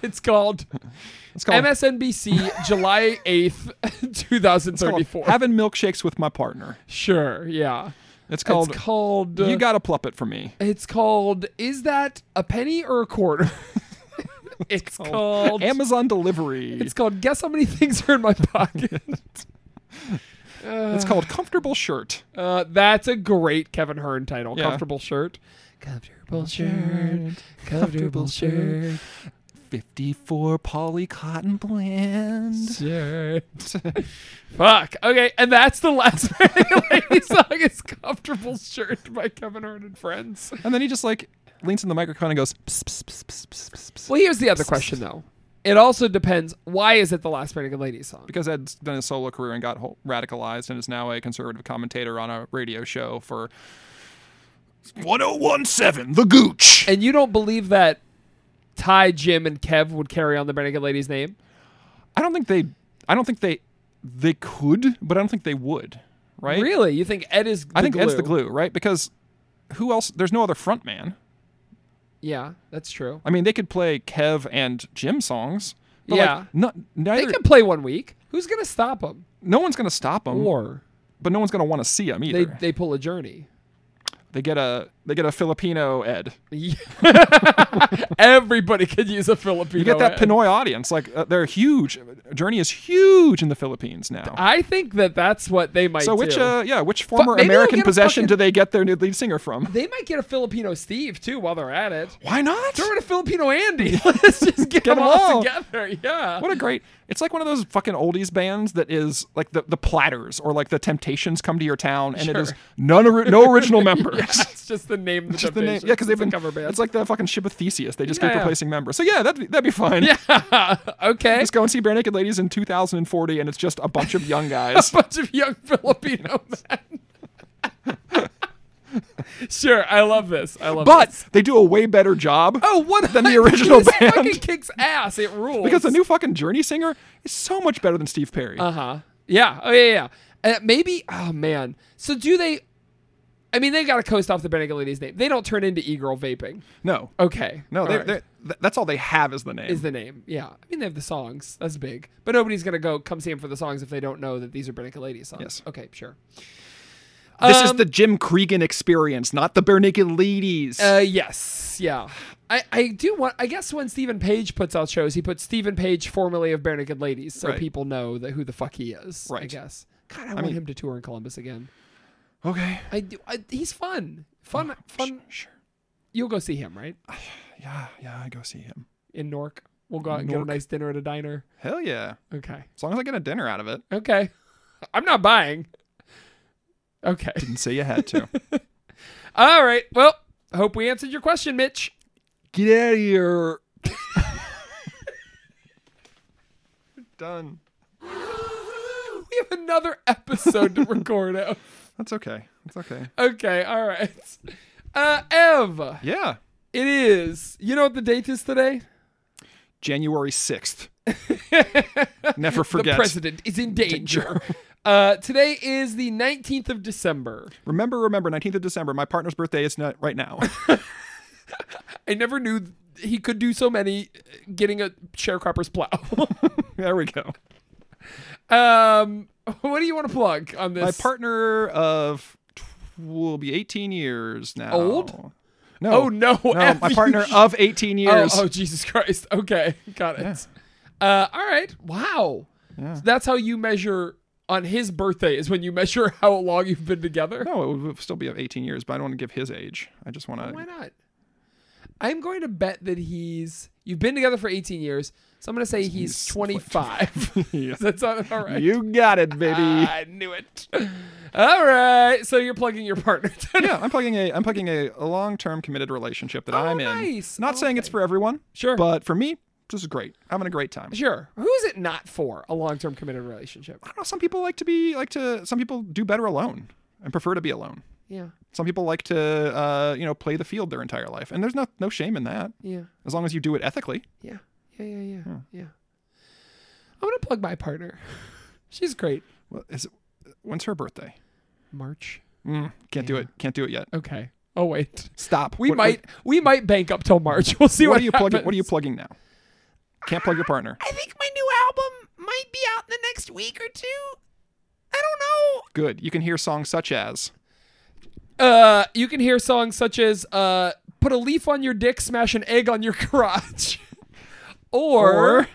Speaker 2: It's called
Speaker 3: Oh. It's called,
Speaker 2: MSNBC July 8th,
Speaker 3: it's called
Speaker 2: 2034.
Speaker 3: "Having Milkshakes with My Partner."
Speaker 2: sure. Yeah.
Speaker 3: It's called.
Speaker 2: it's called. uh,
Speaker 3: you got to plup it for me.
Speaker 2: It's called Is That a Penny or a Quarter? it's called
Speaker 3: Amazon delivery.
Speaker 2: It's called Guess How Many Things Are in My Pocket.
Speaker 3: It's called comfortable shirt.
Speaker 2: uh, that's a great Kevin Hearn title.
Speaker 3: Yeah.
Speaker 2: Comfortable shirt. Comfortable shirt. Comfortable shirt.
Speaker 3: Fifty-four poly cotton blend.
Speaker 2: Shirt. Fuck. Okay, and that's the last Lady song is Comfortable Shirt by Kevin Hearn and Friends.
Speaker 3: And then he just like leans in the microphone and goes. "Psst, psst, psst, psst, psst, psst, psst,"
Speaker 2: Well, here's the other question though. It also depends. Why is it the last Pretty Good Lady song?
Speaker 3: Because Ed's done his solo career and got ho- radicalized and is now a conservative commentator on a radio show for
Speaker 1: 1017 The Gooch.
Speaker 2: And you don't believe that Ty, Jim, and Kev would carry on the Renegade Lady's name?
Speaker 3: I don't think they. I don't think they. They could, but I don't think they would. Right?
Speaker 2: Really? You think Ed is? The
Speaker 3: I think Ed's the glue, right? Because who else? There's no other front man.
Speaker 2: Yeah, that's true.
Speaker 3: I mean, they could play Kev and Jim songs. But
Speaker 2: Yeah.
Speaker 3: Like, no,
Speaker 2: They
Speaker 3: neither,
Speaker 2: can play one week. Who's gonna stop them?
Speaker 3: no one's going to stop them,
Speaker 2: Or
Speaker 3: but no one's going to want to see them either.
Speaker 2: they
Speaker 3: They,
Speaker 2: they pull a journey.
Speaker 3: get a they get a Filipino Ed.
Speaker 2: Everybody could use a Filipino.
Speaker 3: You get that
Speaker 2: Ed.
Speaker 3: Pinoy audience. Like uh, they're huge. Journey is huge in the Philippines now.
Speaker 2: I think that that's what they might.
Speaker 3: so which
Speaker 2: do.
Speaker 3: uh, yeah, which former
Speaker 2: maybe they'll
Speaker 3: American
Speaker 2: get a
Speaker 3: possession
Speaker 2: fucking-
Speaker 3: do they get their new lead singer from?
Speaker 2: they might get a Filipino Steve too while they're at it.
Speaker 3: Why not?
Speaker 2: Throw in a Filipino Andy. Let's just get, them,
Speaker 3: them
Speaker 2: all
Speaker 3: all.
Speaker 2: together. Yeah.
Speaker 3: What a great! It's like one of those fucking oldies bands that is like the the Platters or like the Temptations come to your town, and it is
Speaker 2: Sure.
Speaker 3: none ori- no original members.
Speaker 2: it's just the name. Of the
Speaker 3: Just the name,
Speaker 2: Temptations.
Speaker 3: yeah, because they've
Speaker 2: It's a
Speaker 3: been
Speaker 2: cover band.
Speaker 3: It's like the fucking ship of Theseus. They just
Speaker 2: Yeah.
Speaker 3: keep replacing members. So yeah, that'd be, that'd be fun.
Speaker 2: Yeah. Okay.
Speaker 3: Just go and see Bare Naked Ladies in 2040, and it's just a bunch of young guys.
Speaker 2: bunch of young Filipino men. sure, I love this. I love
Speaker 3: but
Speaker 2: this.
Speaker 3: they do a way better job.
Speaker 2: Oh, what
Speaker 3: Than the original
Speaker 2: this
Speaker 3: band.
Speaker 2: fucking kicks ass. It rules.
Speaker 3: because the new fucking Journey singer is so much better than Steve Perry.
Speaker 2: Uh huh. Yeah. Oh yeah. Yeah. Uh, maybe. Oh man. So do they? I mean, they got to coast off the Benega lady's name. They don't turn into e-girl vaping.
Speaker 3: no,
Speaker 2: Okay.
Speaker 3: no,
Speaker 2: All
Speaker 3: they,
Speaker 2: right.
Speaker 3: they, th- that's all they have is the name.
Speaker 2: is the name. Yeah. I mean, they have the songs. That's big. But nobody's gonna go come see them for the songs if they don't know that these are Benega lady songs.
Speaker 3: Yes.
Speaker 2: Okay. Sure.
Speaker 3: this is
Speaker 2: um,
Speaker 3: the Jim Cregan experience, not the Bare Naked Ladies.
Speaker 2: Uh, yes, yeah. I, I do want. I guess when Stephen Page puts out shows, he puts Stephen Page formerly of Bare Naked Ladies, so
Speaker 3: Right.
Speaker 2: people know that who the fuck he is. I
Speaker 3: Right.
Speaker 2: guess. God, I, want
Speaker 3: mean-
Speaker 2: him to tour in Columbus again.
Speaker 3: okay.
Speaker 2: I do. I, he's fun.
Speaker 3: Oh,
Speaker 2: Fun. Fun.
Speaker 3: Sure.
Speaker 2: You'll go see him, right?
Speaker 3: Yeah, yeah, I go see him.
Speaker 2: In Newark. We'll go out and get a
Speaker 3: Newark.
Speaker 2: nice dinner at a diner.
Speaker 3: Hell yeah.
Speaker 2: Okay.
Speaker 3: As long as I get a dinner out of it.
Speaker 2: Okay. I'm not buying. Okay.
Speaker 3: Didn't say you had to.
Speaker 2: All right. Well, hope we answered your question, Mitch.
Speaker 3: get out of here. Done.
Speaker 2: We have another episode to record of.
Speaker 3: That's okay. That's okay.
Speaker 2: Okay, all right. Uh, Ev,
Speaker 3: Yeah.
Speaker 2: it is. You know what the date is today?
Speaker 3: January 6th. Never forget.
Speaker 2: The president is in danger. uh, today is the 19th of December.
Speaker 3: Remember, remember, 19th of December. My partner's birthday is not right now.
Speaker 2: I never knew th- he could do so many uh, getting a sharecropper's plow.
Speaker 3: there we go.
Speaker 2: um, what do you want to plug on this?
Speaker 3: My partner of tw- will be 18 years now.
Speaker 2: Old?
Speaker 3: No.
Speaker 2: Oh, no.
Speaker 3: No, my partner of 18
Speaker 2: Oh,
Speaker 3: years.
Speaker 2: oh, Jesus Christ. Okay, got it. Uh, all right. Wow. So that's how you measure on his birthday is when you measure how long you've been together?
Speaker 3: No, it would still be 18 years, but I don't want to give his age. I just want
Speaker 2: Why
Speaker 3: to.
Speaker 2: not? I'm going to bet that he's. You've been together for 18 years, so I'm going to say he's 25.
Speaker 3: Yeah.
Speaker 2: That's not all right. Ah,
Speaker 3: You got it, baby.
Speaker 2: I knew it. All right, so you're plugging your partner. today.
Speaker 3: yeah, I'm plugging a I'm plugging a, a long term committed relationship that I'm in.
Speaker 2: Oh, nice.
Speaker 3: Not saying it's for everyone,
Speaker 2: Sure.
Speaker 3: but for me, this is great. Having a great time.
Speaker 2: Sure. Who is it not for a long-term committed relationship?
Speaker 3: I don't know, some people like to be like to some people do better alone and prefer to be alone.
Speaker 2: Yeah.
Speaker 3: Some people like to uh, you know play the field their entire life, and there's no no shame in that
Speaker 2: Yeah.
Speaker 3: as long as you do it ethically.
Speaker 2: Yeah. Yeah. Yeah. Yeah. Yeah. I'm gonna plug my partner. She's great.
Speaker 3: Well, is it, when's her birthday?
Speaker 2: March.
Speaker 3: Mm, can't do it. Can't do it yet.
Speaker 2: Okay. Oh wait.
Speaker 3: Stop.
Speaker 2: We
Speaker 3: What- what-
Speaker 2: might we might bank up till March. We'll see
Speaker 3: What,
Speaker 2: what,
Speaker 3: are you plugging?
Speaker 2: happens.
Speaker 3: What are you plugging now? Can't plug your partner.
Speaker 5: I think my new album might be out in the next week or two. I don't know.
Speaker 3: Good. You can hear songs such as.
Speaker 2: Uh, you can hear songs such as uh, "Put a leaf on your dick, smash an egg on your crotch," or,
Speaker 3: Or-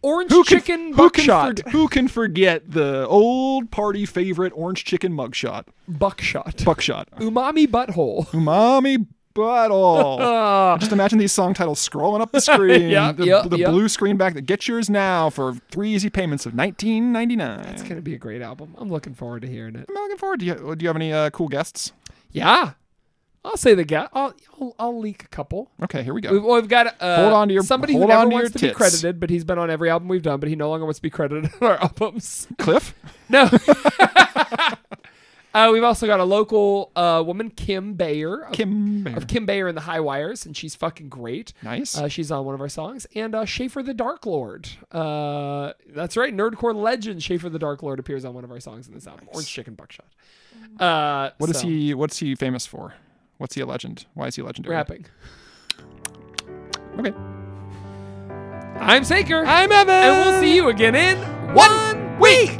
Speaker 2: "Orange
Speaker 3: Who can,
Speaker 2: chicken
Speaker 3: who, can
Speaker 2: buckshot."
Speaker 3: forg- who can forget the old party favorite orange chicken mugshot?
Speaker 2: buckshot.
Speaker 3: Buckshot.
Speaker 2: Umami butthole.
Speaker 3: Umami butthole.
Speaker 2: Uh,
Speaker 3: Just imagine these song titles scrolling up the screen.
Speaker 2: Yep,
Speaker 3: the
Speaker 2: yep,
Speaker 3: the
Speaker 2: yep.
Speaker 3: blue screen back that get yours now for three easy payments of nineteen ninety nine.
Speaker 2: It's gonna be a great album. I'm looking forward to hearing it.
Speaker 3: I'm looking forward. Do you, do you have any uh, cool guests?
Speaker 2: Yeah, I'll say the guy. I'll, I'll I'll leak a couple.
Speaker 3: Okay, here we go.
Speaker 2: We've, well, we've got uh,
Speaker 3: Hold on to your-
Speaker 2: somebody who
Speaker 3: hold
Speaker 2: never
Speaker 3: on to
Speaker 2: wants
Speaker 3: your
Speaker 2: to be
Speaker 3: tits.
Speaker 2: credited, but he's been on every album we've done, but he no longer wants to be credited on our albums.
Speaker 3: Cliff.
Speaker 2: No. uh, we've also got a local uh, woman, Kim Bayer. Of,
Speaker 3: Kim. Bear.
Speaker 2: Of Kim Bayer and the High Wires, and she's fucking great.
Speaker 3: Nice.
Speaker 2: Uh, she's on one of our songs. And uh, Schaefer the Dark Lord. Uh, that's right. Nerdcore legend Schaefer the Dark Lord appears on one of our songs in this album. Orange Chicken Buckshot. Uh,
Speaker 3: What is
Speaker 2: so,
Speaker 3: he? What's he famous for? What's he a legend? Why is he legendary?
Speaker 2: Rapping.
Speaker 3: Okay.
Speaker 2: I'm Saker. I'm Evan. And we'll see you again in one week.